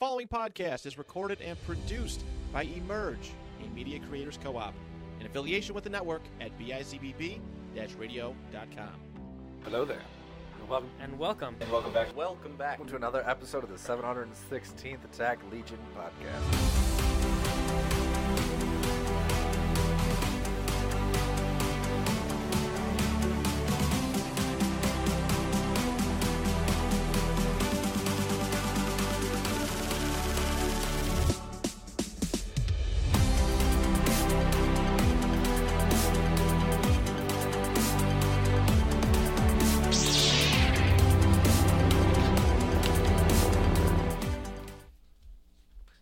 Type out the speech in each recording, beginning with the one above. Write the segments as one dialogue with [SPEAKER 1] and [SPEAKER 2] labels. [SPEAKER 1] Following podcast is recorded and produced by Emerge, a media creators co-op, in affiliation with the network at bicbb-radio.com.
[SPEAKER 2] Hello there. And welcome,
[SPEAKER 3] And welcome.
[SPEAKER 2] and welcome back
[SPEAKER 4] Welcome back.
[SPEAKER 2] to another episode of the 716th Attack Legion podcast.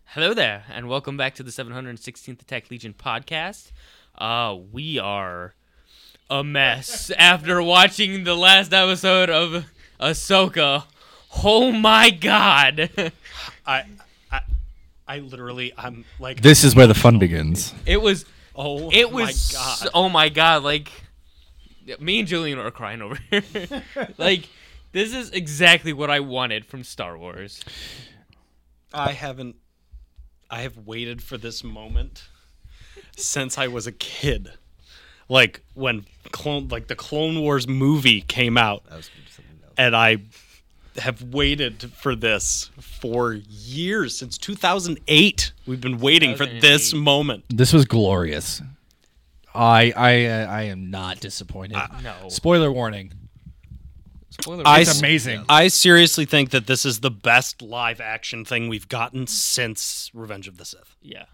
[SPEAKER 3] Hello there, and welcome back to the 716th Attack Legion podcast. Uh, we are a mess after watching the last episode of Ahsoka. Oh my god.
[SPEAKER 5] I, I, I literally, I'm like,
[SPEAKER 6] This is where the fun begins.
[SPEAKER 3] It was
[SPEAKER 5] oh,
[SPEAKER 3] it
[SPEAKER 5] my
[SPEAKER 3] was
[SPEAKER 5] God.
[SPEAKER 3] so- oh my god like me and Julian are crying over here. like this is exactly what I wanted from Star Wars.
[SPEAKER 5] I haven't, I have waited for this moment since I was a kid. Like when clone, like the Clone Wars movie came out, and I have waited for this for years since 2008. We've been waiting for this
[SPEAKER 3] 2008.
[SPEAKER 5] moment.
[SPEAKER 6] This was glorious. I I uh, I am not disappointed.
[SPEAKER 3] No.
[SPEAKER 6] Spoiler warning.
[SPEAKER 3] Spoiler
[SPEAKER 5] I
[SPEAKER 6] It's
[SPEAKER 5] s-
[SPEAKER 6] amazing.
[SPEAKER 5] I seriously think that this is the best live action thing we've gotten since Revenge of the Sith.
[SPEAKER 3] yeah.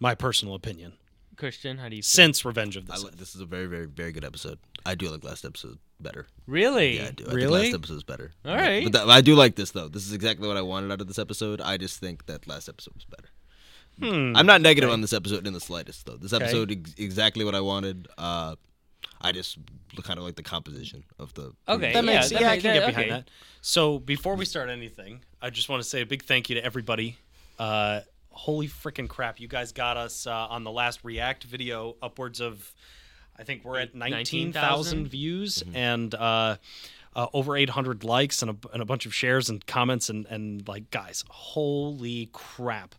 [SPEAKER 5] My personal opinion.
[SPEAKER 3] Christian, how do you feel?
[SPEAKER 5] Since Revenge of the
[SPEAKER 4] I
[SPEAKER 5] Sith.
[SPEAKER 4] like, this is a very, very, very good episode. I do like last episode better.
[SPEAKER 3] Really?
[SPEAKER 4] Yeah, I do. I
[SPEAKER 5] really?
[SPEAKER 4] think last episode was better.
[SPEAKER 3] All right.
[SPEAKER 4] But that, I do like this though. This is exactly what I wanted out of this episode. I just think that last episode was better.
[SPEAKER 5] Hmm.
[SPEAKER 4] I'm not negative on this episode in the slightest though. This episode ex- exactly what I wanted. Uh, I just kind of like the composition of the.
[SPEAKER 3] Okay.
[SPEAKER 5] That
[SPEAKER 3] Yeah,
[SPEAKER 5] makes
[SPEAKER 3] that
[SPEAKER 5] yeah, Mm.
[SPEAKER 3] ma-
[SPEAKER 5] I can
[SPEAKER 3] that-
[SPEAKER 5] get
[SPEAKER 3] okay.
[SPEAKER 5] behind that. So before we start anything, I just want to say a big thank you to everybody. Uh, holy freaking crap! You guys got us uh, on the last React video upwards of, I think we're at nineteen
[SPEAKER 3] 19,000?
[SPEAKER 5] thousand views and uh, uh, over eight hundred likes and a, and a bunch of shares and comments and and like guys, holy crap!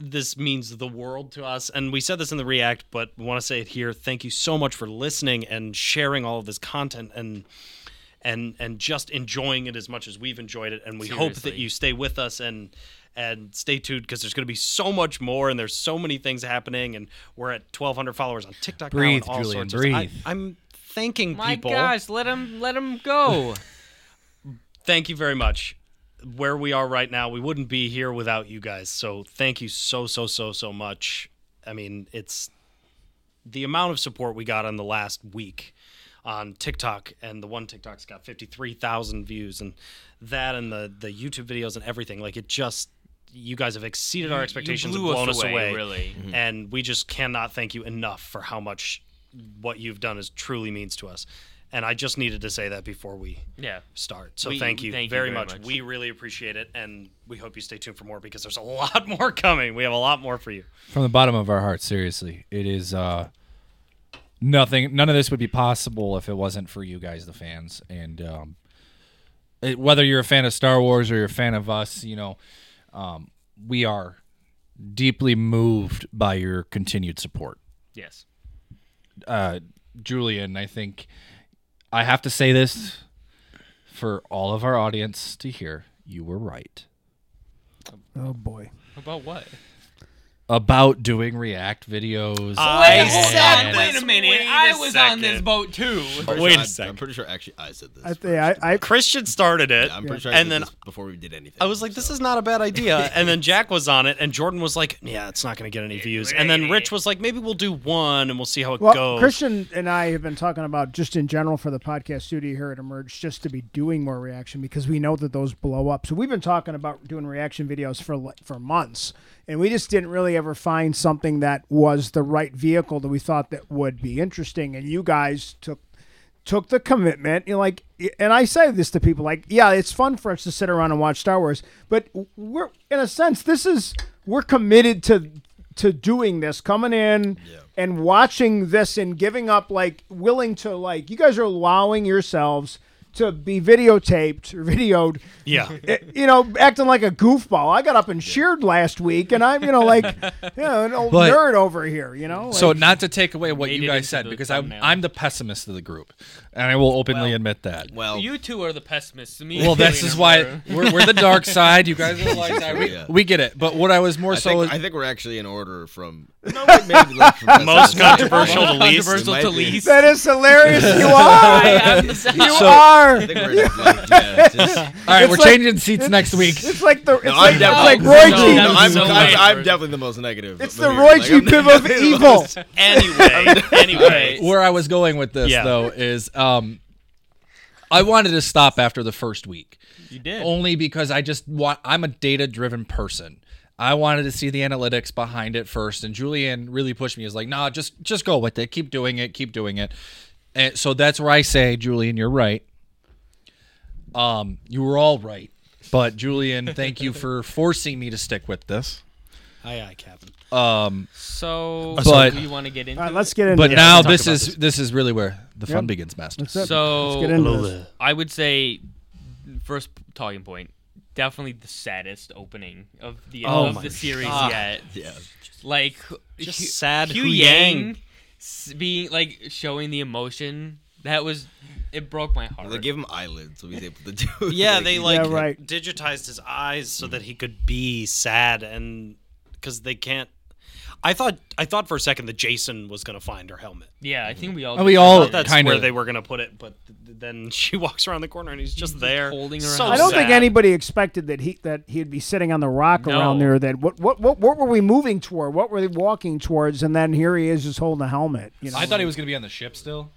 [SPEAKER 5] this means the world to us. And we said this in the React, but want to say it here. Thank you so much for listening and sharing all of this content and and and just enjoying it as much as we've enjoyed it. And we hope that
[SPEAKER 3] Seriously.
[SPEAKER 5] you stay with us and and stay tuned because there's going to be so much more and there's so many things happening. And we're at 1,200 followers on TikTok now and
[SPEAKER 6] Breathe,
[SPEAKER 5] all
[SPEAKER 6] Julian,
[SPEAKER 5] sorts of- I-
[SPEAKER 6] breathe.
[SPEAKER 5] I'm thanking
[SPEAKER 3] My
[SPEAKER 5] people.
[SPEAKER 3] gosh, let him let him go.
[SPEAKER 5] thank you very much. Where we are right now, we wouldn't be here without you guys. So thank you so so so so much. I mean, it's the amount of support we got on the last week on TikTok, and the one TikTok's got fifty three thousand views, and that, and the the YouTube videos, and everything. Like it just, you guys have exceeded our expectations
[SPEAKER 3] blew
[SPEAKER 5] and blown
[SPEAKER 3] us
[SPEAKER 5] us,
[SPEAKER 3] away,
[SPEAKER 5] away,
[SPEAKER 3] really.
[SPEAKER 5] And we just cannot thank you enough for how much what you've done is truly means to us. And I just needed to say that before we
[SPEAKER 3] yeah.
[SPEAKER 5] start. So
[SPEAKER 3] We-
[SPEAKER 5] thank,
[SPEAKER 3] we
[SPEAKER 5] you
[SPEAKER 3] thank you
[SPEAKER 5] very
[SPEAKER 3] very
[SPEAKER 5] much.
[SPEAKER 3] much.
[SPEAKER 5] We really appreciate it, and we hope you stay tuned for more because there's a lot more coming. We have a lot more for you.
[SPEAKER 6] From the bottom of our hearts, seriously. It is uh nothing none of this would be possible if it wasn't for you guys the fans and um it, whether you're a fan of Star Wars or you're a fan of us, you know, um we are deeply moved by your continued support.
[SPEAKER 3] Yes.
[SPEAKER 6] uh, Julian, I think I have to say this for all of our audience to hear. You were right
[SPEAKER 7] Oh boy.
[SPEAKER 3] About what?
[SPEAKER 6] about doing React videos.
[SPEAKER 3] Ah,
[SPEAKER 5] I
[SPEAKER 6] and-
[SPEAKER 5] said this.
[SPEAKER 3] a minute.
[SPEAKER 5] Wait a
[SPEAKER 3] I was on this
[SPEAKER 5] second.
[SPEAKER 3] boat too.
[SPEAKER 4] Pretty
[SPEAKER 5] Wait
[SPEAKER 4] sure
[SPEAKER 5] a
[SPEAKER 4] I-
[SPEAKER 5] second.
[SPEAKER 4] I'm pretty sure actually I said this.
[SPEAKER 7] I think I, I
[SPEAKER 5] Christian started it.
[SPEAKER 4] Yeah, I'm pretty sure. I
[SPEAKER 5] And
[SPEAKER 4] said
[SPEAKER 5] then
[SPEAKER 4] this before we did anything,
[SPEAKER 5] I was like, "This is not a bad idea." And then Jack was on it, and Jordan was like, "Yeah, it's not going to get any views." And then Rich was like, "Maybe we'll do one, and we'll see how it
[SPEAKER 7] well,
[SPEAKER 5] goes."
[SPEAKER 7] Christian and I have been talking about just in general for the podcast studio here at Emerge, just to be doing more reaction because we know that those blow up. So we've been talking about doing reaction videos for like, for months, and we just didn't really ever find something that was the right vehicle that we thought that would be interesting. And you guys took took the commitment. You're like, and I say this to people, like, yeah, it's fun for us to sit around and watch Star Wars, but we're in a sense, this is we're committed to to doing this, coming in and watching this and giving up, like, willing to like, you guys are allowing yourselves to be videotaped or videoed
[SPEAKER 5] Yeah.
[SPEAKER 7] eh, you know, acting like a goofball. I got up and cheered last week, and I'm, you know, like, you know, an old
[SPEAKER 6] But-
[SPEAKER 7] nerd over here, you know.
[SPEAKER 6] So
[SPEAKER 7] like-
[SPEAKER 6] not to take away what
[SPEAKER 3] Made it
[SPEAKER 6] you guys
[SPEAKER 3] into
[SPEAKER 6] said,
[SPEAKER 3] the
[SPEAKER 6] because I'm
[SPEAKER 3] thumbnail.
[SPEAKER 6] I'm the pessimist of the group, and I will openly admit that.
[SPEAKER 8] Well,
[SPEAKER 3] You two are the pessimists. Me
[SPEAKER 6] Well,
[SPEAKER 3] and Julian
[SPEAKER 6] this is
[SPEAKER 3] are
[SPEAKER 6] why
[SPEAKER 3] more-
[SPEAKER 6] we're, we're the dark side. You guys are the light side. We,
[SPEAKER 8] Yeah.
[SPEAKER 6] we get it. But what I was more
[SPEAKER 8] I,
[SPEAKER 6] so
[SPEAKER 8] think,
[SPEAKER 6] is,
[SPEAKER 8] I think we're actually in order from, no, wait, maybe, like, from
[SPEAKER 5] Most
[SPEAKER 8] Pessimist.
[SPEAKER 5] controversial to least.
[SPEAKER 3] Controversial
[SPEAKER 8] It
[SPEAKER 3] to
[SPEAKER 8] might be.
[SPEAKER 3] least.
[SPEAKER 7] that is hilarious. You are.
[SPEAKER 3] I am the second.
[SPEAKER 7] You are.
[SPEAKER 8] I think we're in, like, yeah, it's just,
[SPEAKER 6] all right,
[SPEAKER 7] it's
[SPEAKER 6] we're
[SPEAKER 7] like-
[SPEAKER 6] changing seats next week.
[SPEAKER 7] It's like the it's
[SPEAKER 8] No,
[SPEAKER 7] like,
[SPEAKER 8] I'm
[SPEAKER 7] it's like
[SPEAKER 8] definitely
[SPEAKER 7] Roy
[SPEAKER 8] no,
[SPEAKER 7] G.
[SPEAKER 8] no, I'm,
[SPEAKER 3] so
[SPEAKER 8] I'm,
[SPEAKER 3] late.
[SPEAKER 8] I'm definitely the most negative.
[SPEAKER 7] it's
[SPEAKER 8] of
[SPEAKER 7] the
[SPEAKER 8] here.
[SPEAKER 7] Roy
[SPEAKER 8] Like,
[SPEAKER 7] G.
[SPEAKER 8] I'm
[SPEAKER 7] Piv of
[SPEAKER 8] definitely the
[SPEAKER 7] evil.
[SPEAKER 8] most-
[SPEAKER 5] Anyway, anyway.
[SPEAKER 6] Where I was going with this
[SPEAKER 5] Yeah.
[SPEAKER 6] though is, um, I wanted to stop after the first week.
[SPEAKER 3] You did.
[SPEAKER 6] only because I just want I'm a data driven person. I wanted to see the analytics behind it first, and Julian really pushed me. He was like, "Nah, just just go with it. Keep doing it. Keep doing it." And so that's where I say, Julian, you're right. Um, you were all right, but Julian, thank you for forcing me to stick with this.
[SPEAKER 5] Aye, aye, Captain.
[SPEAKER 6] Um,
[SPEAKER 3] So,
[SPEAKER 6] But-
[SPEAKER 3] do you want to get into
[SPEAKER 7] All right,
[SPEAKER 3] it?
[SPEAKER 7] let's get into
[SPEAKER 6] but
[SPEAKER 7] it.
[SPEAKER 6] now
[SPEAKER 5] talk
[SPEAKER 6] this
[SPEAKER 5] about
[SPEAKER 6] is this.
[SPEAKER 5] this.
[SPEAKER 6] is really where the fun
[SPEAKER 7] Yep.
[SPEAKER 6] begins, master.
[SPEAKER 7] That's it.
[SPEAKER 3] So-
[SPEAKER 7] let's get into this.
[SPEAKER 3] I would say first talking point, definitely the saddest opening of the
[SPEAKER 5] Oh
[SPEAKER 3] of
[SPEAKER 5] my
[SPEAKER 3] the series
[SPEAKER 5] God.
[SPEAKER 3] yet.
[SPEAKER 8] Yeah.
[SPEAKER 3] Like
[SPEAKER 5] Just
[SPEAKER 3] Hu-
[SPEAKER 5] sad
[SPEAKER 3] Hu
[SPEAKER 5] Hu
[SPEAKER 3] Yang,
[SPEAKER 5] Yang.
[SPEAKER 3] s- being like showing the emotion that was it broke my heart.
[SPEAKER 8] They gave him eyelids, so he's able to do. it.
[SPEAKER 5] Yeah, they like
[SPEAKER 7] Yeah, right.
[SPEAKER 5] digitized his eyes so that he could be sad and because they can't. I thought I thought for a second that Jason was gonna find her helmet.
[SPEAKER 3] yeah, I think we all
[SPEAKER 6] And we
[SPEAKER 3] did.
[SPEAKER 5] I
[SPEAKER 6] all
[SPEAKER 5] thought that's
[SPEAKER 6] kind
[SPEAKER 5] where
[SPEAKER 6] of
[SPEAKER 5] they were gonna put it, but th- then she walks around the corner and he's just
[SPEAKER 3] He's
[SPEAKER 5] there,
[SPEAKER 3] holding her
[SPEAKER 5] So
[SPEAKER 3] hand.
[SPEAKER 7] I don't
[SPEAKER 5] sad.
[SPEAKER 7] think anybody expected that he that he'd be sitting on the rock
[SPEAKER 3] No.
[SPEAKER 7] around there. That what, what what what were we moving toward? What were they walking towards? And then here he is, just holding a helmet. You know,
[SPEAKER 6] I thought he was going to be on the ship still.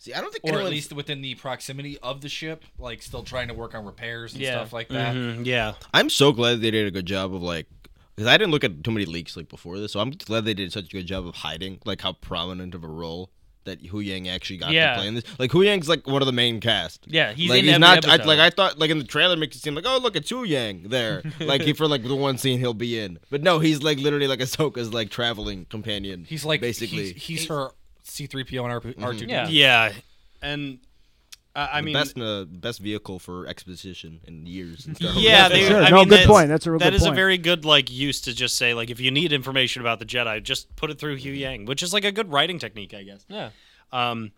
[SPEAKER 8] See, I don't think
[SPEAKER 6] or at
[SPEAKER 8] anyone's-
[SPEAKER 6] least within the proximity of the ship, like still trying to work on repairs and
[SPEAKER 3] Yeah.
[SPEAKER 6] stuff like that.
[SPEAKER 5] Mm, yeah,
[SPEAKER 8] I'm so glad they did a good job of like because I didn't look at too many leaks like before this, so I'm glad they did such a good job of hiding like how prominent of a role that Hu Yang actually got
[SPEAKER 3] Yeah.
[SPEAKER 8] to play in this. Like Hu Yang's like one of the main cast.
[SPEAKER 3] Yeah, he's
[SPEAKER 8] like,
[SPEAKER 3] in
[SPEAKER 8] he's
[SPEAKER 3] every
[SPEAKER 8] not I,
[SPEAKER 3] episode.
[SPEAKER 8] like I thought like in the trailer makes it seem like oh look it's Hu Yang there like he for like the one scene he'll be in, but no he's like literally like Ahsoka's like traveling companion.
[SPEAKER 6] He's like
[SPEAKER 8] basically
[SPEAKER 6] basically Mm-hmm. he's, her C three PO and R two.
[SPEAKER 3] Yeah.
[SPEAKER 5] yeah, and uh, I mean,
[SPEAKER 8] the best uh, best vehicle for exposition in years. And stuff.
[SPEAKER 5] Yeah, they,
[SPEAKER 7] Sure.
[SPEAKER 5] I
[SPEAKER 7] No,
[SPEAKER 5] mean,
[SPEAKER 7] good
[SPEAKER 5] that's-
[SPEAKER 7] point. That's a real
[SPEAKER 5] that
[SPEAKER 7] good
[SPEAKER 5] is a
[SPEAKER 7] point.
[SPEAKER 5] very good like use to just say like if you need information about the Jedi, just put it through Hugh Yang, which is like a good writing technique, I guess.
[SPEAKER 3] yeah,
[SPEAKER 5] Um,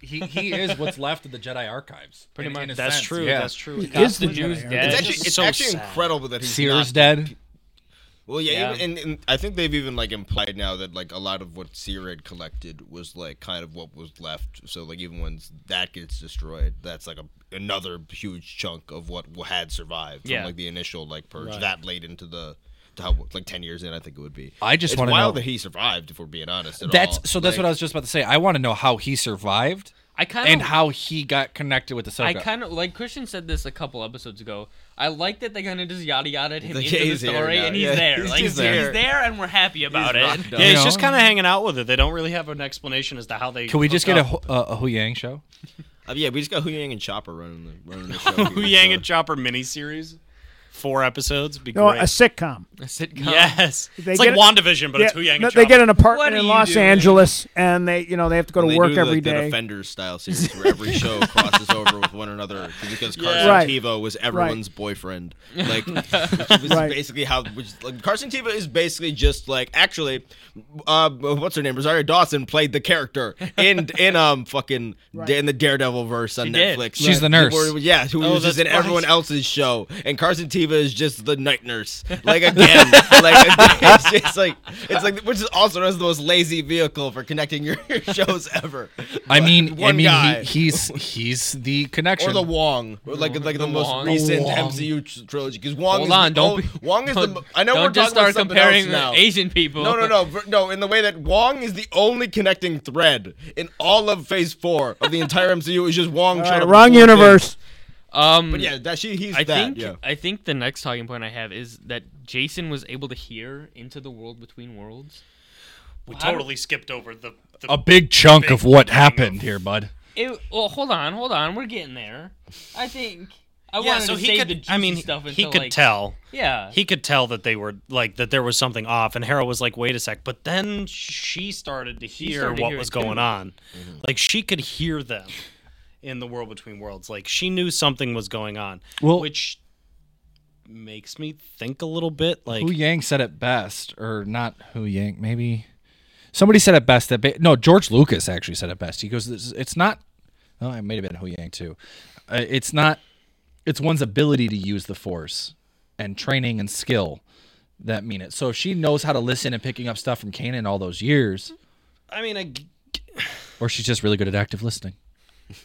[SPEAKER 6] He he is what's left of the Jedi archives.
[SPEAKER 3] Pretty much.
[SPEAKER 5] that's true. That's true.
[SPEAKER 7] is the
[SPEAKER 3] the news
[SPEAKER 7] Jedi.
[SPEAKER 3] dead.
[SPEAKER 8] It's
[SPEAKER 5] It's
[SPEAKER 8] actually
[SPEAKER 5] just
[SPEAKER 8] it's
[SPEAKER 5] so
[SPEAKER 8] actually
[SPEAKER 5] sad.
[SPEAKER 8] incredible that he's
[SPEAKER 6] Sears
[SPEAKER 8] not
[SPEAKER 6] dead.
[SPEAKER 8] Well, yeah,
[SPEAKER 3] Yeah.
[SPEAKER 8] Even, and, and I think they've even like implied now that like a lot of what Seer had collected was like kind of what was left. So like even when that gets destroyed, that's like a, another huge chunk of what w- had survived from
[SPEAKER 3] Yeah.
[SPEAKER 8] like the initial like purge
[SPEAKER 5] Right.
[SPEAKER 8] that late into the to how like ten years in. I think it would be.
[SPEAKER 6] I just
[SPEAKER 8] It's
[SPEAKER 6] wanna
[SPEAKER 8] wild
[SPEAKER 6] know-
[SPEAKER 8] that he survived. If we're being honest, at all.
[SPEAKER 6] That's so. That's
[SPEAKER 8] Like,
[SPEAKER 6] what I was just about to say. I want to know how he survived
[SPEAKER 3] I kind of
[SPEAKER 6] and how he got connected with the Ahsoka.
[SPEAKER 3] I kind of like Christian said this a couple episodes ago. I like that they kind of just yada yada him
[SPEAKER 8] Like,
[SPEAKER 3] into
[SPEAKER 8] yeah,
[SPEAKER 3] the
[SPEAKER 8] he's here
[SPEAKER 3] story,
[SPEAKER 8] now.
[SPEAKER 3] and he's
[SPEAKER 8] Yeah,
[SPEAKER 3] there.
[SPEAKER 8] he's
[SPEAKER 3] like he's
[SPEAKER 8] just there.
[SPEAKER 3] there, and we're happy about
[SPEAKER 8] rock
[SPEAKER 3] it.
[SPEAKER 8] dog.
[SPEAKER 5] Yeah,
[SPEAKER 6] You
[SPEAKER 5] he's
[SPEAKER 6] know?
[SPEAKER 5] just kind of hanging out with it. They don't really have an explanation as to how they.
[SPEAKER 6] Can we
[SPEAKER 5] hooked
[SPEAKER 6] just get a
[SPEAKER 5] up.
[SPEAKER 6] Hu- a, a Hu Yang show?
[SPEAKER 8] Uh, yeah, we just got Hu Yang and Chopper running the running the show.
[SPEAKER 5] Hu
[SPEAKER 8] here,
[SPEAKER 5] Yang
[SPEAKER 8] so-
[SPEAKER 5] and Chopper miniseries? Four episodes. Be
[SPEAKER 7] no,
[SPEAKER 5] great.
[SPEAKER 7] a sitcom.
[SPEAKER 3] A sitcom.
[SPEAKER 5] yes,
[SPEAKER 7] They
[SPEAKER 5] it's
[SPEAKER 7] get
[SPEAKER 5] like
[SPEAKER 7] it-
[SPEAKER 5] Wandavision, but
[SPEAKER 7] Yeah,
[SPEAKER 5] it's Hu Yang
[SPEAKER 7] no,
[SPEAKER 5] and
[SPEAKER 7] they
[SPEAKER 5] Chopper.
[SPEAKER 7] get an
[SPEAKER 3] What
[SPEAKER 7] apartment
[SPEAKER 3] are
[SPEAKER 7] in
[SPEAKER 3] you
[SPEAKER 7] Los
[SPEAKER 3] doing?
[SPEAKER 7] Angeles, and they you know they have to go
[SPEAKER 8] And
[SPEAKER 7] to
[SPEAKER 8] they
[SPEAKER 7] work
[SPEAKER 8] do,
[SPEAKER 7] every
[SPEAKER 8] like,
[SPEAKER 7] day.
[SPEAKER 8] The Defender style series where every show crosses over with one another because Carson
[SPEAKER 7] Right.
[SPEAKER 8] Teva was everyone's boyfriend. Like, which was
[SPEAKER 7] Right.
[SPEAKER 8] basically how which, like, Carson Teva is basically just like actually, uh, what's her name? Rosario Dawson played the character in in um fucking in the Daredevil verse on
[SPEAKER 3] did.
[SPEAKER 8] Netflix.
[SPEAKER 6] She's the nurse.
[SPEAKER 8] Where- yeah, who was just in
[SPEAKER 5] that's right.
[SPEAKER 8] everyone else's show, and Carson Teva is just the night nurse. Like again, like again, it's just like it's like which is also known as the most lazy vehicle for connecting your shows ever.
[SPEAKER 6] I mean, I
[SPEAKER 8] one
[SPEAKER 6] mean,
[SPEAKER 8] guy.
[SPEAKER 6] he, he's he's the connection.
[SPEAKER 8] Or the Wong, or like like the, most
[SPEAKER 3] Wong.
[SPEAKER 8] recent
[SPEAKER 6] Wong.
[SPEAKER 8] MCU tr- trilogy. Because Wong,
[SPEAKER 3] Hold
[SPEAKER 8] is
[SPEAKER 3] on,
[SPEAKER 8] the,
[SPEAKER 3] don't
[SPEAKER 8] oh,
[SPEAKER 3] be-
[SPEAKER 8] Wong is the.
[SPEAKER 3] don't-
[SPEAKER 8] mo- I know
[SPEAKER 3] don't
[SPEAKER 8] we're
[SPEAKER 3] just
[SPEAKER 8] talking about
[SPEAKER 3] start
[SPEAKER 8] something
[SPEAKER 3] comparing
[SPEAKER 8] else now.
[SPEAKER 3] Asian people.
[SPEAKER 8] No, no, no, ver- no. In the way that Wong is the only connecting thread in all of Phase Four of the entire MCU is just Wong.
[SPEAKER 7] All
[SPEAKER 8] showed
[SPEAKER 7] right,
[SPEAKER 8] up
[SPEAKER 7] Uh, wrong
[SPEAKER 8] in four
[SPEAKER 7] universe.
[SPEAKER 3] Um,
[SPEAKER 8] things. But yeah, that she he's
[SPEAKER 3] I
[SPEAKER 8] that.
[SPEAKER 3] think
[SPEAKER 8] yeah.
[SPEAKER 3] I think the next talking point I have is that Jason was able to hear into the world between worlds.
[SPEAKER 5] we totally skipped over the. the
[SPEAKER 6] a big chunk of what
[SPEAKER 5] thing
[SPEAKER 6] happened
[SPEAKER 5] of-
[SPEAKER 6] here, bud.
[SPEAKER 3] It, well, hold on, hold on, we're getting there. I think I
[SPEAKER 5] yeah,
[SPEAKER 3] wanted
[SPEAKER 5] so
[SPEAKER 3] to
[SPEAKER 5] he
[SPEAKER 3] save
[SPEAKER 5] could.
[SPEAKER 3] the juicy
[SPEAKER 5] I mean,
[SPEAKER 3] stuff
[SPEAKER 5] he
[SPEAKER 3] until,
[SPEAKER 5] could
[SPEAKER 3] like-
[SPEAKER 5] tell.
[SPEAKER 3] Yeah,
[SPEAKER 5] He could tell that they were like that there was something off, and Hera was like, "Wait a sec!" But then she started to hear
[SPEAKER 3] started to
[SPEAKER 5] what
[SPEAKER 3] hear
[SPEAKER 5] was
[SPEAKER 3] it, too.
[SPEAKER 5] going on. Like she could hear them. in the world between worlds. Like she knew something was going on,
[SPEAKER 6] Well-
[SPEAKER 5] which makes me think a little bit. Like
[SPEAKER 6] Who Yang said it best, or not Who Yang? Maybe somebody said it best. That ba- no, George Lucas actually said it best. He goes, "This- "It's not." Oh, it may have been Who Yang too. Uh, it's not. It's one's ability to use the Force and training and skill that mean it. So if she knows how to listen and picking up stuff from Kanan all those years,
[SPEAKER 5] I mean, I g-
[SPEAKER 6] or she's just really good at active listening.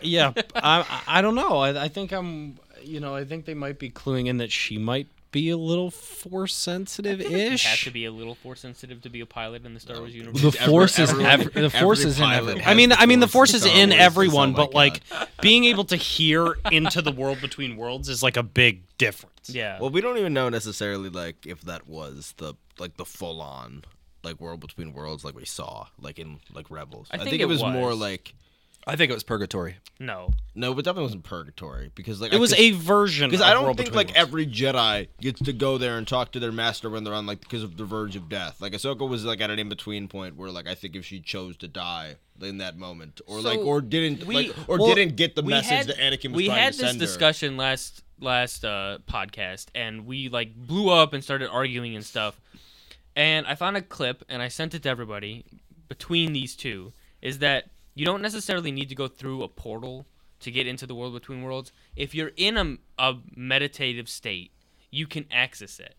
[SPEAKER 5] yeah, I I don't know. I, I think I'm. You know, I think they might be cluing in that she might be a little force sensitive
[SPEAKER 3] You have
[SPEAKER 5] ish.
[SPEAKER 3] to be a little force sensitive to be a pilot in the Star Wars universe.
[SPEAKER 6] The Force is
[SPEAKER 8] everyone-
[SPEAKER 6] ev- the Force
[SPEAKER 8] every
[SPEAKER 6] is in
[SPEAKER 8] pilot
[SPEAKER 6] everyone.
[SPEAKER 8] has
[SPEAKER 5] I mean, I mean, the force is
[SPEAKER 8] Star
[SPEAKER 5] in
[SPEAKER 8] Wars is, oh
[SPEAKER 5] everyone,
[SPEAKER 8] my
[SPEAKER 5] but
[SPEAKER 8] God.
[SPEAKER 5] like being able to hear into the world between worlds is like a big difference.
[SPEAKER 3] yeah.
[SPEAKER 8] Well, we don't even know necessarily like if that was the like the full on like world between worlds like we saw like in like Rebels.
[SPEAKER 3] I
[SPEAKER 8] I
[SPEAKER 3] think
[SPEAKER 8] think,
[SPEAKER 3] it
[SPEAKER 8] it was, more
[SPEAKER 3] was.
[SPEAKER 8] like
[SPEAKER 6] I think it was Purgatory.
[SPEAKER 3] no.
[SPEAKER 8] no, but definitely wasn't Purgatory because like
[SPEAKER 5] It was
[SPEAKER 8] I,
[SPEAKER 5] a version.
[SPEAKER 8] because
[SPEAKER 5] of
[SPEAKER 8] I don't
[SPEAKER 5] World
[SPEAKER 8] think
[SPEAKER 5] Between
[SPEAKER 8] like
[SPEAKER 5] Worlds.
[SPEAKER 8] every Jedi gets to go there and talk to their master when they're on like because of the verge of death. Like Ahsoka was like at an in between point where like I think if she chose to die in that moment or like
[SPEAKER 3] So,
[SPEAKER 8] or didn't
[SPEAKER 3] we-
[SPEAKER 8] like or
[SPEAKER 3] well,
[SPEAKER 8] didn't get the
[SPEAKER 3] we
[SPEAKER 8] message
[SPEAKER 3] had-
[SPEAKER 8] that Anakin was
[SPEAKER 3] we
[SPEAKER 8] trying
[SPEAKER 3] had
[SPEAKER 8] to
[SPEAKER 3] this
[SPEAKER 8] send her.
[SPEAKER 3] discussion last last uh, podcast and we like blew up and started arguing and stuff and i found a clip and i sent it to everybody between these two is that you don't necessarily need to go through a portal to get into the world between worlds if you're in a, a meditative state you can access it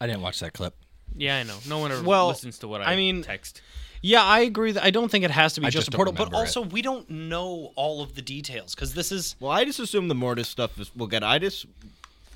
[SPEAKER 6] I didn't watch that clip.
[SPEAKER 3] yeah i know no one ever
[SPEAKER 5] Well,
[SPEAKER 3] listens to what i,
[SPEAKER 5] I mean,
[SPEAKER 3] text
[SPEAKER 5] Yeah, I agree. That I don't think it has to be
[SPEAKER 6] I
[SPEAKER 5] just,
[SPEAKER 6] just
[SPEAKER 5] a
[SPEAKER 6] don't
[SPEAKER 5] portal, but
[SPEAKER 6] remember it.
[SPEAKER 5] also we don't know all of the details because this is
[SPEAKER 8] Well, I just assume the Mortis stuff is. Well, again, I just.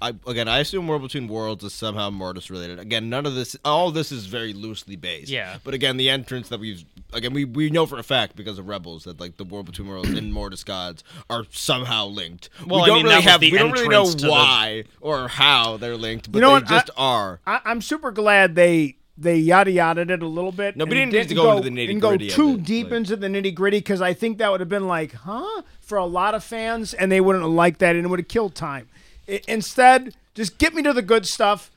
[SPEAKER 8] I, again, I assume World Between Worlds is somehow Mortis related. Again, none of this, all this is very loosely based.
[SPEAKER 3] Yeah.
[SPEAKER 8] But again, the entrance that we've, again, we, we know for a fact because of Rebels that like the World Between Worlds and Mortis gods are somehow linked.
[SPEAKER 5] Well, I
[SPEAKER 8] we don't
[SPEAKER 5] mean, that
[SPEAKER 8] really
[SPEAKER 5] was
[SPEAKER 8] have,
[SPEAKER 5] the
[SPEAKER 8] we don't really know
[SPEAKER 5] entrance to the-
[SPEAKER 8] why or how they're linked, but
[SPEAKER 7] know
[SPEAKER 8] they
[SPEAKER 7] what? I-
[SPEAKER 8] just are.
[SPEAKER 7] I, I'm super glad they they yada yada'd it a little bit.
[SPEAKER 8] No, we
[SPEAKER 7] and
[SPEAKER 8] didn't need to go into the
[SPEAKER 7] didn't go
[SPEAKER 8] nitty-gritty of
[SPEAKER 7] too
[SPEAKER 8] it,
[SPEAKER 7] deep
[SPEAKER 8] like-
[SPEAKER 7] into the nitty gritty because I think that would have been like, huh, for a lot of fans, and they wouldn't have liked that, and it would have killed time. I- instead, just get me to the good stuff.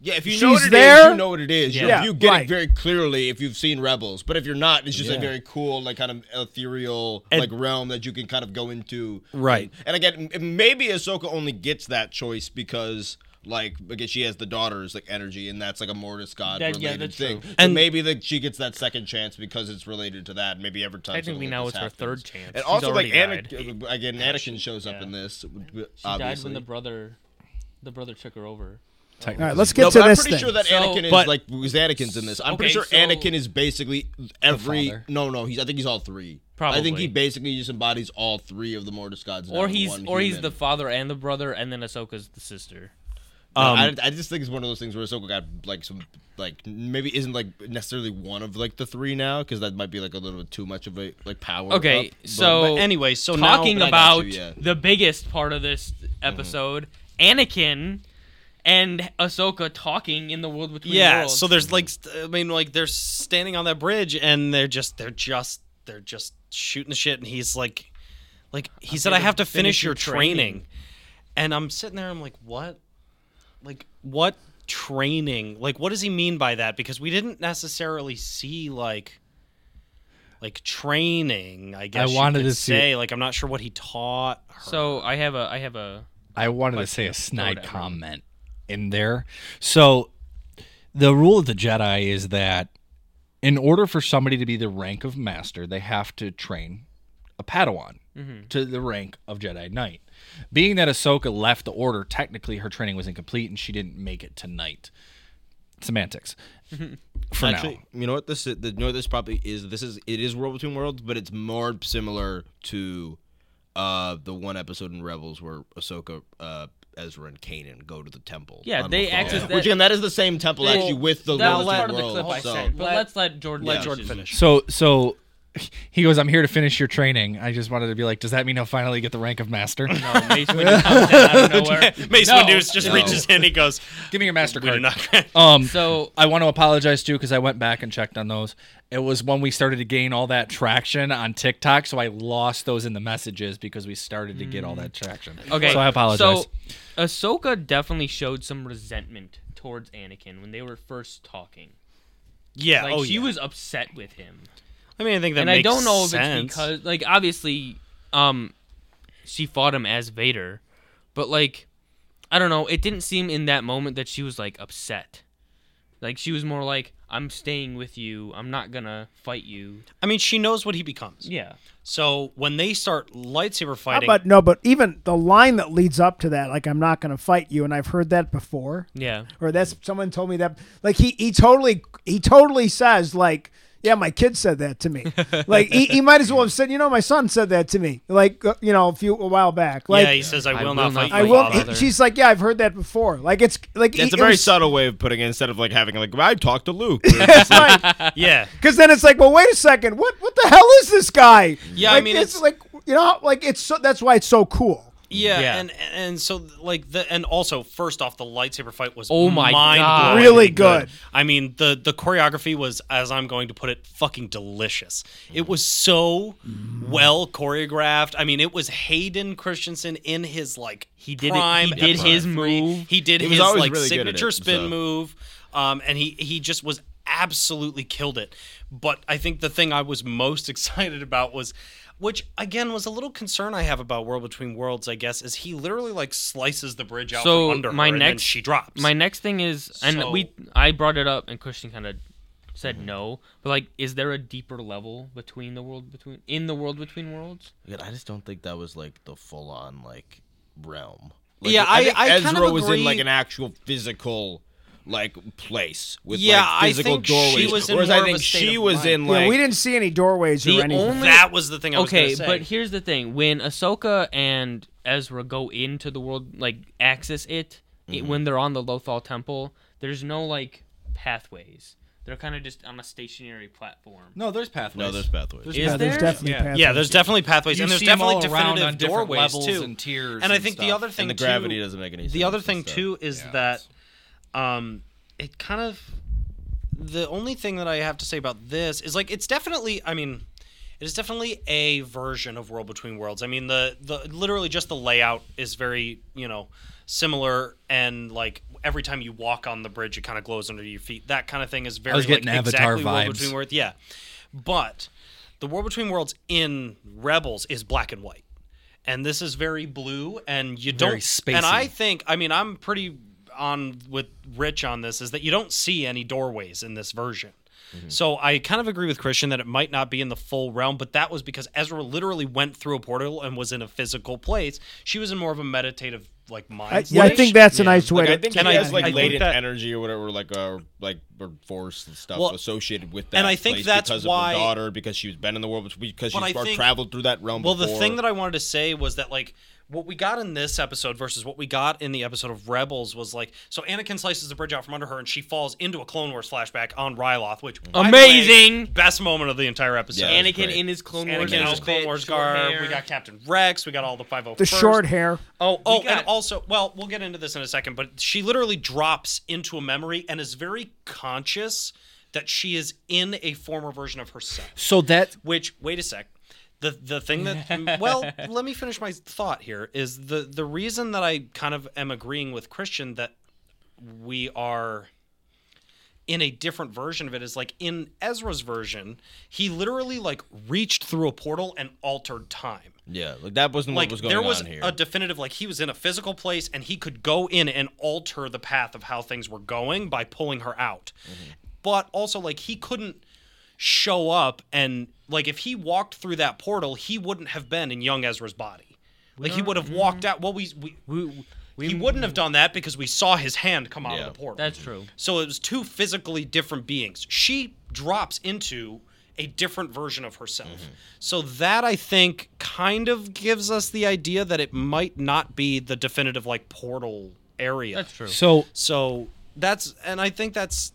[SPEAKER 8] Yeah, if you
[SPEAKER 7] She's
[SPEAKER 8] know what it is,
[SPEAKER 7] there?
[SPEAKER 8] you know what it is. You-
[SPEAKER 7] Yeah.
[SPEAKER 8] you get
[SPEAKER 7] Right.
[SPEAKER 8] it very clearly if you've seen Rebels. But if you're not, it's just a very cool, like kind of ethereal, like realm that you can kind of go into.
[SPEAKER 5] Right.
[SPEAKER 8] And, again, m- maybe Ahsoka only gets that choice because. Like again, she has the daughter's like energy, and that's like a Mortis God
[SPEAKER 3] That- yeah,
[SPEAKER 8] related
[SPEAKER 3] that's
[SPEAKER 8] thing.
[SPEAKER 3] true.
[SPEAKER 8] And maybe that she gets that second chance because it's related to that. Maybe every time.
[SPEAKER 3] Technically
[SPEAKER 8] something like
[SPEAKER 3] now
[SPEAKER 8] this
[SPEAKER 3] it's her
[SPEAKER 8] happens.
[SPEAKER 3] third chance.
[SPEAKER 8] And
[SPEAKER 3] She's
[SPEAKER 8] also like
[SPEAKER 3] already
[SPEAKER 8] Anakin, again, Anakin shows up
[SPEAKER 3] yeah.
[SPEAKER 8] in this.
[SPEAKER 3] she died
[SPEAKER 8] Obviously,
[SPEAKER 3] when the brother the brother took her over
[SPEAKER 7] All right, let's get
[SPEAKER 8] no,
[SPEAKER 7] to
[SPEAKER 8] but I'm
[SPEAKER 7] this
[SPEAKER 8] pretty
[SPEAKER 7] thing.
[SPEAKER 8] sure that
[SPEAKER 3] So-
[SPEAKER 8] Anakin is
[SPEAKER 5] but-
[SPEAKER 8] like was Anakin's in this. I'm pretty
[SPEAKER 3] Okay,
[SPEAKER 8] sure
[SPEAKER 3] so-
[SPEAKER 8] Anakin is basically every
[SPEAKER 6] father.
[SPEAKER 8] no no he's I think he's all three. I think
[SPEAKER 3] Probably.
[SPEAKER 8] he basically just embodies all three of the Mortis gods.
[SPEAKER 3] or
[SPEAKER 8] down to
[SPEAKER 3] he's
[SPEAKER 8] one
[SPEAKER 3] or he's
[SPEAKER 8] human.
[SPEAKER 3] the father and the brother and then ahsoka's the sister Um,
[SPEAKER 8] I, I just think it's one of those things where Ahsoka got like some like maybe isn't like necessarily one of like the three now because that might be like a little bit too much of a like power.
[SPEAKER 3] Okay,
[SPEAKER 8] up, but-
[SPEAKER 3] so
[SPEAKER 5] But anyway, so now-
[SPEAKER 3] talking
[SPEAKER 8] But I got
[SPEAKER 3] about
[SPEAKER 8] you, yeah. Mm-hmm.
[SPEAKER 3] the biggest part of this episode, Anakin and Ahsoka talking in the world between
[SPEAKER 5] yeah.
[SPEAKER 3] worlds.
[SPEAKER 5] So there's like st- I mean like they're standing on that bridge and they're just they're just they're just shooting the shit and he's like like he said I
[SPEAKER 3] to
[SPEAKER 5] have to
[SPEAKER 3] finish
[SPEAKER 5] finish
[SPEAKER 3] your
[SPEAKER 5] your training. and I'm sitting there I'm like what like what training like what does he mean by that because we didn't necessarily see like like training I guess you
[SPEAKER 6] wanted
[SPEAKER 5] could
[SPEAKER 6] to see it.
[SPEAKER 5] say like I'm not sure what he taught her.
[SPEAKER 3] so I have a I have a
[SPEAKER 6] I wanted to say a snide
[SPEAKER 3] whatever.
[SPEAKER 6] comment in there. So the rule of the Jedi is that in order for somebody to be the rank of master, they have to train a Padawan
[SPEAKER 3] Mm-hmm.
[SPEAKER 6] to the rank of Jedi Knight. Being that Ahsoka left the order, technically her training was incomplete and she didn't make it to Knight. Semantics. for now.
[SPEAKER 8] Actually, you know what this is, the, you know what this probably is. This is it is World Between Worlds, but it's more similar to uh the one episode in Rebels where Ahsoka, uh, Ezra, and Kanan go to the temple.
[SPEAKER 3] Yeah,
[SPEAKER 8] on
[SPEAKER 3] they
[SPEAKER 8] Mustafar.
[SPEAKER 3] access that-
[SPEAKER 8] Which again, that is the same temple
[SPEAKER 3] Well,
[SPEAKER 8] actually with the
[SPEAKER 3] that
[SPEAKER 8] World
[SPEAKER 3] was part of
[SPEAKER 8] Between
[SPEAKER 3] the clip I
[SPEAKER 8] Worlds. So
[SPEAKER 3] sent, but let's let Jordan
[SPEAKER 5] let
[SPEAKER 3] finish
[SPEAKER 5] Jordan
[SPEAKER 3] his-
[SPEAKER 5] finish.
[SPEAKER 6] So so he goes, I'm here to finish your training. I just wanted to be like, does that mean he'll finally get the rank of master?
[SPEAKER 3] No, Mace Windu comes in out of nowhere.
[SPEAKER 5] Mace
[SPEAKER 3] No.
[SPEAKER 5] Windu just
[SPEAKER 8] No.
[SPEAKER 5] reaches in he goes
[SPEAKER 6] Give me your master
[SPEAKER 5] we do
[SPEAKER 6] card.
[SPEAKER 5] not
[SPEAKER 6] Um,
[SPEAKER 3] So
[SPEAKER 6] I want to apologize too because I went back and checked on those. It was when we started to gain all that traction on TikTok, so I lost those in the messages because we started to get all that traction.
[SPEAKER 3] okay,
[SPEAKER 6] so I apologize.
[SPEAKER 3] So Ahsoka definitely showed some resentment towards Anakin when they were first talking.
[SPEAKER 5] yeah
[SPEAKER 3] Like
[SPEAKER 5] oh
[SPEAKER 3] she
[SPEAKER 5] yeah.
[SPEAKER 3] was upset with him.
[SPEAKER 5] I mean I think that
[SPEAKER 3] and I
[SPEAKER 5] makes
[SPEAKER 3] don't know if
[SPEAKER 5] sense.
[SPEAKER 3] it's because, like, obviously um, she fought him as Vader, but like, I don't know. It didn't seem in that moment that she was like upset. Like she was more like, "I'm staying with you. I'm not gonna fight you."
[SPEAKER 5] I mean, she knows what he becomes.
[SPEAKER 3] Yeah.
[SPEAKER 5] So when they start lightsaber
[SPEAKER 7] How
[SPEAKER 5] fighting,
[SPEAKER 7] about no? But even the line that leads up to that, like I'm not going to fight you, and I've heard that before.
[SPEAKER 3] Yeah.
[SPEAKER 7] or that's someone told me that like he he totally he totally says like yeah my kid said that to me like he, he might as well have said you know my son said that to me like uh, you know a few a while back like
[SPEAKER 5] yeah, he says, "I will, not fight."
[SPEAKER 7] I
[SPEAKER 5] my
[SPEAKER 7] will.
[SPEAKER 5] father."
[SPEAKER 7] he- she's like, yeah, I've heard that before. Like it's like
[SPEAKER 8] It's a
[SPEAKER 7] it
[SPEAKER 8] very
[SPEAKER 7] was-
[SPEAKER 8] subtle way of putting it instead of like having like I talked to Luke.
[SPEAKER 7] It's like,
[SPEAKER 5] yeah,
[SPEAKER 7] because then it's like, well, wait a second, what what the hell is this guy?
[SPEAKER 5] Yeah, I
[SPEAKER 7] like,
[SPEAKER 5] mean,
[SPEAKER 7] it's,
[SPEAKER 5] it's-
[SPEAKER 7] like you know, like it's so that's why it's so cool.
[SPEAKER 5] yeah,
[SPEAKER 3] Yeah.
[SPEAKER 5] and and so like the and also first off, the lightsaber fight was
[SPEAKER 3] Oh my God.
[SPEAKER 5] mind-blowingly
[SPEAKER 7] Really good.
[SPEAKER 5] I mean, the the choreography was, as I'm going to put it, fucking delicious. It was so well choreographed. I mean, it was Hayden Christensen in his like
[SPEAKER 3] He did it- he
[SPEAKER 5] prime
[SPEAKER 3] did
[SPEAKER 5] at
[SPEAKER 3] his
[SPEAKER 5] free.
[SPEAKER 3] move.
[SPEAKER 5] He did
[SPEAKER 8] He was
[SPEAKER 5] his
[SPEAKER 8] always
[SPEAKER 5] like
[SPEAKER 8] really good at it,
[SPEAKER 5] signature spin
[SPEAKER 8] so.
[SPEAKER 5] move. move, um, and he he just was absolutely killed it. But I think the thing I was most excited about was, which again was a little concern I have about World Between Worlds. I guess is he literally like slices the bridge out
[SPEAKER 3] So
[SPEAKER 5] from under
[SPEAKER 3] my
[SPEAKER 5] her, and then
[SPEAKER 3] next-
[SPEAKER 5] she drops.
[SPEAKER 3] My next thing is, and
[SPEAKER 5] So- Mm-hmm.
[SPEAKER 3] we I brought it up, and Christian kind of said no, but like, is there a deeper level between the world between in the world between worlds?
[SPEAKER 4] God, I just don't think that was like the full on like realm. Like,
[SPEAKER 5] Yeah, I-
[SPEAKER 8] think
[SPEAKER 5] I kind
[SPEAKER 8] Ezra
[SPEAKER 5] of
[SPEAKER 8] was in like
[SPEAKER 5] agree.
[SPEAKER 8] an actual physical like place with
[SPEAKER 5] Yeah, I
[SPEAKER 8] like physical
[SPEAKER 5] think she
[SPEAKER 8] doorways.
[SPEAKER 5] was in
[SPEAKER 8] whereas
[SPEAKER 5] more
[SPEAKER 8] I
[SPEAKER 5] of a
[SPEAKER 8] think
[SPEAKER 5] state
[SPEAKER 8] she
[SPEAKER 5] of
[SPEAKER 8] was
[SPEAKER 5] mind.
[SPEAKER 8] in like
[SPEAKER 7] yeah, we didn't see any doorways
[SPEAKER 3] The
[SPEAKER 7] or anything.
[SPEAKER 3] only-
[SPEAKER 5] that was the thing. I was
[SPEAKER 3] okay,
[SPEAKER 5] gonna say.
[SPEAKER 3] but here's the thing: when Ahsoka and Ezra go into the world, like access it, it
[SPEAKER 5] Mm-hmm.
[SPEAKER 3] when they're on the Lothal Temple, there's no like pathways. They're kind of just on a stationary platform.
[SPEAKER 6] No, there's pathways.
[SPEAKER 8] no, there's pathways.
[SPEAKER 6] There's
[SPEAKER 3] Is
[SPEAKER 7] Yeah, there's
[SPEAKER 3] there?
[SPEAKER 7] definitely
[SPEAKER 6] Yeah.
[SPEAKER 7] pathways.
[SPEAKER 5] yeah, there's definitely pathways,
[SPEAKER 6] You
[SPEAKER 5] and there's
[SPEAKER 6] see 'em all
[SPEAKER 5] definitely
[SPEAKER 6] around
[SPEAKER 5] definitive
[SPEAKER 6] on different
[SPEAKER 5] doorways
[SPEAKER 6] levels
[SPEAKER 5] too.
[SPEAKER 6] and tiers
[SPEAKER 5] And I
[SPEAKER 6] and
[SPEAKER 5] think the
[SPEAKER 6] stuff.
[SPEAKER 5] other thing,
[SPEAKER 8] and the
[SPEAKER 5] too-
[SPEAKER 8] gravity doesn't make any sense.
[SPEAKER 5] the other
[SPEAKER 8] and
[SPEAKER 5] thing
[SPEAKER 8] stuff.
[SPEAKER 5] too is that um it kind of the only thing that i have to say about this is like it's definitely i mean it is definitely a version of world between worlds i mean the the literally just the layout is very you know similar and like every time you walk on the bridge it kind of glows under your feet that kind of thing is very
[SPEAKER 6] was getting
[SPEAKER 5] like
[SPEAKER 6] Avatar
[SPEAKER 5] exactly world
[SPEAKER 6] vibes.
[SPEAKER 5] between worlds yeah but the world between worlds in rebels is black and white and this is very blue and you
[SPEAKER 6] Very
[SPEAKER 5] don't and i
[SPEAKER 6] spacey.
[SPEAKER 5] think i mean i'm pretty on with rich on this is that you don't see any doorways in this version
[SPEAKER 6] Mm-hmm.
[SPEAKER 5] so i kind of agree with christian that it might not be in the full realm but that was because ezra literally went through a portal and was in a physical place she was in more of a meditative like mind
[SPEAKER 7] I, yeah, I
[SPEAKER 5] state.
[SPEAKER 7] think that's a nice way.
[SPEAKER 8] Like,
[SPEAKER 7] to,
[SPEAKER 8] I think
[SPEAKER 5] And
[SPEAKER 8] he
[SPEAKER 5] I-
[SPEAKER 8] has
[SPEAKER 5] I
[SPEAKER 8] like
[SPEAKER 5] think
[SPEAKER 8] latent
[SPEAKER 5] that-
[SPEAKER 8] energy or whatever, like uh, like or force and stuff
[SPEAKER 5] Well,
[SPEAKER 8] associated with that.
[SPEAKER 5] and I think
[SPEAKER 8] place
[SPEAKER 5] that's
[SPEAKER 8] because
[SPEAKER 5] why-
[SPEAKER 8] of her daughter, because she's been in the world, because she's
[SPEAKER 5] But I
[SPEAKER 8] far
[SPEAKER 5] think-
[SPEAKER 8] traveled through that realm.
[SPEAKER 5] Well, the
[SPEAKER 8] before.
[SPEAKER 5] thing that I wanted to say was that like what we got in this episode versus what we got in the episode of Rebels was like so Anakin slices the bridge out from under her and she falls into a Clone Wars flashback on Ryloth, which by the way,
[SPEAKER 3] Amazing!
[SPEAKER 5] best moment of the entire episode.
[SPEAKER 8] Yeah.
[SPEAKER 3] Anakin
[SPEAKER 8] great.
[SPEAKER 3] in his Clone Wars
[SPEAKER 5] Anakin in his
[SPEAKER 3] outfit,
[SPEAKER 5] Clone Wars
[SPEAKER 3] short
[SPEAKER 5] garb.
[SPEAKER 3] hair.
[SPEAKER 5] We got Captain Rex. We got all the 501st.
[SPEAKER 7] the short hair.
[SPEAKER 5] Oh, oh,
[SPEAKER 3] got-
[SPEAKER 5] and also, well, we'll get into this in a second, but she literally drops into a memory and is very conscious that she is in a former version of herself.
[SPEAKER 6] So that
[SPEAKER 5] Which wait a sec. The the thing that well, let me finish my thought here is the the reason that I kind of am agreeing with Christian that we are in a different version of it is like in Ezra's version, he literally like reached through a portal and altered time
[SPEAKER 4] yeah, like that wasn't
[SPEAKER 5] like
[SPEAKER 4] what was going
[SPEAKER 5] there was
[SPEAKER 4] on here.
[SPEAKER 5] a definitive like he was in a physical place and he could go in and alter the path of how things were going by pulling her out
[SPEAKER 4] Mm-hmm.
[SPEAKER 5] but also like he couldn't show up and like if he walked through that portal he wouldn't have been in young ezra's body like he would have walked out well we, we,
[SPEAKER 3] We- we-
[SPEAKER 5] he wouldn't have done that because we saw his hand come out
[SPEAKER 8] Yeah.
[SPEAKER 5] of the portal
[SPEAKER 3] That's true.
[SPEAKER 5] so it was two physically different beings. She drops into a different version of herself. So that I think kind of gives us the idea that it might not be the definitive like portal area.
[SPEAKER 3] That's true.
[SPEAKER 6] so
[SPEAKER 5] So that's and I think that's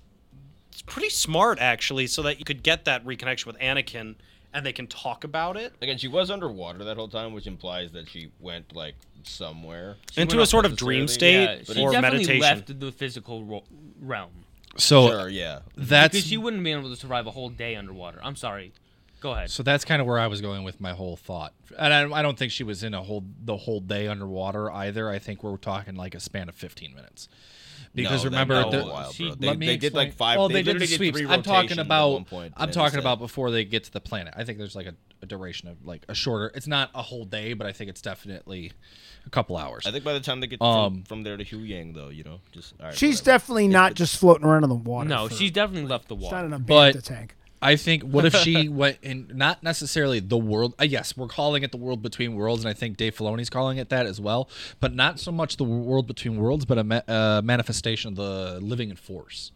[SPEAKER 5] it's pretty smart actually so that you could get that reconnection with Anakin and they can talk about it.
[SPEAKER 8] again, she was underwater that whole time, which implies that she went like somewhere.
[SPEAKER 5] Into
[SPEAKER 8] went
[SPEAKER 5] a
[SPEAKER 8] up
[SPEAKER 5] sort of dream
[SPEAKER 8] necessarily.
[SPEAKER 5] state
[SPEAKER 8] but
[SPEAKER 3] she
[SPEAKER 5] or
[SPEAKER 8] it's-
[SPEAKER 3] definitely
[SPEAKER 5] meditation.
[SPEAKER 3] left the physical ro- realm
[SPEAKER 6] so
[SPEAKER 8] sure, yeah.
[SPEAKER 6] that's
[SPEAKER 3] because she wouldn't be able to survive a whole day underwater. I'm sorry. Go ahead.
[SPEAKER 6] So that's kind of where I was going with my whole thought, and I, I don't think she was in a whole the whole day underwater either. I think we're talking like a span of fifteen minutes, because
[SPEAKER 8] No, that-
[SPEAKER 6] remember
[SPEAKER 8] that was
[SPEAKER 6] the-
[SPEAKER 8] wild,
[SPEAKER 3] she-
[SPEAKER 8] bro. They,
[SPEAKER 6] let me
[SPEAKER 8] they did like
[SPEAKER 6] explain.
[SPEAKER 8] five.
[SPEAKER 6] Oh, they, did
[SPEAKER 8] literally
[SPEAKER 6] the sweeps.
[SPEAKER 8] three
[SPEAKER 6] I'm talking
[SPEAKER 8] rotations at
[SPEAKER 6] about.
[SPEAKER 8] one point,
[SPEAKER 6] I'm
[SPEAKER 8] and
[SPEAKER 6] talking
[SPEAKER 8] it's
[SPEAKER 6] about
[SPEAKER 8] like-
[SPEAKER 6] before they get to the planet. I think there's like a a duration of like a shorter. It's not a whole day, but I think it's definitely a couple hours.
[SPEAKER 8] I think by the time they get
[SPEAKER 6] Um,
[SPEAKER 8] from, from there to Hu Yang, though, you know, just all right,
[SPEAKER 7] She's
[SPEAKER 8] whatever.
[SPEAKER 7] definitely not just floating around in the water.
[SPEAKER 3] No,
[SPEAKER 7] for-
[SPEAKER 3] she's definitely left the
[SPEAKER 7] it's not
[SPEAKER 3] water.
[SPEAKER 7] an
[SPEAKER 6] But-
[SPEAKER 7] abandoned tank.
[SPEAKER 6] I think what if she went in not necessarily the world uh, yes, we're calling it the world between worlds and I think Dave Filoni's calling it that as well, but not so much the world between worlds but a ma- uh, manifestation of the living in force.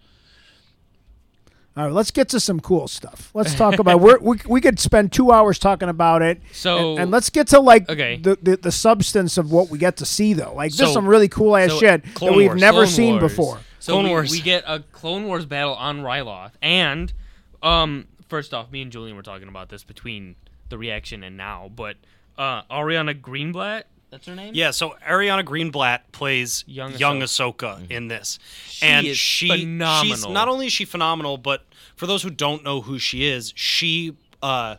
[SPEAKER 7] All right, let's get to some cool stuff. Let's talk about we're, we we could spend two hours talking about it.
[SPEAKER 3] So-
[SPEAKER 7] and, and let's get to like
[SPEAKER 3] Okay.
[SPEAKER 7] the, the the substance of what we get to see though. Like there's
[SPEAKER 3] So-
[SPEAKER 7] some really cool ass
[SPEAKER 3] so-
[SPEAKER 7] shit that
[SPEAKER 5] Clone
[SPEAKER 7] we've
[SPEAKER 5] Wars,
[SPEAKER 7] never
[SPEAKER 3] Clone
[SPEAKER 7] seen
[SPEAKER 3] Wars.
[SPEAKER 7] before.
[SPEAKER 3] So
[SPEAKER 5] Clone
[SPEAKER 3] we,
[SPEAKER 5] Wars.
[SPEAKER 3] we get a Clone Wars battle on Ryloth, and um, first off, me and Julian were talking about this between the reaction and now, but uh, Ariana Greenblatt, that's her name.
[SPEAKER 5] Yeah, so Ariana Greenblatt plays
[SPEAKER 3] Young
[SPEAKER 5] young,
[SPEAKER 3] Ahsoka.
[SPEAKER 5] Ahsoka in this, and
[SPEAKER 3] is
[SPEAKER 5] she She's
[SPEAKER 3] phenomenal.
[SPEAKER 5] not only is she phenomenal, but for those who don't know who she is, she uh,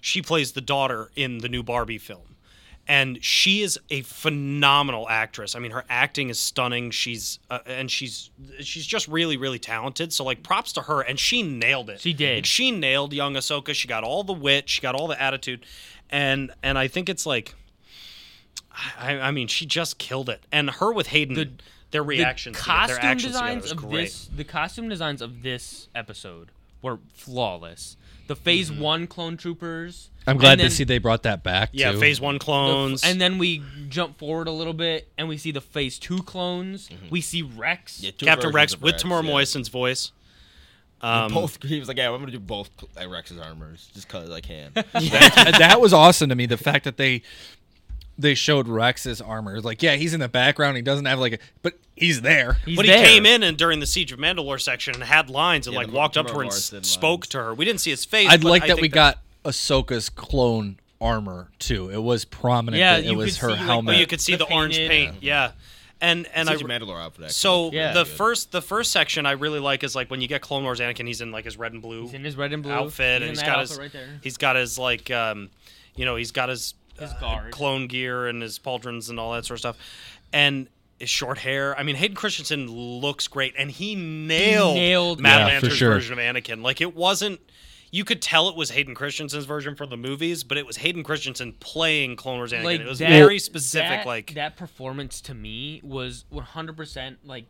[SPEAKER 5] she plays the daughter in the new Barbie film, and she is a phenomenal actress. I mean, her acting is stunning. She's uh, and she's she's just really really talented. So like, props to her, and she nailed it.
[SPEAKER 3] She did.
[SPEAKER 5] Like, she nailed young Ahsoka. She got all the wit. She got all the attitude, and and I think it's like. I, I mean, she just killed it. And her with Hayden, their reactions,
[SPEAKER 3] the
[SPEAKER 5] to it,
[SPEAKER 3] costume
[SPEAKER 5] their actions
[SPEAKER 3] designs
[SPEAKER 5] together was
[SPEAKER 3] of
[SPEAKER 5] great.
[SPEAKER 3] this the costume designs of this episode were flawless. The Phase
[SPEAKER 5] Mm-hmm.
[SPEAKER 3] One Clone Troopers.
[SPEAKER 6] I'm glad
[SPEAKER 3] and
[SPEAKER 6] to
[SPEAKER 3] then
[SPEAKER 6] see they brought that back
[SPEAKER 5] yeah,
[SPEAKER 6] too.
[SPEAKER 5] Phase One
[SPEAKER 3] the-
[SPEAKER 5] clones,
[SPEAKER 3] and then we jump forward a little bit, and we see the Phase Two clones.
[SPEAKER 5] Mm-hmm.
[SPEAKER 3] We see Rex.
[SPEAKER 8] Yeah, two
[SPEAKER 5] Captain
[SPEAKER 8] versions
[SPEAKER 5] Rex
[SPEAKER 8] of
[SPEAKER 5] with Tamara
[SPEAKER 8] yeah.
[SPEAKER 5] Morrison's voice. um,
[SPEAKER 8] And both he was like, yeah, I'm gonna do both uh, Rex's armors just cause I can.
[SPEAKER 6] that, that was awesome to me. The fact that they they showed Rex's armor. Like, yeah, he's in the background. He doesn't have like, a, but he's there.
[SPEAKER 3] He's
[SPEAKER 5] but
[SPEAKER 3] there.
[SPEAKER 5] he came in and during the Siege of Mandalore section and had lines and
[SPEAKER 8] Yeah,
[SPEAKER 5] like
[SPEAKER 8] the
[SPEAKER 5] walked up to
[SPEAKER 8] Tamara
[SPEAKER 5] her and
[SPEAKER 8] Morrison
[SPEAKER 5] s- spoke
[SPEAKER 8] lines.
[SPEAKER 5] to her. We didn't see his face.
[SPEAKER 6] I'd
[SPEAKER 5] but
[SPEAKER 6] like
[SPEAKER 5] I
[SPEAKER 6] that
[SPEAKER 5] think
[SPEAKER 6] we got Ahsoka's clone armor too. It was prominent.
[SPEAKER 3] Yeah,
[SPEAKER 6] that
[SPEAKER 3] you
[SPEAKER 6] it was
[SPEAKER 3] could
[SPEAKER 6] her
[SPEAKER 3] see, like,
[SPEAKER 6] helmet.
[SPEAKER 5] Well, you could see
[SPEAKER 3] The
[SPEAKER 5] the, orange
[SPEAKER 3] painted-
[SPEAKER 5] paint. Yeah, and and
[SPEAKER 8] Such a
[SPEAKER 5] I
[SPEAKER 8] Mandalore outfit. Actually.
[SPEAKER 5] so
[SPEAKER 3] Yeah.
[SPEAKER 5] the
[SPEAKER 8] Pretty good.
[SPEAKER 5] first the first section I really like is like when you get Clone Wars Anakin, he's in like his red and blue
[SPEAKER 3] He's in his red and blue He's in
[SPEAKER 5] outfit, and he's
[SPEAKER 3] that
[SPEAKER 5] got
[SPEAKER 3] outfit
[SPEAKER 5] his
[SPEAKER 3] right there.
[SPEAKER 5] he's got his like um, you know he's got his,
[SPEAKER 3] His
[SPEAKER 5] uh,
[SPEAKER 3] guard.
[SPEAKER 5] clone gear and his pauldrons and all that sort of stuff, and his short hair. I mean, Hayden Christensen looks great, and he nailed,
[SPEAKER 3] nailed
[SPEAKER 5] Matt
[SPEAKER 6] it. Yeah, for
[SPEAKER 5] Lanter's
[SPEAKER 6] sure.
[SPEAKER 5] version of Anakin. Like it wasn't. You could tell it was Hayden Christensen's version for the movies, but it was Hayden Christensen playing Clone Wars Anakin. it was
[SPEAKER 3] that-
[SPEAKER 5] very specific.
[SPEAKER 3] that-
[SPEAKER 5] like
[SPEAKER 3] that performance to me was 100% like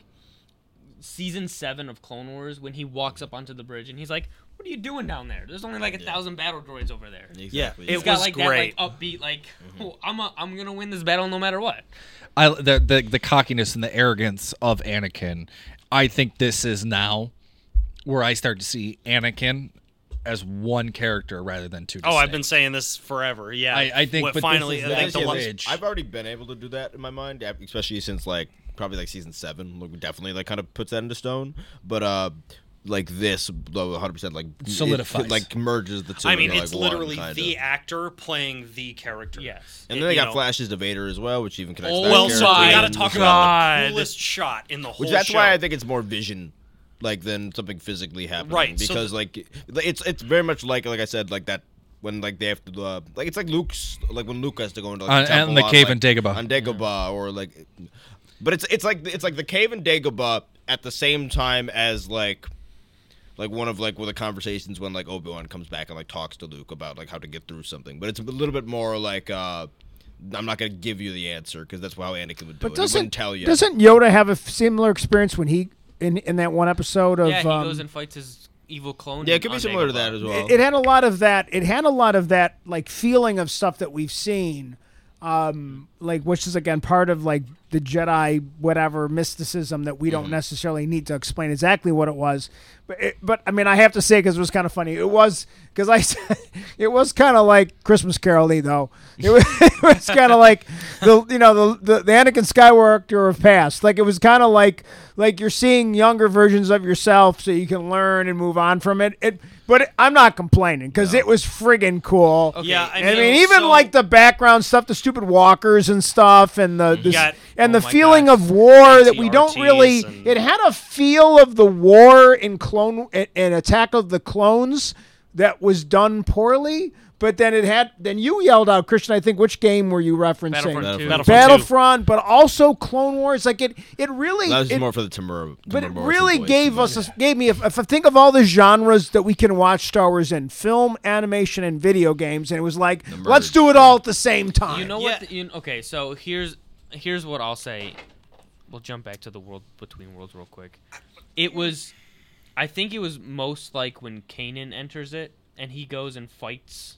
[SPEAKER 3] season 7 of clone wars when he walks up onto the bridge and he's like what are you doing down there there's only like a thousand battle droids over there
[SPEAKER 8] Exactly.
[SPEAKER 5] it
[SPEAKER 3] He's got
[SPEAKER 5] was
[SPEAKER 3] like
[SPEAKER 5] great.
[SPEAKER 3] that like upbeat like "Oh, i'm a, i'm gonna win this battle no matter what
[SPEAKER 6] I the, the the cockiness and the arrogance of Anakin. I think this is now where I start to see Anakin as one character rather than two.
[SPEAKER 5] Oh, I've been
[SPEAKER 6] distinct.
[SPEAKER 5] saying this forever. Yeah,
[SPEAKER 6] I- I think-
[SPEAKER 5] What
[SPEAKER 6] but this
[SPEAKER 5] finally,
[SPEAKER 6] is
[SPEAKER 5] I
[SPEAKER 6] the-
[SPEAKER 5] think
[SPEAKER 6] this
[SPEAKER 5] the
[SPEAKER 6] is
[SPEAKER 5] last-
[SPEAKER 6] it.
[SPEAKER 8] I've already been able to do that in my mind, ab- especially since like probably like season seven, like, definitely like kind of puts that into stone. But uh, like this, one hundred percent, like it
[SPEAKER 6] Solidifies.
[SPEAKER 8] like merges the two.
[SPEAKER 5] I mean,
[SPEAKER 8] into,
[SPEAKER 5] it's
[SPEAKER 8] like, one,
[SPEAKER 5] literally
[SPEAKER 8] kinda.
[SPEAKER 5] the actor playing the character.
[SPEAKER 3] yes
[SPEAKER 8] And then they
[SPEAKER 5] you
[SPEAKER 8] got
[SPEAKER 5] know.
[SPEAKER 8] flashes to Vader as well, which even connects.
[SPEAKER 3] Oh,
[SPEAKER 8] to that
[SPEAKER 5] Well, so
[SPEAKER 8] character
[SPEAKER 5] we got to
[SPEAKER 8] and-
[SPEAKER 5] talk
[SPEAKER 3] God.
[SPEAKER 5] about the coolest shot in the whole.
[SPEAKER 8] Which that's
[SPEAKER 5] show.
[SPEAKER 8] why I think it's more vision, like than something physically happening.
[SPEAKER 5] Right, so
[SPEAKER 8] Because
[SPEAKER 5] the-
[SPEAKER 8] like it's it's very much like like I said like that when like they have to uh, like it's like Luke's like when Luke has to go into like,
[SPEAKER 6] On-
[SPEAKER 8] the temple
[SPEAKER 6] and the
[SPEAKER 8] on,
[SPEAKER 6] cave
[SPEAKER 8] like,
[SPEAKER 6] in Dagobah.
[SPEAKER 8] on Dagobah or like, but it's it's like it's like the cave in Dagobah at the same time as like. Like one of like one of the conversations when like Obi Wan comes back and like talks to Luke about like how to get through something, but it's a little bit more like uh I'm not gonna give you the answer because that's how Anakin would do it.
[SPEAKER 7] But
[SPEAKER 8] He
[SPEAKER 7] doesn't
[SPEAKER 8] wouldn't tell you.
[SPEAKER 7] doesn't Yoda have a f- similar experience when he in in that one episode of
[SPEAKER 3] yeah he
[SPEAKER 7] um,
[SPEAKER 3] goes and fights his evil clone
[SPEAKER 8] yeah,
[SPEAKER 3] in-
[SPEAKER 8] it could be
[SPEAKER 3] on
[SPEAKER 8] similar to
[SPEAKER 3] Dagobah.
[SPEAKER 8] that as well.
[SPEAKER 7] it, it had a lot of that. It had a lot of that like feeling of stuff that we've seen, um, like which is again part of like the Jedi whatever mysticism that we don't necessarily need to explain exactly what it was. But it, but I mean I have to say because it was kind of funny. It was because I said it was kind of like Christmas Carol-y though. It was, it was kind of like the you know the, the the Anakin Skywalker of past. Like it was kind of like like you're seeing younger versions of yourself so you can learn and move on from it. It but I'm not complaining because it was friggin' cool.
[SPEAKER 5] Yeah, I
[SPEAKER 7] I
[SPEAKER 5] mean,
[SPEAKER 7] mean, even
[SPEAKER 5] so-
[SPEAKER 7] like the background stuff, the stupid walkers and stuff, and the this,
[SPEAKER 5] got-
[SPEAKER 7] and
[SPEAKER 5] oh
[SPEAKER 7] the
[SPEAKER 5] my
[SPEAKER 7] feeling
[SPEAKER 5] gosh,
[SPEAKER 7] of war that we
[SPEAKER 5] ATRTs
[SPEAKER 7] don't really.
[SPEAKER 5] and-
[SPEAKER 7] It had a feel of the war in Clone and Attack of the Clones that was done poorly, But then it had then you yelled out, Christian. I think which game were you referencing?
[SPEAKER 3] Battlefront,
[SPEAKER 4] Battlefront.
[SPEAKER 3] 2.
[SPEAKER 5] Battlefront
[SPEAKER 7] Battlefront, but also Clone Wars. Like it, it really.
[SPEAKER 4] That was just
[SPEAKER 7] it-
[SPEAKER 4] more for the Tamura.
[SPEAKER 7] but it really gave us a, gave me if, if I think of all the genres that we can watch Star Wars in film, animation, and video games, and it was like let's do it all at the same time.
[SPEAKER 3] You know what? the- you, okay, so here's here's what I'll say. We'll jump back to the world between worlds real quick. It was, I think it was most like when Kanan enters it and he goes and fights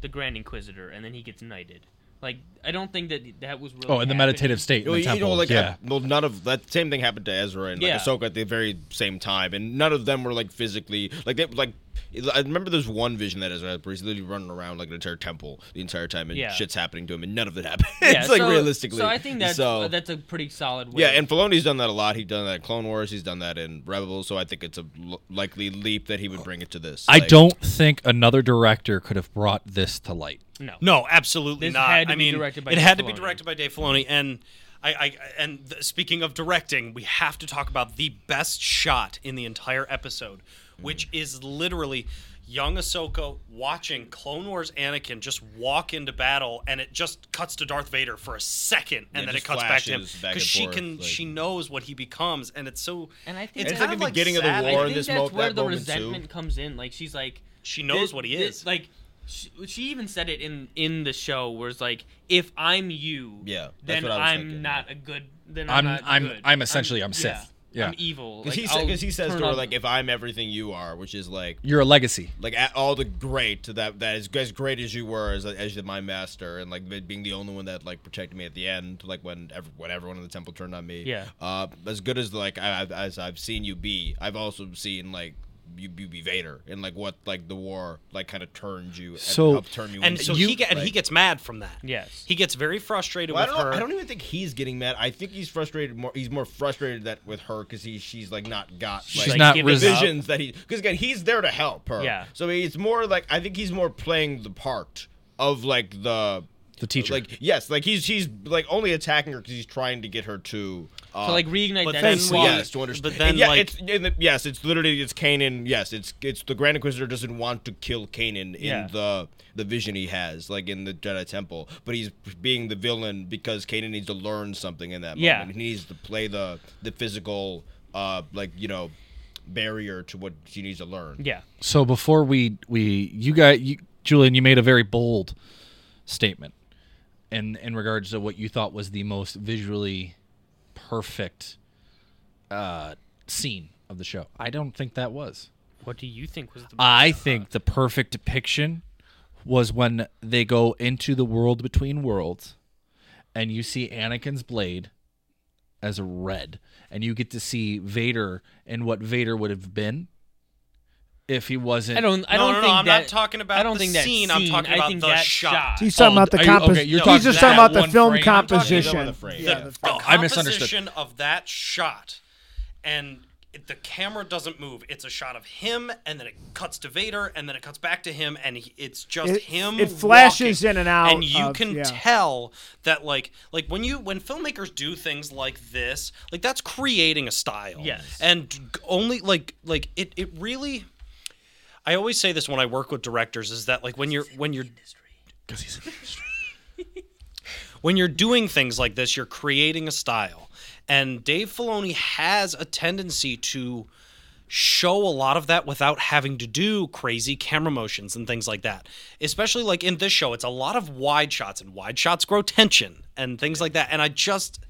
[SPEAKER 3] the Grand Inquisitor and then he gets knighted. Like I don't think that that was really.
[SPEAKER 6] Oh, in the
[SPEAKER 3] happening.
[SPEAKER 6] meditative state in
[SPEAKER 8] Well,
[SPEAKER 6] the temple.
[SPEAKER 8] you know, like
[SPEAKER 6] yeah.
[SPEAKER 8] I- well, none of that same thing happened to Ezra and like,
[SPEAKER 3] Yeah.
[SPEAKER 8] Ahsoka at the very same time, and none of them were like physically like they like. I remember there's one vision that Ezra had where he's literally running around like an entire temple the entire time, and
[SPEAKER 3] Yeah.
[SPEAKER 8] shit's happening to him, and none of it happened.
[SPEAKER 3] Yeah,
[SPEAKER 8] it's like
[SPEAKER 3] so-
[SPEAKER 8] realistically.
[SPEAKER 3] So I think that's
[SPEAKER 8] So-
[SPEAKER 3] uh, that's a pretty solid. Way
[SPEAKER 8] yeah, and Filoni's done that a lot. He's done that in Clone Wars. He's done that in Rebels. So I think it's a l- likely leap that he would bring it to this.
[SPEAKER 6] I
[SPEAKER 8] Like,
[SPEAKER 6] don't think another director could have brought this to light.
[SPEAKER 8] Hmm.
[SPEAKER 3] no,
[SPEAKER 5] No, absolutely
[SPEAKER 3] This
[SPEAKER 5] not.
[SPEAKER 3] had to
[SPEAKER 5] I
[SPEAKER 3] be
[SPEAKER 5] mean,
[SPEAKER 3] directed by
[SPEAKER 5] it
[SPEAKER 3] Dave
[SPEAKER 5] had to be
[SPEAKER 3] Filoni.
[SPEAKER 5] directed by Dave Filoni. And I, I and th- speaking of directing, we have to talk about the best shot in the entire episode, which
[SPEAKER 8] Mm.
[SPEAKER 5] is literally young Ahsoka watching Clone Wars Anakin just walk into battle, and it just cuts to Darth Vader for a second, and
[SPEAKER 8] Yeah,
[SPEAKER 5] then it
[SPEAKER 8] just
[SPEAKER 5] cuts back to him
[SPEAKER 8] flashes back and
[SPEAKER 5] she
[SPEAKER 8] forth,
[SPEAKER 5] can
[SPEAKER 8] like-
[SPEAKER 5] she knows what he becomes, and it's so
[SPEAKER 3] And I think
[SPEAKER 5] it's,
[SPEAKER 3] It's
[SPEAKER 5] kind
[SPEAKER 3] like
[SPEAKER 5] of
[SPEAKER 3] the
[SPEAKER 5] like
[SPEAKER 8] beginning of the
[SPEAKER 5] sad.
[SPEAKER 8] war
[SPEAKER 3] I
[SPEAKER 8] in
[SPEAKER 3] think
[SPEAKER 8] this
[SPEAKER 3] that's
[SPEAKER 8] mo-
[SPEAKER 3] where
[SPEAKER 8] that
[SPEAKER 3] the
[SPEAKER 8] moment, too.
[SPEAKER 3] resentment comes in. Like she's like
[SPEAKER 5] She knows
[SPEAKER 3] thi-
[SPEAKER 5] what he
[SPEAKER 3] thi-
[SPEAKER 5] is.
[SPEAKER 3] like she, she even said it in in the show, where it's like, if I'm you,
[SPEAKER 8] Yeah, that's
[SPEAKER 3] then
[SPEAKER 8] what I was
[SPEAKER 3] I'm
[SPEAKER 8] thinking,
[SPEAKER 3] not a good. Then
[SPEAKER 6] I'm-
[SPEAKER 3] I'm not
[SPEAKER 6] I'm-
[SPEAKER 3] good.
[SPEAKER 6] I'm essentially- I'm Sith. Yeah.
[SPEAKER 3] I'm evil.
[SPEAKER 8] Because
[SPEAKER 3] Like,
[SPEAKER 8] he,
[SPEAKER 3] I'll
[SPEAKER 8] sa- 'cause he says
[SPEAKER 3] turn
[SPEAKER 8] to her
[SPEAKER 3] on-
[SPEAKER 8] like, "If I'm everything you are," which is like
[SPEAKER 6] You're a legacy.
[SPEAKER 8] like at all the great to that that is as great as you were as as my master and like being the only one that like protected me at the end like when ev- when everyone in the temple turned on me
[SPEAKER 3] Yeah.
[SPEAKER 8] uh as good as like I, I've, as I've seen you be I've also seen like you, you be Vader and like what like the war like kind of turned you and
[SPEAKER 6] So-
[SPEAKER 8] helped turn you
[SPEAKER 5] and
[SPEAKER 8] into
[SPEAKER 5] so he get, and he gets mad from that.
[SPEAKER 3] Yes.
[SPEAKER 5] he gets very frustrated
[SPEAKER 8] Well, I
[SPEAKER 5] with
[SPEAKER 8] don't, know,
[SPEAKER 5] her.
[SPEAKER 8] I don't even think he's getting mad. I think he's frustrated more. He's more frustrated that with her because he she's like not got.
[SPEAKER 3] She's
[SPEAKER 8] like,
[SPEAKER 6] She's not
[SPEAKER 3] giving up.
[SPEAKER 6] resi-
[SPEAKER 8] visions that he because again he's there to help her.
[SPEAKER 3] Yeah.
[SPEAKER 8] So it's more like I think he's more playing the part of like the
[SPEAKER 6] The teacher.
[SPEAKER 8] Like yes, like he's he's like only attacking her because he's trying to get her to. Uh,
[SPEAKER 3] to like reignite
[SPEAKER 5] But
[SPEAKER 3] that.
[SPEAKER 5] then
[SPEAKER 3] intrigue.
[SPEAKER 5] we-
[SPEAKER 8] yes, to understand.
[SPEAKER 5] But then,
[SPEAKER 8] And yeah,
[SPEAKER 5] like-
[SPEAKER 8] it's and the- yes, it's literally it's Kanan. Yes, it's it's the Grand Inquisitor doesn't want to kill Kanan in
[SPEAKER 3] Yeah.
[SPEAKER 8] the the vision he has, like in the Jedi Temple. But he's being the villain because Kanan needs to learn something in that
[SPEAKER 3] Yeah.
[SPEAKER 8] moment. He needs to play the the physical, uh, like you know, barrier to what she needs to learn.
[SPEAKER 3] Yeah.
[SPEAKER 6] So before we we you got you, Julian, you made a very bold statement in in regards to what you thought was the most visually perfect uh, scene of the show. I don't think that was.
[SPEAKER 3] What do you think was the?
[SPEAKER 6] I think the perfect depiction was when they go into the world between worlds and you see Anakin's blade as a red and you get to see Vader and what Vader would have been if he wasn't
[SPEAKER 3] I don't. I
[SPEAKER 5] No,
[SPEAKER 3] don't
[SPEAKER 5] no, no,
[SPEAKER 3] think
[SPEAKER 5] I'm
[SPEAKER 3] that.
[SPEAKER 5] not talking about
[SPEAKER 3] I don't
[SPEAKER 5] the
[SPEAKER 3] think that
[SPEAKER 5] scene, I'm talking
[SPEAKER 3] I
[SPEAKER 5] about
[SPEAKER 3] think
[SPEAKER 5] the
[SPEAKER 3] that
[SPEAKER 5] shot.
[SPEAKER 7] He's talking
[SPEAKER 6] Oh,
[SPEAKER 7] about the
[SPEAKER 6] are you-
[SPEAKER 7] composition.
[SPEAKER 6] okay, you're
[SPEAKER 7] He's
[SPEAKER 5] talking
[SPEAKER 7] just
[SPEAKER 5] that
[SPEAKER 7] talking about the
[SPEAKER 6] one
[SPEAKER 7] film
[SPEAKER 6] frame. I'm talking
[SPEAKER 8] about the
[SPEAKER 7] composition.
[SPEAKER 8] frame.
[SPEAKER 7] Yeah,
[SPEAKER 8] Yeah.
[SPEAKER 7] the-
[SPEAKER 5] the
[SPEAKER 6] Oh, I misunderstood.
[SPEAKER 5] composition of that shot and it- the camera doesn't move it's a shot of him and then it cuts to vader and then it cuts back to him and he, it's just
[SPEAKER 7] It-
[SPEAKER 5] him
[SPEAKER 7] it flashes
[SPEAKER 5] walking.
[SPEAKER 7] in and out
[SPEAKER 5] and you
[SPEAKER 7] of-
[SPEAKER 5] can
[SPEAKER 7] yeah.
[SPEAKER 5] tell that like like when you when filmmakers do things like this like that's creating a style
[SPEAKER 3] Yes.
[SPEAKER 5] and only like like it it really I always say this when I work with directors is that like when you're when you're when you're doing things like this, you're creating a style. And Dave Filoni has a tendency to show a lot of that without having to do crazy camera motions and things like that. Especially like in this show, it's a lot of wide shots and wide shots grow tension and things like that. And I just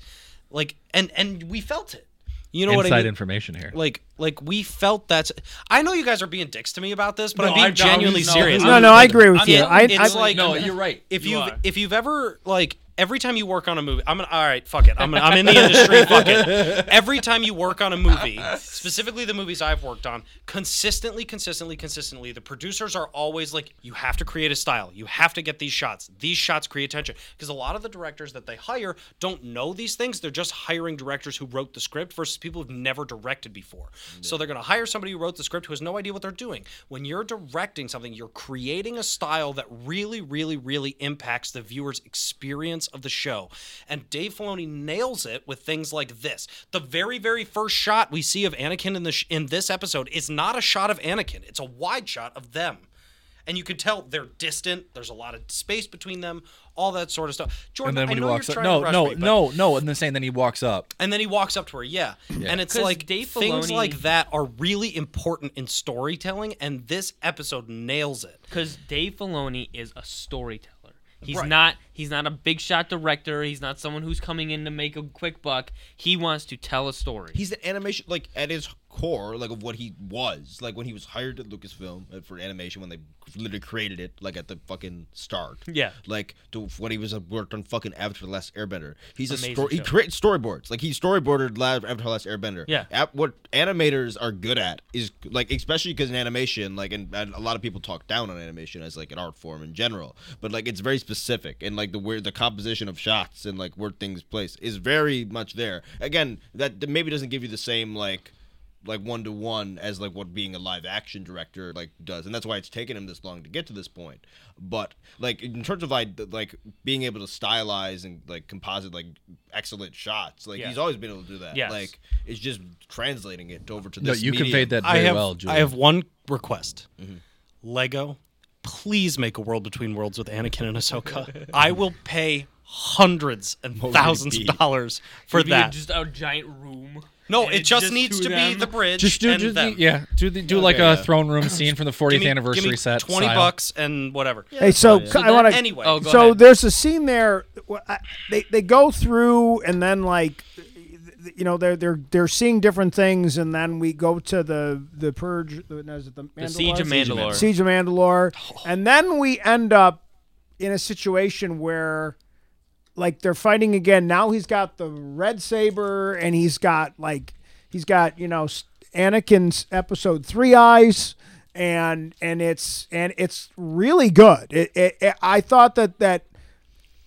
[SPEAKER 5] like and and we felt it. You know what I mean?
[SPEAKER 6] information here.
[SPEAKER 5] like like we felt that's I know you guys are being dicks to me about this, but I'm being
[SPEAKER 6] I'm not.
[SPEAKER 5] genuinely
[SPEAKER 6] No,
[SPEAKER 5] serious.
[SPEAKER 7] No, no, I agree with
[SPEAKER 5] I'm-
[SPEAKER 7] you.
[SPEAKER 5] it-
[SPEAKER 7] I,
[SPEAKER 5] it's
[SPEAKER 7] I,
[SPEAKER 5] like
[SPEAKER 6] no, you're right.
[SPEAKER 5] if
[SPEAKER 3] You
[SPEAKER 5] you have
[SPEAKER 3] are.
[SPEAKER 5] if you've ever like every time you work on a movie, I'm gonna all right. Fuck it. I'm, I'm in the industry. fuck it. Every time you work on a movie, specifically the movies I've worked on, consistently, consistently, consistently, the producers are always like, you have to create a style. You have to get these shots. These shots create tension because a lot of the directors that they hire don't know these things. They're just hiring directors who wrote the script versus people who've never directed before. So they're gonna hire somebody who wrote the script who has no idea what they're doing. When you're directing something, you're creating a style that really, really, really impacts the viewer's experience of the show. And Dave Filoni nails it with things like this. The very, very first shot we see of Anakin in the sh- in this episode is not a shot of Anakin; it's a wide shot of them. and you can tell they're distant. There's a lot of space between them, all that sort of stuff. Jordan,
[SPEAKER 6] and then when
[SPEAKER 5] I
[SPEAKER 6] he
[SPEAKER 5] know
[SPEAKER 6] walks
[SPEAKER 5] you're
[SPEAKER 6] up,
[SPEAKER 5] trying
[SPEAKER 6] no,
[SPEAKER 5] to rush
[SPEAKER 6] no,
[SPEAKER 5] me, but-
[SPEAKER 6] no, no, and then saying then he walks up.
[SPEAKER 5] and then he walks up to her. Yeah, and it's
[SPEAKER 3] 'Cause
[SPEAKER 5] like
[SPEAKER 3] Dave
[SPEAKER 5] things
[SPEAKER 3] Filoni-
[SPEAKER 5] like that are really important in storytelling, and this episode nails it.
[SPEAKER 3] because Dave Filoni is a storyteller. He's
[SPEAKER 5] Right.
[SPEAKER 3] not he's not a big shot director. He's not someone who's coming in to make a quick buck. He wants to tell a story.
[SPEAKER 8] He's an animation, like at his core, like of what he was, like when he was hired at Lucasfilm uh, for animation, when they literally created it, like at the fucking start.
[SPEAKER 3] Yeah.
[SPEAKER 8] Like to when he was uh, worked on fucking Avatar: The Last Airbender. He's
[SPEAKER 3] Amazing
[SPEAKER 8] a story. He
[SPEAKER 3] show.
[SPEAKER 8] creates storyboards. Like he storyboarded La- Avatar: The Last Airbender.
[SPEAKER 3] Yeah.
[SPEAKER 8] At, what animators are good at is like, especially because in animation, like, and, and a lot of people talk down on animation as like an art form in general, but like it's very specific and like the where the composition of shots and like where things place is very much there. Again, that that maybe doesn't give you the same like like one to one as like what being a live action director like does and that's why it's taken him this long to get to this point but like in terms of like th- like being able to stylize and like composite like excellent shots like
[SPEAKER 3] Yeah.
[SPEAKER 8] he's always been able to do that
[SPEAKER 3] Yes.
[SPEAKER 8] like it's just translating it over to
[SPEAKER 6] No,
[SPEAKER 8] this
[SPEAKER 6] you
[SPEAKER 8] medium.
[SPEAKER 6] conveyed that
[SPEAKER 5] I
[SPEAKER 6] very
[SPEAKER 5] have
[SPEAKER 6] well, Mm-hmm. Julie.
[SPEAKER 5] I have one request. Lego, please make a World Between Worlds with Anakin and Ahsoka. I will pay hundreds and thousands of dollars for
[SPEAKER 3] Maybe
[SPEAKER 5] that.
[SPEAKER 3] just a giant room.
[SPEAKER 5] no,
[SPEAKER 3] and
[SPEAKER 5] it
[SPEAKER 3] it's
[SPEAKER 5] just, needs
[SPEAKER 3] two
[SPEAKER 5] to
[SPEAKER 3] of
[SPEAKER 5] be
[SPEAKER 3] them.
[SPEAKER 5] the bridge
[SPEAKER 6] just do,
[SPEAKER 5] and
[SPEAKER 6] do the,
[SPEAKER 5] them.
[SPEAKER 6] yeah, do the, do like a throne room scene from the
[SPEAKER 5] Give
[SPEAKER 6] 40th
[SPEAKER 5] me- give me
[SPEAKER 6] anniversary set.
[SPEAKER 5] Twenty
[SPEAKER 6] style.
[SPEAKER 5] bucks and whatever.
[SPEAKER 7] Hey, so, c- I
[SPEAKER 5] then
[SPEAKER 7] want to.
[SPEAKER 5] anyway.
[SPEAKER 3] Oh, go
[SPEAKER 7] so
[SPEAKER 3] ahead.
[SPEAKER 7] there's a scene there. wh- I- They they go through and then like, you know, they're they're they're seeing different things, and then we go to the the purge. The, no, is it the,
[SPEAKER 3] The Siege of
[SPEAKER 7] Mandalore?
[SPEAKER 3] Mandalore.
[SPEAKER 7] Siege of Mandalore, and then we end up in a situation where, like, they're fighting again. Now he's got the red saber, and he's got like he's got you know s- Anakin's Episode Three eyes, and and it's and it's really good. It, it, it I thought that that.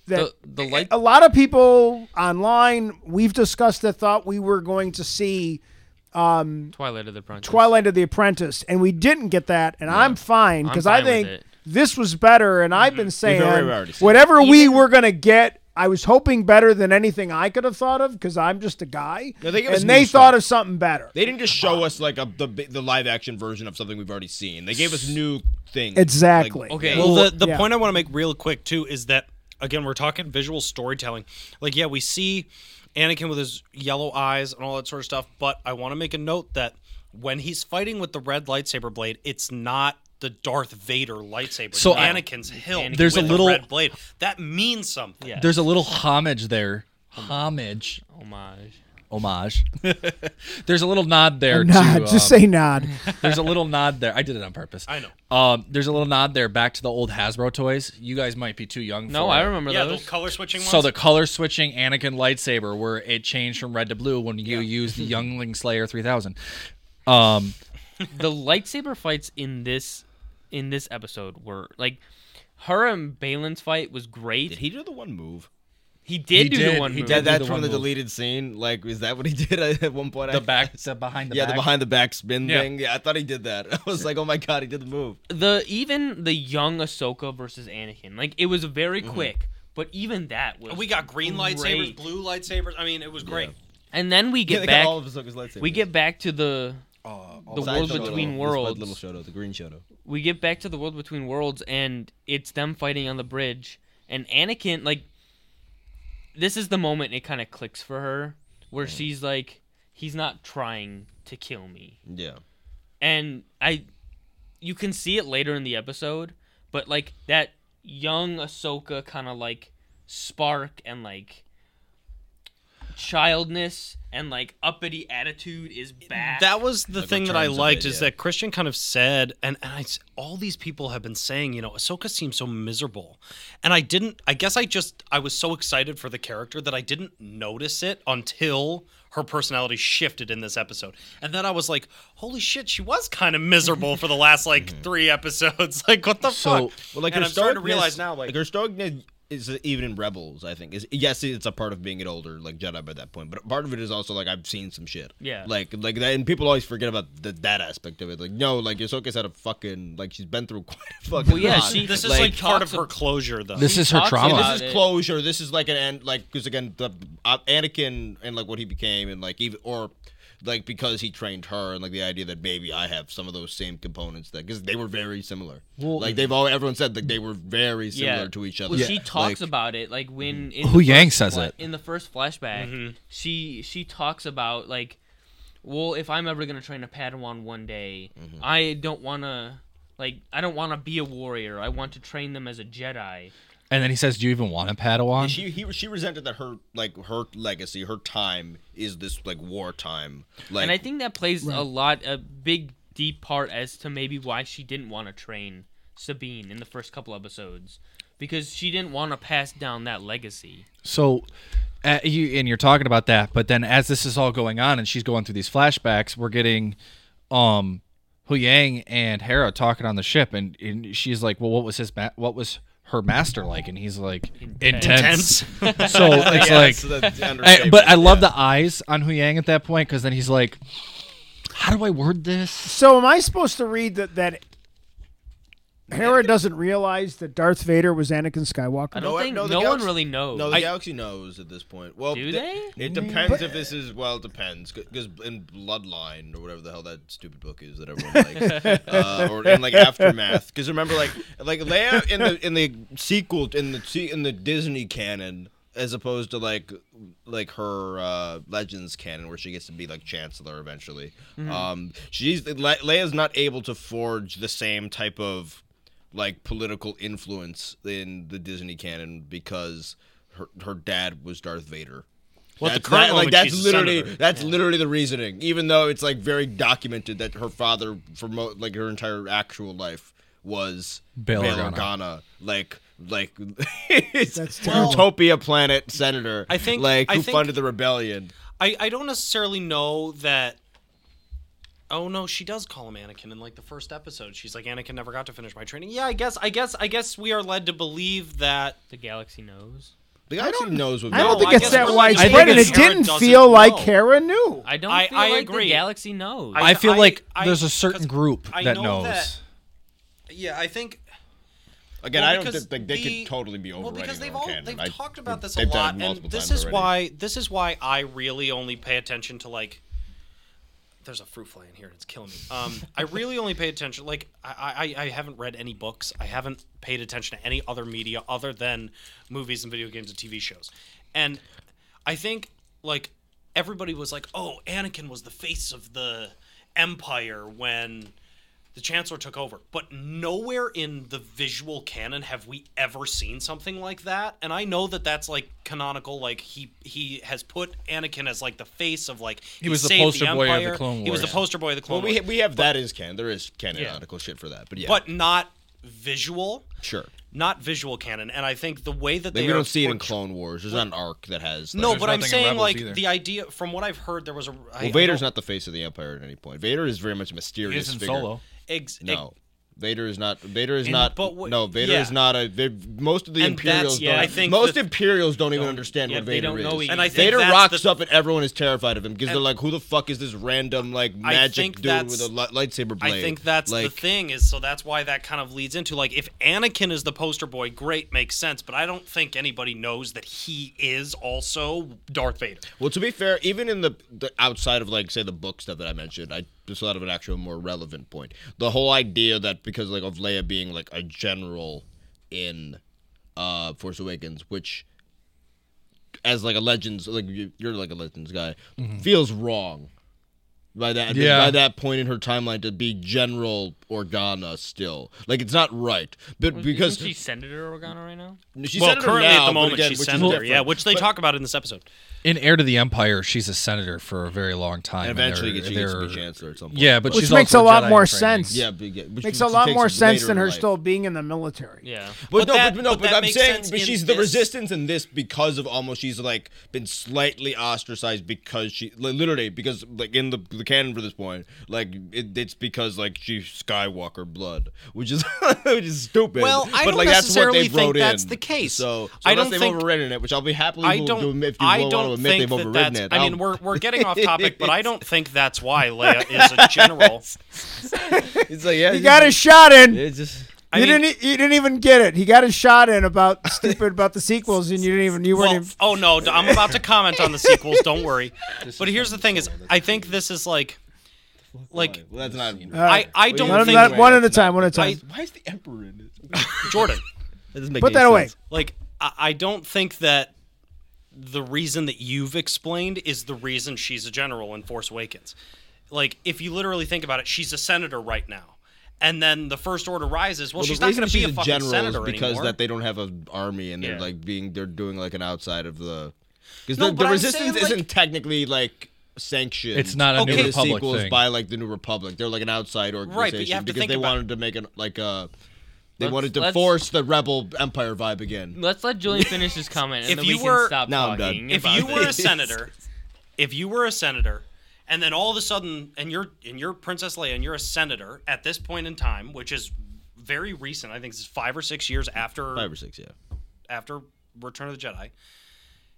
[SPEAKER 7] That
[SPEAKER 3] The- the light-
[SPEAKER 7] a lot of people online we've discussed that thought we were going to see
[SPEAKER 3] Twilight of the Princess.
[SPEAKER 7] Twilight of the Apprentice, and we didn't get that, and I'm fine because
[SPEAKER 3] I'm
[SPEAKER 7] I
[SPEAKER 3] fine with
[SPEAKER 7] think
[SPEAKER 3] it.
[SPEAKER 7] this was better. And I've been saying
[SPEAKER 8] already- we've already seen
[SPEAKER 7] whatever we were gonna get, I was hoping better than anything I could have thought of because I'm just a guy,
[SPEAKER 8] No, they give us
[SPEAKER 7] and they
[SPEAKER 8] new
[SPEAKER 7] thought
[SPEAKER 8] stuff.
[SPEAKER 7] of something better.
[SPEAKER 8] they didn't just show us like a the, bi- the live action version of something we've already seen they gave us new things like-
[SPEAKER 7] Exactly.
[SPEAKER 3] Okay.
[SPEAKER 5] Well, the, the
[SPEAKER 7] yeah.
[SPEAKER 5] point I want to make real quick too is that again we're talking visual storytelling. Like yeah, we see Anakin with his yellow eyes and all that sort of stuff, but I want to make a note that when he's fighting with the red lightsaber blade, it's not the Darth Vader lightsaber.
[SPEAKER 6] So
[SPEAKER 5] it's
[SPEAKER 6] I-
[SPEAKER 5] Anakin's hilt.
[SPEAKER 6] There's
[SPEAKER 5] with
[SPEAKER 6] a
[SPEAKER 5] the
[SPEAKER 6] little-
[SPEAKER 5] red blade that means something. Yeah.
[SPEAKER 6] There's a little homage there. Homage.
[SPEAKER 3] homage.
[SPEAKER 6] Homage. there's a little nod there
[SPEAKER 7] nod,
[SPEAKER 6] to.
[SPEAKER 7] just
[SPEAKER 6] um,
[SPEAKER 7] say nod.
[SPEAKER 6] there's a little nod there. I did it on purpose.
[SPEAKER 5] I know.
[SPEAKER 6] Um, there's a little nod there back to the old Hasbro toys. You guys might be too young.
[SPEAKER 3] No,
[SPEAKER 6] for
[SPEAKER 3] I
[SPEAKER 6] it.
[SPEAKER 3] remember
[SPEAKER 5] Yeah, the
[SPEAKER 3] those.
[SPEAKER 5] color switching ones.
[SPEAKER 6] So the color switching Anakin lightsaber, where it changed from red to blue when you use the Youngling Slayer 3000. Um,
[SPEAKER 3] the lightsaber fights in this in this episode were like her and Balin's fight was great.
[SPEAKER 8] did he do the one move
[SPEAKER 3] He did
[SPEAKER 6] He
[SPEAKER 3] do
[SPEAKER 6] did,
[SPEAKER 3] the one
[SPEAKER 6] he
[SPEAKER 3] move.
[SPEAKER 6] did.
[SPEAKER 8] yeah,
[SPEAKER 6] do
[SPEAKER 8] that's
[SPEAKER 6] the
[SPEAKER 8] from
[SPEAKER 6] one
[SPEAKER 8] the
[SPEAKER 6] move.
[SPEAKER 8] deleted scene like is that what he did at one point
[SPEAKER 6] the
[SPEAKER 8] I-
[SPEAKER 6] back, the behind the
[SPEAKER 8] yeah,
[SPEAKER 6] back.
[SPEAKER 8] the behind the back spin
[SPEAKER 6] Yeah.
[SPEAKER 8] thing. Yeah, I thought he did that. I was like, oh my god, he did the move.
[SPEAKER 3] the even the young Ahsoka versus Anakin, like it was very quick. But even that was
[SPEAKER 5] Mm-hmm. we got green lightsabers,
[SPEAKER 3] great.
[SPEAKER 5] blue lightsabers. I mean, it was great.
[SPEAKER 3] and then we
[SPEAKER 8] Yeah,
[SPEAKER 3] get
[SPEAKER 8] they
[SPEAKER 3] back.
[SPEAKER 8] got all of Ahsoka's lightsabers.
[SPEAKER 3] we get back to the
[SPEAKER 5] Uh,
[SPEAKER 3] the
[SPEAKER 8] Side
[SPEAKER 3] world
[SPEAKER 8] Shoto,
[SPEAKER 3] between
[SPEAKER 8] this
[SPEAKER 3] worlds.
[SPEAKER 8] little Shoto, the green Shoto.
[SPEAKER 3] we get back to the world between worlds and it's them fighting on the bridge and anakin like this is the moment it kind of clicks for her where
[SPEAKER 5] Mm.
[SPEAKER 3] she's like he's not trying to kill me
[SPEAKER 8] Yeah.
[SPEAKER 3] and i you can see it later in the episode but like that young ahsoka kind of like spark and like childness and like uppity attitude is back
[SPEAKER 5] That was the thing that I
[SPEAKER 8] terms of
[SPEAKER 5] liked
[SPEAKER 8] it,
[SPEAKER 5] is
[SPEAKER 8] yeah.
[SPEAKER 5] that Christian kind of said, and, and I s all these people have been saying, you know, Ahsoka seems so miserable, and I didn't. I guess I just I was so excited for the character that I didn't notice it until her personality shifted in this episode, and then I was like, holy shit, she was kind of miserable for the last like three episodes. Like what the
[SPEAKER 6] So-
[SPEAKER 5] fuck?
[SPEAKER 8] Well, like
[SPEAKER 5] and
[SPEAKER 8] her
[SPEAKER 5] I'm starting to
[SPEAKER 8] stoicness-
[SPEAKER 5] realize now, like,
[SPEAKER 8] her stoicness is even in Rebels. I think is yes, it's a part of being an older like Jedi by that point, but part of it is also like I've seen some shit.
[SPEAKER 3] Yeah.
[SPEAKER 8] like like that, and people always forget about the, that aspect of it. Like no, like Ahsoka's had a fucking like she's been through quite a fucking.
[SPEAKER 3] Well, yeah,
[SPEAKER 8] lot.
[SPEAKER 3] she-
[SPEAKER 5] this is
[SPEAKER 3] like,
[SPEAKER 5] like, part of
[SPEAKER 3] talks
[SPEAKER 5] her closure, though.
[SPEAKER 6] This
[SPEAKER 3] She
[SPEAKER 6] is her
[SPEAKER 3] talks
[SPEAKER 6] trauma.
[SPEAKER 3] about
[SPEAKER 8] this
[SPEAKER 3] it.
[SPEAKER 8] is closure. This is like an end, like because again, the uh, Anakin and like what he became, and like even or like because he trained her and like the idea that maybe I have some of those same components that because they were very similar. like they've all everyone said that they were very similar to each other.
[SPEAKER 3] Well, she talks
[SPEAKER 8] Like,
[SPEAKER 3] about it like when in
[SPEAKER 6] Who
[SPEAKER 3] the
[SPEAKER 6] Yang
[SPEAKER 3] first
[SPEAKER 6] says
[SPEAKER 3] fla-
[SPEAKER 6] it.
[SPEAKER 3] in the first flashback. She she talks about like, well, if I'm ever gonna train a Padawan one day, I don't wanna like I don't wanna be a warrior. I want to train them as a Jedi.
[SPEAKER 6] And then he says, "Do you even want a Padawan?"
[SPEAKER 8] she he, she resented that her like her legacy, her time is this like wartime. Like
[SPEAKER 3] and I think that plays a lot a big deep part as to maybe why she didn't want to train Sabine in the first couple episodes because she didn't want to pass down that legacy.
[SPEAKER 6] So, uh, you and you're talking about that, but then as this is all going on and she's going through these flashbacks, we're getting, um, Hu Yang and Hera talking on the ship, and, and she's like, "Well, what was his ma- what was her master like?" And he's like, "Intense." so it's like, I, but I love the eyes on Hu Yang at that point because then he's like, "How do I word this?"
[SPEAKER 7] So am I supposed to read that that Hera doesn't realize that Darth Vader was Anakin Skywalker?
[SPEAKER 3] I don't
[SPEAKER 8] No, I-
[SPEAKER 3] think
[SPEAKER 8] no,
[SPEAKER 3] no,
[SPEAKER 8] the
[SPEAKER 3] one
[SPEAKER 8] galaxy-
[SPEAKER 3] really knows.
[SPEAKER 8] No, the galaxy knows at this point. Well,
[SPEAKER 3] Do
[SPEAKER 8] th-
[SPEAKER 3] they?
[SPEAKER 8] It depends if this is well, it depends because in Bloodline or whatever the hell that stupid book is that everyone likes, uh, or in like Aftermath. Because remember, like like Leia in the in the sequel in the se- in the Disney canon. As opposed to like, like her uh, Legends canon, where she gets to be like Chancellor eventually. Um, she's Le- Leia's not able to forge the same type of like political influence in the Disney canon because her her dad was Darth Vader.
[SPEAKER 5] Well, at
[SPEAKER 8] That's
[SPEAKER 5] the current
[SPEAKER 8] that-
[SPEAKER 5] moment,
[SPEAKER 8] that's
[SPEAKER 5] she's a
[SPEAKER 8] literally
[SPEAKER 5] senator.
[SPEAKER 8] that's literally the reasoning. Even though it's like very documented that her father for mo- like her entire actual life was
[SPEAKER 6] Bail Organa.
[SPEAKER 8] Organa. like like it's
[SPEAKER 7] That's terrible.
[SPEAKER 8] Utopia planet senator.
[SPEAKER 5] I think-
[SPEAKER 8] like
[SPEAKER 5] I
[SPEAKER 8] who
[SPEAKER 5] think-
[SPEAKER 8] funded the rebellion.
[SPEAKER 5] I, I don't necessarily know that. Oh no, she does call him Anakin in like the first episode. She's like, Anakin never got to finish my training. Yeah, I guess, I guess, I guess we are led to believe that.
[SPEAKER 3] the galaxy knows.
[SPEAKER 8] The guy actually knows what.
[SPEAKER 7] I
[SPEAKER 8] Vader
[SPEAKER 7] don't think
[SPEAKER 5] I
[SPEAKER 8] is.
[SPEAKER 7] it's
[SPEAKER 5] guess
[SPEAKER 7] that
[SPEAKER 5] really
[SPEAKER 7] widespread,
[SPEAKER 5] Hera
[SPEAKER 7] and it
[SPEAKER 5] doesn't
[SPEAKER 7] didn't feel like
[SPEAKER 5] know.
[SPEAKER 7] Hera knew.
[SPEAKER 3] I don't
[SPEAKER 5] I-
[SPEAKER 3] feel
[SPEAKER 5] I
[SPEAKER 3] like
[SPEAKER 5] agree.
[SPEAKER 3] the galaxy knows.
[SPEAKER 5] I-
[SPEAKER 6] I, feel
[SPEAKER 5] I-
[SPEAKER 6] like
[SPEAKER 5] I-
[SPEAKER 6] there's a certain
[SPEAKER 5] 'cause
[SPEAKER 6] group
[SPEAKER 5] I
[SPEAKER 6] that
[SPEAKER 5] know
[SPEAKER 6] knows.
[SPEAKER 5] that- Yeah, I think
[SPEAKER 8] Again,
[SPEAKER 5] Well,
[SPEAKER 8] I don't
[SPEAKER 5] because
[SPEAKER 8] think like, they
[SPEAKER 5] the-
[SPEAKER 8] could totally be
[SPEAKER 5] Well,
[SPEAKER 8] overriding
[SPEAKER 5] because they've
[SPEAKER 8] their own
[SPEAKER 5] all
[SPEAKER 8] canon.
[SPEAKER 5] they've
[SPEAKER 8] I-
[SPEAKER 5] talked about this a
[SPEAKER 8] they've done
[SPEAKER 5] lot, and
[SPEAKER 8] multiple
[SPEAKER 5] this
[SPEAKER 8] times
[SPEAKER 5] is
[SPEAKER 8] already.
[SPEAKER 5] why this is why I really only pay attention to like. There's a fruit fly in here, and it's killing me. Um, I really only pay attention. Like, I, I I haven't read any books. I haven't paid attention to any other media other than movies and video games and TV shows, and I think like everybody was like, "Oh, Anakin was the face of the Empire when." the chancellor took over but nowhere in the visual canon have we ever seen something like that and i know that that's like canonical like he he has put anakin as like the face of like he,
[SPEAKER 6] was the
[SPEAKER 5] saved
[SPEAKER 6] poster boy of the
[SPEAKER 5] Empire,
[SPEAKER 6] Clone
[SPEAKER 5] he was the
[SPEAKER 6] Wars.
[SPEAKER 5] poster boy of the clone
[SPEAKER 8] Well, we
[SPEAKER 5] wars
[SPEAKER 8] we have that is canon. There is canonical shit for that, but yeah,
[SPEAKER 5] but not visual
[SPEAKER 8] sure.
[SPEAKER 5] not visual canon and i think the way that
[SPEAKER 8] Like,
[SPEAKER 5] they
[SPEAKER 8] we
[SPEAKER 5] are
[SPEAKER 8] don't see it in
[SPEAKER 5] portray-
[SPEAKER 8] Clone Wars. There's not an arc that has. Like,
[SPEAKER 5] no
[SPEAKER 6] There's
[SPEAKER 5] but i'm
[SPEAKER 6] nothing in
[SPEAKER 5] saying
[SPEAKER 6] Rebels
[SPEAKER 5] like
[SPEAKER 6] either.
[SPEAKER 5] the idea from what i've heard there was a I- I
[SPEAKER 8] well, Vader's
[SPEAKER 5] don't-
[SPEAKER 8] not the face of the Empire at any point. Vader is very much a
[SPEAKER 6] He
[SPEAKER 8] mysterious
[SPEAKER 6] is in
[SPEAKER 8] figure.
[SPEAKER 6] Solo.
[SPEAKER 5] ex- ex-
[SPEAKER 8] No, Vader is not. Vader is
[SPEAKER 5] And-
[SPEAKER 8] not.
[SPEAKER 5] but what-
[SPEAKER 8] no, Vader
[SPEAKER 5] yeah.
[SPEAKER 8] is not a. they- Most of the
[SPEAKER 5] And that's-
[SPEAKER 8] Imperials.
[SPEAKER 5] yeah,
[SPEAKER 8] don't,
[SPEAKER 5] I think
[SPEAKER 8] most
[SPEAKER 5] the-
[SPEAKER 8] Imperials don't even understand
[SPEAKER 3] yeah,
[SPEAKER 8] what
[SPEAKER 3] they
[SPEAKER 8] Vader
[SPEAKER 3] don't
[SPEAKER 8] is.
[SPEAKER 3] know he-
[SPEAKER 5] And I think
[SPEAKER 8] Vader
[SPEAKER 5] that's
[SPEAKER 8] rocks
[SPEAKER 5] the-
[SPEAKER 8] up and everyone is terrified of him
[SPEAKER 5] e-
[SPEAKER 8] because
[SPEAKER 5] And-
[SPEAKER 8] they're like, "Who the fuck is this random like
[SPEAKER 5] think
[SPEAKER 8] magic dude
[SPEAKER 5] that's-
[SPEAKER 8] with a li- lightsaber blade?"
[SPEAKER 5] I think that's the
[SPEAKER 8] Like,
[SPEAKER 5] thing is so that's why that kind of leads into like if Anakin is the poster boy, great, makes sense, but I don't think anybody knows that he is also Darth Vader.
[SPEAKER 8] Well, to be fair, even in the, the outside of like say the book stuff that I mentioned, I just thought of an actual more relevant point. The whole idea that because like of Leia being like a general in uh Force Awakens, which as like a legends like you- you're like a legends guy,
[SPEAKER 5] Mm-hmm.
[SPEAKER 8] feels wrong by that
[SPEAKER 6] Yeah.
[SPEAKER 8] by that point in her timeline to be General Organa still. Like it's not right, but because
[SPEAKER 3] Isn't she Senator Organa right now?
[SPEAKER 8] she's
[SPEAKER 5] well,
[SPEAKER 8] senator
[SPEAKER 5] currently
[SPEAKER 8] now,
[SPEAKER 5] at the
[SPEAKER 8] but
[SPEAKER 5] moment
[SPEAKER 8] again,
[SPEAKER 5] she's
[SPEAKER 8] which is
[SPEAKER 5] senator, yeah,
[SPEAKER 8] different.
[SPEAKER 5] which they talk about in this episode.
[SPEAKER 6] In Heir to the Empire, she's a senator for a very long time. and
[SPEAKER 8] And eventually
[SPEAKER 6] they're-
[SPEAKER 8] she gets to be
[SPEAKER 6] they're-
[SPEAKER 8] chancellor at some point.
[SPEAKER 6] Yeah, but
[SPEAKER 7] Which
[SPEAKER 6] she's
[SPEAKER 7] makes
[SPEAKER 6] also
[SPEAKER 7] a lot
[SPEAKER 6] Jedi
[SPEAKER 7] more
[SPEAKER 6] in training.
[SPEAKER 7] sense.
[SPEAKER 8] Yeah, but yeah, which
[SPEAKER 7] Makes
[SPEAKER 8] she
[SPEAKER 7] a lot
[SPEAKER 8] takes
[SPEAKER 7] more
[SPEAKER 8] later
[SPEAKER 7] sense
[SPEAKER 8] in
[SPEAKER 7] than her
[SPEAKER 8] life.
[SPEAKER 7] still being in the military.
[SPEAKER 3] Yeah.
[SPEAKER 5] But
[SPEAKER 8] But, no,
[SPEAKER 5] that-
[SPEAKER 8] but no,
[SPEAKER 5] but
[SPEAKER 8] but,
[SPEAKER 5] that
[SPEAKER 8] I'm
[SPEAKER 5] makes
[SPEAKER 8] saying,
[SPEAKER 5] sense
[SPEAKER 8] but
[SPEAKER 5] in
[SPEAKER 8] she's the
[SPEAKER 5] this-
[SPEAKER 8] resistance in this because of almost she's like been slightly ostracized because she li- literally because like in the the canon for this point, like it, it's because like she's Skywalker blood, which is which is stupid.
[SPEAKER 5] Well, I
[SPEAKER 8] but
[SPEAKER 5] don't
[SPEAKER 8] like that's what
[SPEAKER 5] necessarily
[SPEAKER 8] they wrote
[SPEAKER 5] think that's
[SPEAKER 8] in.
[SPEAKER 5] the case.
[SPEAKER 8] So, so
[SPEAKER 5] I
[SPEAKER 8] unless
[SPEAKER 5] don't
[SPEAKER 8] they've
[SPEAKER 5] think-
[SPEAKER 8] overridden it, which I'll be happily
[SPEAKER 5] I
[SPEAKER 8] will
[SPEAKER 5] don't.
[SPEAKER 8] do admit if you
[SPEAKER 5] I
[SPEAKER 8] will
[SPEAKER 5] don't
[SPEAKER 8] want to admit
[SPEAKER 5] think
[SPEAKER 8] they've
[SPEAKER 5] that
[SPEAKER 8] overridden
[SPEAKER 5] that's.
[SPEAKER 8] it. Oh. Um,
[SPEAKER 5] I
[SPEAKER 8] I'll-
[SPEAKER 5] mean, we're we're getting off topic, but I don't think that's why Leia is a general.
[SPEAKER 8] it's like yeah,
[SPEAKER 7] He
[SPEAKER 8] it's just-
[SPEAKER 7] got his shot in.
[SPEAKER 8] It's just
[SPEAKER 5] I
[SPEAKER 7] you
[SPEAKER 5] mean-
[SPEAKER 7] didn't. e, You didn't even get it. He got his shot in about stupid about the sequels, and you didn't even. You weren't.
[SPEAKER 5] Well,
[SPEAKER 7] even,
[SPEAKER 5] oh no, d- I'm about to comment on the sequels. Don't worry. But here's the thing: is I think this is like, like
[SPEAKER 4] Well, that's not.
[SPEAKER 7] All
[SPEAKER 5] I
[SPEAKER 7] right.
[SPEAKER 5] I don't
[SPEAKER 7] Let him-
[SPEAKER 5] think
[SPEAKER 7] let- one at a time. One at a
[SPEAKER 5] I-
[SPEAKER 7] time.
[SPEAKER 4] Why is the emperor in it?
[SPEAKER 5] Jordan.
[SPEAKER 4] That doesn't make
[SPEAKER 7] Put
[SPEAKER 4] any
[SPEAKER 7] that away.
[SPEAKER 4] sense.
[SPEAKER 5] Like I, I don't think that the reason that you've explained is the reason she's a general in Force Awakens. Like if you literally think about it, she's a senator right now, and then the First Order rises. Well,
[SPEAKER 8] Well,
[SPEAKER 5] she's
[SPEAKER 8] the
[SPEAKER 5] not
[SPEAKER 8] reason
[SPEAKER 5] going to be a
[SPEAKER 8] she's
[SPEAKER 5] fucking
[SPEAKER 8] general
[SPEAKER 5] senator
[SPEAKER 8] is because
[SPEAKER 5] anymore.
[SPEAKER 8] that they don't have an army and they're
[SPEAKER 3] Yeah.
[SPEAKER 8] like being they're doing like an outside of the because
[SPEAKER 5] No,
[SPEAKER 8] the,
[SPEAKER 5] but
[SPEAKER 8] the
[SPEAKER 5] I'm
[SPEAKER 8] resistance
[SPEAKER 5] saying, like-
[SPEAKER 8] isn't technically like sanctioned.
[SPEAKER 6] It's not a New
[SPEAKER 8] in the
[SPEAKER 6] Republic
[SPEAKER 8] sequels
[SPEAKER 6] thing.
[SPEAKER 8] by like the New Republic. They're like an outside organization
[SPEAKER 5] but you have to
[SPEAKER 8] because
[SPEAKER 5] think
[SPEAKER 8] they
[SPEAKER 5] about-
[SPEAKER 8] wanted to make it like a they
[SPEAKER 3] Let's-
[SPEAKER 8] wanted to
[SPEAKER 3] let's-
[SPEAKER 8] force the rebel empire vibe again.
[SPEAKER 3] Let's let Julian finish his comment, and
[SPEAKER 5] If
[SPEAKER 3] then
[SPEAKER 5] you
[SPEAKER 3] we
[SPEAKER 5] were-
[SPEAKER 3] can stop
[SPEAKER 8] No, I'm
[SPEAKER 3] talking.
[SPEAKER 8] done.
[SPEAKER 5] if
[SPEAKER 3] about
[SPEAKER 5] you were a
[SPEAKER 3] this.
[SPEAKER 5] senator, if you were a senator, and then all of a sudden, and you're and you're Princess Leia, and you're a senator at this point in time, which is very recent. I think this is five or six years after
[SPEAKER 8] Five or six, yeah.
[SPEAKER 5] after Return of the Jedi.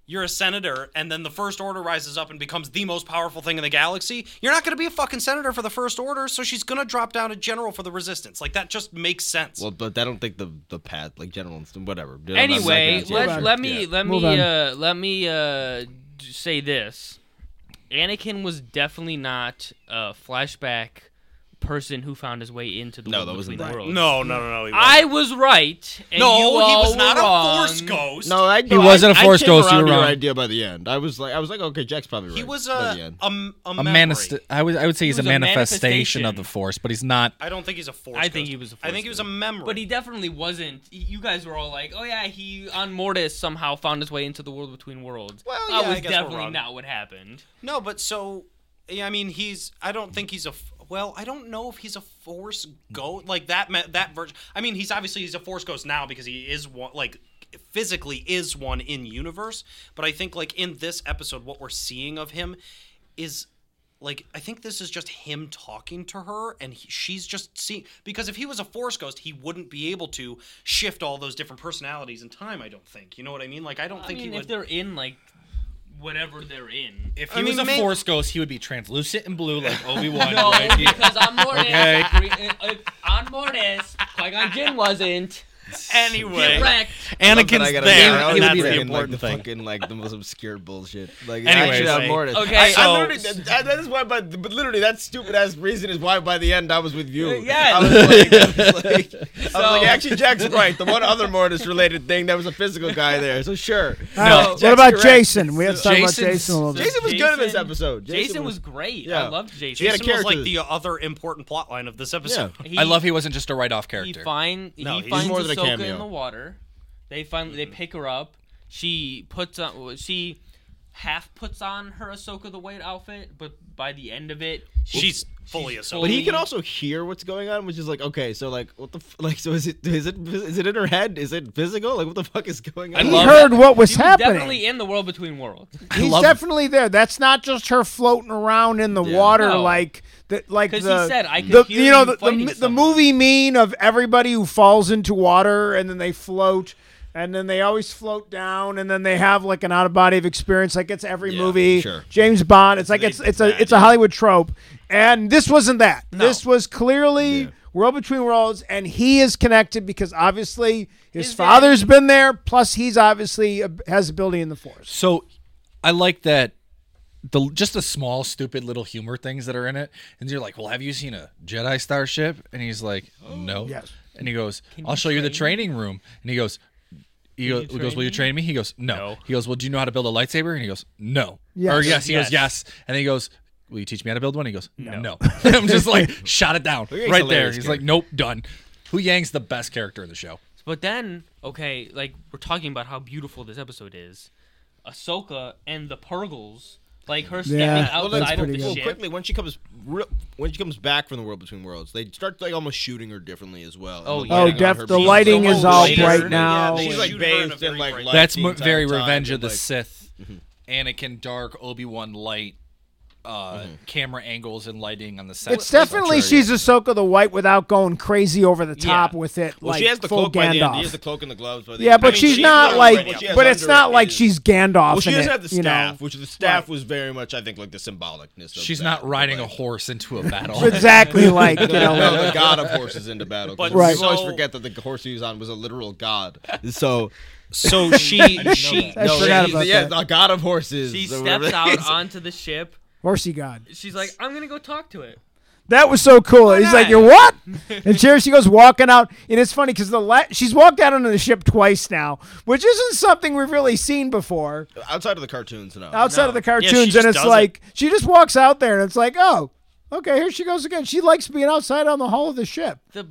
[SPEAKER 5] You're a senator, and then the First Order rises up and becomes the most powerful thing in the galaxy. You're not going to be a fucking senator for the First Order, so she's going to drop down to general for the Resistance. Like that just makes sense.
[SPEAKER 8] Well, but I don't think the the path like general and st- whatever. I'm not- I'm not
[SPEAKER 3] anyway,
[SPEAKER 8] gonna-
[SPEAKER 3] let
[SPEAKER 7] on.
[SPEAKER 3] let me
[SPEAKER 8] Yeah.
[SPEAKER 3] let
[SPEAKER 7] Move
[SPEAKER 3] me
[SPEAKER 7] on.
[SPEAKER 3] uh, let me uh, j- say this: Anakin was definitely not a flashback person who found his way into the
[SPEAKER 8] No,
[SPEAKER 3] world
[SPEAKER 8] that wasn't
[SPEAKER 3] between the
[SPEAKER 8] that.
[SPEAKER 3] worlds.
[SPEAKER 5] no, no, no, no. He wasn't.
[SPEAKER 3] I was right. And
[SPEAKER 5] no,
[SPEAKER 3] you
[SPEAKER 5] he
[SPEAKER 3] all
[SPEAKER 5] was not
[SPEAKER 3] were
[SPEAKER 5] a
[SPEAKER 3] wrong.
[SPEAKER 5] Force ghost.
[SPEAKER 8] No, I,
[SPEAKER 6] He wasn't a
[SPEAKER 8] a
[SPEAKER 6] Force Ghost, you were
[SPEAKER 8] your
[SPEAKER 6] wrong.
[SPEAKER 8] idea by the end. I was like, I was like, okay, Jack's probably right.
[SPEAKER 5] He was uh,
[SPEAKER 8] by the
[SPEAKER 5] a
[SPEAKER 8] end.
[SPEAKER 5] a, a,
[SPEAKER 6] A
[SPEAKER 5] memory.
[SPEAKER 6] manifest. I would. I would say he's a
[SPEAKER 3] was a
[SPEAKER 6] manifestation
[SPEAKER 3] manifestation.
[SPEAKER 6] of the force, but he's not.
[SPEAKER 5] I don't think he's a force.
[SPEAKER 3] I think
[SPEAKER 5] ghost.
[SPEAKER 3] he was a
[SPEAKER 5] I
[SPEAKER 3] Force
[SPEAKER 5] think he was a
[SPEAKER 3] ghost.
[SPEAKER 5] memory.
[SPEAKER 3] But he definitely wasn't. Y- You guys were all like, "Oh yeah, he on Mortis somehow found his way into the world between worlds."
[SPEAKER 5] Well,
[SPEAKER 3] that
[SPEAKER 5] yeah, I
[SPEAKER 3] was
[SPEAKER 5] guess we're
[SPEAKER 3] definitely
[SPEAKER 5] wrong.
[SPEAKER 3] not what happened.
[SPEAKER 5] no, but so yeah, I mean, he's. I don't think he's a. f- Well, I don't know if he's a force ghost like that. me- That version. I mean, he's obviously he's a force ghost now because he is one like physically is one in universe. But I think like in this episode, what we're seeing of him is like I think this is just him talking to her, and he, she's just seeing because if he was a force ghost, he wouldn't be able to shift all those different personalities in time. I don't think. You know what I mean? Like I don't
[SPEAKER 3] I
[SPEAKER 5] think
[SPEAKER 3] mean,
[SPEAKER 5] he
[SPEAKER 3] if
[SPEAKER 5] would.
[SPEAKER 3] they're in like whatever they're in.
[SPEAKER 6] If
[SPEAKER 5] he I was mean, a may- Force
[SPEAKER 6] ghost, he would be translucent and blue like Obi Wan.
[SPEAKER 3] No, because on Mortis, we- if uh, on Mortis, Qui Gon Jinn wasn't.
[SPEAKER 5] Anyway,
[SPEAKER 3] Correct.
[SPEAKER 5] Anakin's
[SPEAKER 8] I gotta
[SPEAKER 5] there.
[SPEAKER 8] go. I
[SPEAKER 5] and
[SPEAKER 8] was
[SPEAKER 5] that's the
[SPEAKER 8] bringing,
[SPEAKER 5] important
[SPEAKER 8] like,
[SPEAKER 5] thing.
[SPEAKER 8] The fucking like the most obscure bullshit. Like
[SPEAKER 5] Anyways.
[SPEAKER 8] actually, I'm more to-
[SPEAKER 3] Okay,
[SPEAKER 8] I,
[SPEAKER 3] so-
[SPEAKER 8] I literally, that, that- that is why. By, but literally, that stupid ass reason is why. By the end, I was with you.
[SPEAKER 3] Uh, Yes.
[SPEAKER 8] I was like, I was like, I was like,
[SPEAKER 3] So-
[SPEAKER 8] actually, Jack's right. The one other Mortis related thing, there was a physical guy there. So sure.
[SPEAKER 7] All right,
[SPEAKER 8] Jack's
[SPEAKER 7] what about
[SPEAKER 8] correct.
[SPEAKER 7] Jason? We have to talk about
[SPEAKER 6] Jason's-
[SPEAKER 7] Jason a little bit.
[SPEAKER 8] Jason was good in this
[SPEAKER 3] Jason-
[SPEAKER 8] episode.
[SPEAKER 3] Jason, was, great. I
[SPEAKER 8] yeah.
[SPEAKER 3] loved Jason.
[SPEAKER 8] He had a
[SPEAKER 5] Jason was like
[SPEAKER 8] character.
[SPEAKER 5] the other important plot line of this episode.
[SPEAKER 8] Yeah.
[SPEAKER 3] He-
[SPEAKER 6] I love he wasn't just a write-off
[SPEAKER 3] He
[SPEAKER 6] character.
[SPEAKER 3] find
[SPEAKER 5] No,
[SPEAKER 3] he
[SPEAKER 5] he's
[SPEAKER 3] finds
[SPEAKER 8] more than a
[SPEAKER 3] Ahsoka
[SPEAKER 8] cameo.
[SPEAKER 3] in the water. They finally they pick her up. She puts on well, she half puts on her Ahsoka the White outfit, but by the end of it,
[SPEAKER 5] She's fully a
[SPEAKER 8] But he
[SPEAKER 3] fully-
[SPEAKER 8] can also hear what's going on, which is like, okay, so like, what the f- like, so is it is it is it in her head? Is it physical? Like, what the fuck is going on?
[SPEAKER 7] He
[SPEAKER 6] love
[SPEAKER 7] heard what was
[SPEAKER 3] She was
[SPEAKER 7] happening.
[SPEAKER 3] definitely in the world between worlds.
[SPEAKER 7] He's
[SPEAKER 6] love-
[SPEAKER 7] definitely there. That's not just her floating around in the water
[SPEAKER 3] No.
[SPEAKER 7] like the like
[SPEAKER 3] 'Cause he
[SPEAKER 7] the
[SPEAKER 3] said, "I could
[SPEAKER 7] the,
[SPEAKER 3] hear
[SPEAKER 7] you know
[SPEAKER 3] you
[SPEAKER 7] the,
[SPEAKER 3] fighting
[SPEAKER 7] the, the
[SPEAKER 3] someone."
[SPEAKER 7] movie mean of everybody who falls into water and then they float and then they always float down and then they have like an out of body of experience like it's every
[SPEAKER 8] Yeah,
[SPEAKER 7] movie
[SPEAKER 8] sure.
[SPEAKER 7] James Bond it's like
[SPEAKER 8] They
[SPEAKER 7] it's
[SPEAKER 8] did
[SPEAKER 7] it's a
[SPEAKER 8] that,
[SPEAKER 7] it's a
[SPEAKER 8] yeah.
[SPEAKER 7] Hollywood trope and this wasn't that this was clearly
[SPEAKER 8] Yeah.
[SPEAKER 7] World Between Worlds, and he is connected because obviously his,
[SPEAKER 3] His
[SPEAKER 7] father's been there. Plus, he's obviously a, has ability in the Force.
[SPEAKER 6] So I like that the just the small stupid little humor things that are in it. And you're like, "Well, have you seen a Jedi starship?" And he's like, "No."
[SPEAKER 7] Yes.
[SPEAKER 6] And he goes, "I'll show you the training room." And he goes, he go- he goes, "Will you train me?" He goes, no. He goes, "Well, do you know how to build a lightsaber?" And he goes, "No."
[SPEAKER 7] Yes.
[SPEAKER 6] Or yes, he goes, "Yes." And he goes, "Will you teach me how to build one?" He goes, "No." I'm just like, "Shot it down
[SPEAKER 8] Yang's
[SPEAKER 6] right there."
[SPEAKER 8] hilarious
[SPEAKER 6] He's like, "Nope, done." Hu Yang's the best character in the show.
[SPEAKER 3] But then, okay, like we're talking about how beautiful this episode is. Ahsoka and the Purgles, like her stepping
[SPEAKER 7] Yeah, Well, that's
[SPEAKER 3] outside of
[SPEAKER 7] pretty
[SPEAKER 3] the
[SPEAKER 7] good.
[SPEAKER 3] ship.
[SPEAKER 8] quickly when she comes re- when she comes back from the world between worlds, they start like almost shooting her differently as well.
[SPEAKER 3] Oh,
[SPEAKER 8] And
[SPEAKER 3] yeah.
[SPEAKER 8] lighting
[SPEAKER 7] Oh,
[SPEAKER 8] on
[SPEAKER 7] def-
[SPEAKER 8] her
[SPEAKER 7] the
[SPEAKER 8] beams.
[SPEAKER 7] lighting
[SPEAKER 5] is all bright
[SPEAKER 8] Yeah,
[SPEAKER 7] now.
[SPEAKER 8] she's
[SPEAKER 5] Shoot
[SPEAKER 8] like
[SPEAKER 5] her in a
[SPEAKER 8] bathed in
[SPEAKER 5] very
[SPEAKER 8] like
[SPEAKER 5] bright
[SPEAKER 8] light
[SPEAKER 5] light.
[SPEAKER 6] That's
[SPEAKER 8] the
[SPEAKER 6] mo-
[SPEAKER 8] entire
[SPEAKER 6] very
[SPEAKER 8] time,
[SPEAKER 6] Revenge of
[SPEAKER 8] and,
[SPEAKER 6] the
[SPEAKER 8] like,
[SPEAKER 6] Sith. Anakin Dark Obi Wan Light. uh, camera angles and lighting on the set.
[SPEAKER 7] It's definitely she's Ahsoka the White without going crazy over the top
[SPEAKER 3] Yeah.
[SPEAKER 7] with it.
[SPEAKER 8] Well,
[SPEAKER 7] like
[SPEAKER 8] she has the
[SPEAKER 7] full
[SPEAKER 8] cloak by the end.
[SPEAKER 7] Gandalf.
[SPEAKER 8] She has the cloak and the gloves by the
[SPEAKER 7] yeah,
[SPEAKER 8] end.
[SPEAKER 7] but
[SPEAKER 8] I mean,
[SPEAKER 7] she's
[SPEAKER 8] she's
[SPEAKER 7] not
[SPEAKER 8] literally
[SPEAKER 7] like.
[SPEAKER 8] what she has
[SPEAKER 7] But it's
[SPEAKER 8] under
[SPEAKER 7] not
[SPEAKER 8] it
[SPEAKER 7] like
[SPEAKER 8] is-
[SPEAKER 7] she's Gandalf.
[SPEAKER 8] Well, she
[SPEAKER 7] in
[SPEAKER 8] does
[SPEAKER 7] it,
[SPEAKER 8] have the
[SPEAKER 7] you know?
[SPEAKER 8] staff, which the staff was very much, I think, like the symbolicness. Of
[SPEAKER 6] She's
[SPEAKER 8] that,
[SPEAKER 6] not riding a
[SPEAKER 8] like,
[SPEAKER 6] horse into a battle.
[SPEAKER 7] Exactly like you know. like-
[SPEAKER 8] no, the god of horses into battle. 'cause
[SPEAKER 5] But
[SPEAKER 7] Right.
[SPEAKER 8] people always
[SPEAKER 5] so-
[SPEAKER 8] forget that the horse he was on was a literal god. So
[SPEAKER 5] So she she
[SPEAKER 7] I
[SPEAKER 5] no,
[SPEAKER 7] forgot
[SPEAKER 5] she-
[SPEAKER 7] about
[SPEAKER 8] yeah,
[SPEAKER 7] that.
[SPEAKER 8] the god of horses.
[SPEAKER 3] She
[SPEAKER 8] or
[SPEAKER 3] steps
[SPEAKER 8] whatever.
[SPEAKER 3] out onto the ship.
[SPEAKER 7] Horsey God.
[SPEAKER 3] She's like, I'm gonna go talk to it.
[SPEAKER 7] That was so cool. He's
[SPEAKER 3] not?
[SPEAKER 7] like, "You're what?" And here she goes walking out, and it's funny because the la- she's walked out onto the ship twice now, which isn't something we've really seen before
[SPEAKER 8] outside of the cartoons. No,
[SPEAKER 7] outside of the cartoons.
[SPEAKER 5] just
[SPEAKER 7] and it's
[SPEAKER 5] does it.
[SPEAKER 7] like she just walks out there, and it's like, "Oh, okay, here she goes again." She likes being outside on the hull of the ship.
[SPEAKER 3] The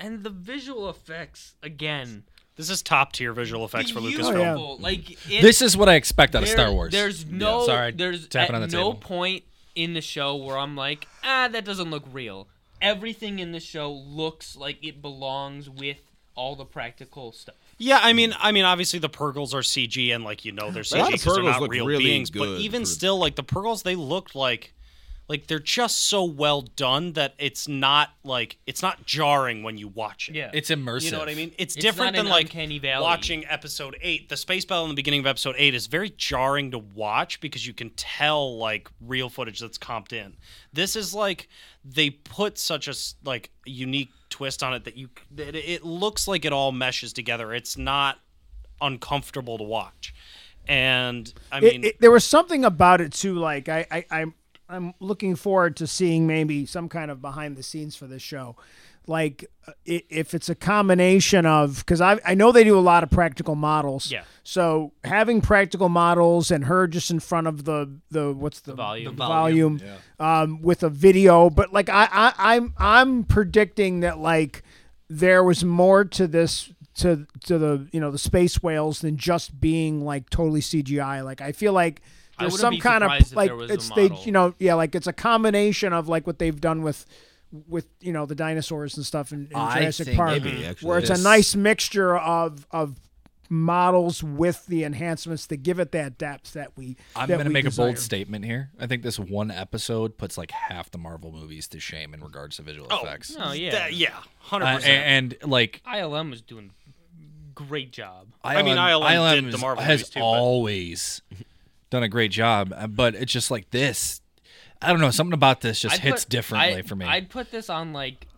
[SPEAKER 3] and the visual effects again.
[SPEAKER 5] this is top tier visual effects for
[SPEAKER 3] Beautiful.
[SPEAKER 5] Lucasfilm.
[SPEAKER 7] Oh, yeah.
[SPEAKER 3] Like it,
[SPEAKER 6] This is what I expect out of Star
[SPEAKER 3] there-
[SPEAKER 6] Wars.
[SPEAKER 3] There's no
[SPEAKER 6] Sorry,
[SPEAKER 3] there's
[SPEAKER 6] tapping
[SPEAKER 3] at
[SPEAKER 6] on the
[SPEAKER 3] no
[SPEAKER 6] table.
[SPEAKER 3] point in the show where I'm like, ah, that doesn't look real. Everything in the show looks like it belongs with all the practical stuff.
[SPEAKER 5] Yeah, I mean, I mean, obviously the Purgles are CG, and like you know they're
[SPEAKER 8] lot
[SPEAKER 5] CG
[SPEAKER 8] of
[SPEAKER 5] because they're
[SPEAKER 8] Purgles
[SPEAKER 5] not
[SPEAKER 8] look
[SPEAKER 5] real
[SPEAKER 8] really
[SPEAKER 5] beings. But
[SPEAKER 8] good
[SPEAKER 5] even
[SPEAKER 8] for-
[SPEAKER 5] still, like the Purgles, they look like, like they're just so well done that it's not like it's not jarring when you watch it.
[SPEAKER 3] Yeah.
[SPEAKER 6] it's immersive.
[SPEAKER 5] You know what I mean? It's,
[SPEAKER 3] It's
[SPEAKER 5] different
[SPEAKER 3] not
[SPEAKER 5] than
[SPEAKER 3] an
[SPEAKER 5] like
[SPEAKER 3] uncanny valley.
[SPEAKER 5] watching episode eight. The space battle in the beginning of episode eight is very jarring to watch because you can tell like real footage that's comped in. This is like they put such a s- like unique twist on it that you that it- it looks like it all meshes together. It's not uncomfortable to watch, and I
[SPEAKER 7] It-
[SPEAKER 5] mean,
[SPEAKER 7] it- there was something about it too. Like I, I, I'm, I'm looking forward to seeing maybe some kind of behind the scenes for this show. Like uh, i- if it's a combination of because I, I know they do a lot of practical models.
[SPEAKER 3] Yeah.
[SPEAKER 7] So having practical models and her just in front of the the what's the,
[SPEAKER 3] volume.
[SPEAKER 7] the volume, um, with a video. But like I, I, I'm I'm predicting that like there was more to this to to the you know the space whales than just being like totally CGI. Like I feel like
[SPEAKER 3] I
[SPEAKER 7] there's
[SPEAKER 3] wouldn't
[SPEAKER 7] some
[SPEAKER 3] be
[SPEAKER 7] kind
[SPEAKER 3] surprised
[SPEAKER 7] of
[SPEAKER 3] if
[SPEAKER 7] like
[SPEAKER 3] there was a
[SPEAKER 7] it's they
[SPEAKER 3] model.
[SPEAKER 7] you know yeah like it's a combination of like what they've done with with you know the dinosaurs and stuff in, in
[SPEAKER 6] I
[SPEAKER 7] Jurassic
[SPEAKER 6] think
[SPEAKER 7] Park
[SPEAKER 4] maybe, actually.
[SPEAKER 7] where it's a
[SPEAKER 6] This-
[SPEAKER 7] nice mixture of of models with the enhancements that give it that depth that we
[SPEAKER 6] I'm
[SPEAKER 7] that
[SPEAKER 6] going to
[SPEAKER 7] we
[SPEAKER 6] make a bold
[SPEAKER 7] desire.
[SPEAKER 6] statement here. I think this one episode puts like half the Marvel movies to shame in regards to visual effects.
[SPEAKER 3] Oh yeah.
[SPEAKER 5] that- yeah, hundred
[SPEAKER 6] Uh, a-
[SPEAKER 5] percent.
[SPEAKER 6] and, like
[SPEAKER 3] ILM was doing great job.
[SPEAKER 6] ILM,
[SPEAKER 5] mean, ILM did the
[SPEAKER 6] has-
[SPEAKER 5] Marvel
[SPEAKER 6] has
[SPEAKER 5] movies too, but-
[SPEAKER 6] always done a great job, uh, but it's just like this. I don't know. Something about this just
[SPEAKER 3] I'd
[SPEAKER 6] hits
[SPEAKER 3] put-
[SPEAKER 6] differently
[SPEAKER 3] I-
[SPEAKER 6] for me.
[SPEAKER 3] I'd put this on like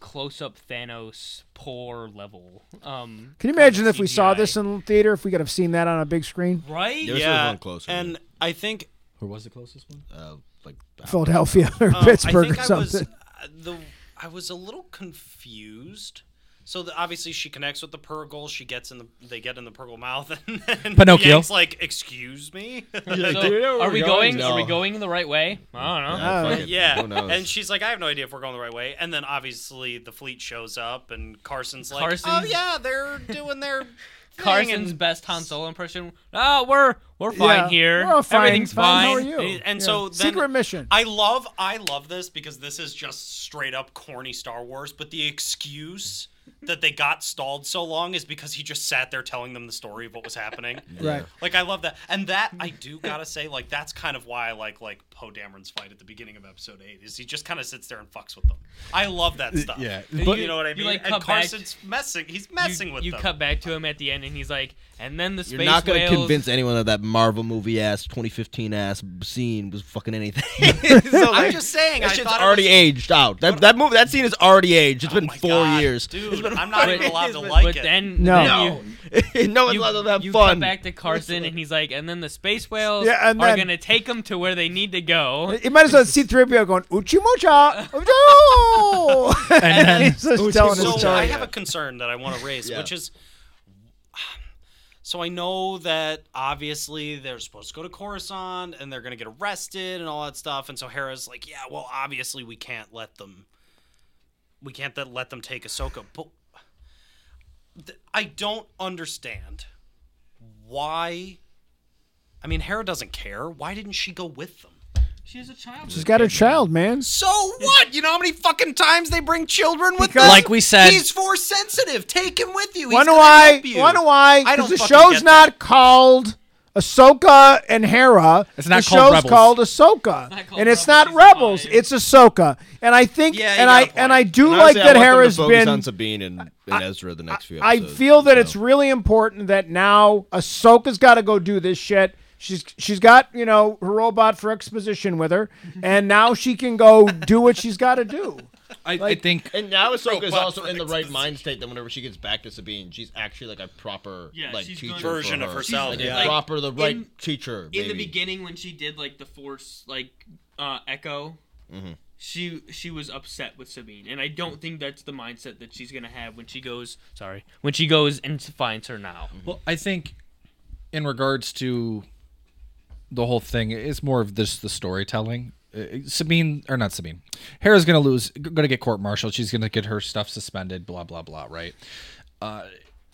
[SPEAKER 3] close up Thanos poor level. Um,
[SPEAKER 7] Can you imagine
[SPEAKER 3] kind of
[SPEAKER 7] if we saw
[SPEAKER 3] CGI.
[SPEAKER 7] this in theater? If we could have seen that on a big screen,
[SPEAKER 3] right?
[SPEAKER 8] There was
[SPEAKER 5] yeah,
[SPEAKER 8] one closer.
[SPEAKER 5] and I think
[SPEAKER 6] Who was the closest one?
[SPEAKER 8] uh, like
[SPEAKER 7] Philadelphia or
[SPEAKER 5] Um,
[SPEAKER 7] Pittsburgh
[SPEAKER 5] I
[SPEAKER 7] or
[SPEAKER 5] think I was,
[SPEAKER 7] something.
[SPEAKER 5] uh, the, I was a little confused. So the, obviously she connects with the Purgle. She gets in the they get in the Purgle mouth, and, then
[SPEAKER 6] Pinocchio.
[SPEAKER 5] Yank's like, "Excuse me."
[SPEAKER 3] So,
[SPEAKER 8] do you know where
[SPEAKER 3] are we
[SPEAKER 8] we're
[SPEAKER 3] going?
[SPEAKER 8] going?
[SPEAKER 3] Are we
[SPEAKER 8] No.
[SPEAKER 3] going the right way? I don't know.
[SPEAKER 5] yeah,
[SPEAKER 8] Who knows?
[SPEAKER 5] and she's like, "I have no idea if we're going the right way." And then obviously the fleet shows up, and Carson's like, "Oh
[SPEAKER 3] Carson's-
[SPEAKER 5] yeah, they're doing their." thing,"
[SPEAKER 3] Carson's
[SPEAKER 5] and,
[SPEAKER 3] best Han Solo impression. Oh, we're we're fine
[SPEAKER 7] Yeah,
[SPEAKER 3] here.
[SPEAKER 7] We're all fine.
[SPEAKER 3] Everything's fine.
[SPEAKER 7] How are you?
[SPEAKER 5] And, and so
[SPEAKER 7] Yeah.
[SPEAKER 5] then
[SPEAKER 7] secret mission.
[SPEAKER 5] I love I love this because this is just straight up corny Star Wars, but the excuse that they got stalled so long is because he just sat there telling them the story of what was happening.
[SPEAKER 7] Right.
[SPEAKER 5] Like I love that. And that I do gotta say, like that's kind of why I like like Poe Dameron's fight at the beginning of episode eight is he just kinda sits there and fucks with them. I love that stuff.
[SPEAKER 6] yeah.
[SPEAKER 5] But,
[SPEAKER 6] But-
[SPEAKER 5] you know what I
[SPEAKER 3] You,
[SPEAKER 5] mean?
[SPEAKER 3] like,
[SPEAKER 5] and
[SPEAKER 3] cut back-
[SPEAKER 5] Carson's messing he's messing
[SPEAKER 3] you,
[SPEAKER 5] with
[SPEAKER 3] you
[SPEAKER 5] them.
[SPEAKER 3] cut back to him at the end, and he's like, and then the space
[SPEAKER 4] You're not going to
[SPEAKER 3] whales.
[SPEAKER 4] convince anyone that that Marvel movie ass 2015 ass scene was fucking anything.
[SPEAKER 5] I'm just saying
[SPEAKER 4] That
[SPEAKER 5] I
[SPEAKER 4] shit's
[SPEAKER 5] thought it
[SPEAKER 4] already
[SPEAKER 5] was- Oh
[SPEAKER 4] aged out. That that movie, that scene is already aged. It's been
[SPEAKER 5] my
[SPEAKER 4] four
[SPEAKER 5] God,
[SPEAKER 4] years.
[SPEAKER 5] Dude, I'm not even allowed to like
[SPEAKER 3] But
[SPEAKER 5] it.
[SPEAKER 3] then,
[SPEAKER 7] No.
[SPEAKER 3] then you-
[SPEAKER 4] No, no one's
[SPEAKER 3] you,
[SPEAKER 4] allowed to have
[SPEAKER 3] you
[SPEAKER 4] fun.
[SPEAKER 3] cut back to Carson, and he's like, and then the space whales
[SPEAKER 7] Yeah, and
[SPEAKER 3] are
[SPEAKER 7] then-
[SPEAKER 3] gonna take them to where they need to go.
[SPEAKER 7] it might as well see three people going Uchimocha. No, and
[SPEAKER 6] then-
[SPEAKER 7] he's just uh, telling his
[SPEAKER 5] so
[SPEAKER 7] story.
[SPEAKER 5] I have a concern that I want to raise,
[SPEAKER 4] Yeah.
[SPEAKER 5] which is so I know that obviously they're supposed to go to Coruscant and they're going to get arrested and all that stuff. And so Hera's like, yeah, well, obviously we can't let them, we can't th- let them take Ahsoka. But th- I don't understand why. I mean, Hera doesn't care. Why didn't she go with them?
[SPEAKER 3] She's a child.
[SPEAKER 7] She's got a child, man.
[SPEAKER 5] So what? You know how many fucking times they bring children with
[SPEAKER 7] Because-
[SPEAKER 5] them?
[SPEAKER 6] Like we said-
[SPEAKER 5] he's force sensitive. Take him with you. He's
[SPEAKER 7] Wonder
[SPEAKER 5] gonna
[SPEAKER 7] why?
[SPEAKER 5] help you.
[SPEAKER 7] Wonder why?
[SPEAKER 5] I don't
[SPEAKER 7] Because the
[SPEAKER 5] fucking
[SPEAKER 7] show's
[SPEAKER 5] get
[SPEAKER 7] not called Ahsoka and Hera.
[SPEAKER 6] It's not
[SPEAKER 7] the
[SPEAKER 6] called
[SPEAKER 7] show's
[SPEAKER 6] Rebels.
[SPEAKER 7] called Ahsoka,
[SPEAKER 3] not called
[SPEAKER 7] and
[SPEAKER 3] Rebels,
[SPEAKER 7] it's not
[SPEAKER 3] season
[SPEAKER 7] Rebels.
[SPEAKER 3] five.
[SPEAKER 7] It's Ahsoka, and I think,
[SPEAKER 3] Yeah, you got
[SPEAKER 7] and I
[SPEAKER 3] a point.
[SPEAKER 7] and I do
[SPEAKER 8] And
[SPEAKER 7] like
[SPEAKER 8] honestly, I
[SPEAKER 7] that
[SPEAKER 8] want them to
[SPEAKER 7] Hera's
[SPEAKER 8] focus
[SPEAKER 7] been.
[SPEAKER 8] on Sabine and, and Ezra the next few.
[SPEAKER 7] I
[SPEAKER 8] episodes,
[SPEAKER 7] feel that
[SPEAKER 8] so.
[SPEAKER 7] it's really important that now Ahsoka's got to go do this shit. She's she's got you know her robot for exposition with her, and now she can go do what she's got to do.
[SPEAKER 6] I, I think
[SPEAKER 8] And now Ahsoka is
[SPEAKER 5] Robot
[SPEAKER 8] also in the
[SPEAKER 5] fixes.
[SPEAKER 8] right mind state that whenever she gets back to Sabine, she's actually like a proper
[SPEAKER 3] Yeah,
[SPEAKER 8] like
[SPEAKER 3] she's
[SPEAKER 8] teacher
[SPEAKER 3] good.
[SPEAKER 8] for
[SPEAKER 5] Version of
[SPEAKER 8] her.
[SPEAKER 5] herself,
[SPEAKER 8] like,
[SPEAKER 5] yeah.
[SPEAKER 8] a
[SPEAKER 5] Like,
[SPEAKER 8] proper the right
[SPEAKER 3] in-
[SPEAKER 8] teacher.
[SPEAKER 3] in the
[SPEAKER 8] maybe.
[SPEAKER 3] beginning when she did like the force like uh echo she she was upset with sabine and i don't think that's the mindset that she's gonna have when she goes sorry when she goes and finds her now
[SPEAKER 6] Well, I think in regards to the whole thing, it's more of this the storytelling. Uh, Sabine or not Sabine, Hera's gonna lose, g- gonna get court martialed. She's gonna get her stuff suspended. Blah blah blah. Right. Uh,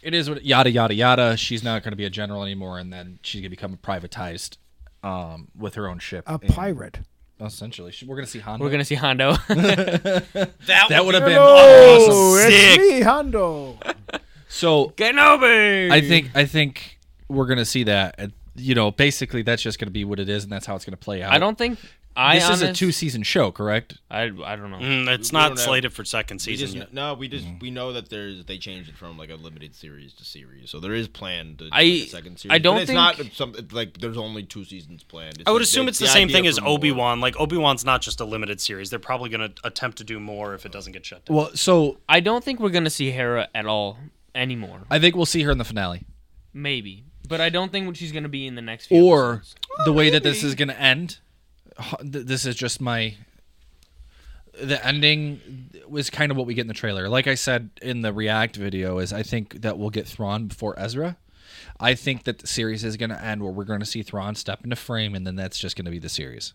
[SPEAKER 6] it is what yada yada yada. She's not gonna be a general anymore, and then she's gonna become privatized um, with her own ship.
[SPEAKER 7] A
[SPEAKER 6] and-
[SPEAKER 7] pirate.
[SPEAKER 6] essentially. She- We're gonna see Honda.
[SPEAKER 3] we're gonna see hondo
[SPEAKER 5] That,
[SPEAKER 6] That would have been
[SPEAKER 7] Hello,
[SPEAKER 6] awesome.
[SPEAKER 7] it's me, Hondo.
[SPEAKER 6] So
[SPEAKER 3] kenobi
[SPEAKER 6] I think I think we're gonna see that. and, You know, basically that's just gonna be what it is, and that's how it's gonna play out.
[SPEAKER 3] i don't think i
[SPEAKER 6] this is a
[SPEAKER 3] honest-
[SPEAKER 6] two season show, correct?
[SPEAKER 3] I, I don't know
[SPEAKER 5] Mm, it's
[SPEAKER 8] We
[SPEAKER 5] not
[SPEAKER 8] don't have-
[SPEAKER 5] slated for second
[SPEAKER 8] We
[SPEAKER 5] season
[SPEAKER 8] just,
[SPEAKER 5] yet.
[SPEAKER 8] no, we just we know that there's they changed it from like a limited series to series, so there is planned to do
[SPEAKER 3] I-
[SPEAKER 8] a second series.
[SPEAKER 3] I don't
[SPEAKER 8] but it's
[SPEAKER 3] think-
[SPEAKER 8] not something like there's only two seasons planned.
[SPEAKER 5] I would
[SPEAKER 8] like,
[SPEAKER 5] assume
[SPEAKER 8] they-
[SPEAKER 5] it's the, same
[SPEAKER 8] idea
[SPEAKER 5] thing as
[SPEAKER 8] for more.
[SPEAKER 5] Obi Wan. Like Obi Wan's not just a limited series. They're probably going to attempt to do more if it doesn't get shut down.
[SPEAKER 6] Well, so
[SPEAKER 3] i don't think we're gonna see hera at all anymore
[SPEAKER 6] I think we'll see her in the finale,
[SPEAKER 3] maybe but i don't think she's gonna be in the next few
[SPEAKER 6] or
[SPEAKER 3] episodes.
[SPEAKER 6] the way that this is going to end. h- th- This is just my. The ending was kind of what we get in the trailer. Like I said in the React video, is I think that we'll get Thrawn before Ezra. I think that the series is going to end where we're going to see Thrawn step into frame, and then that's just going to be the series.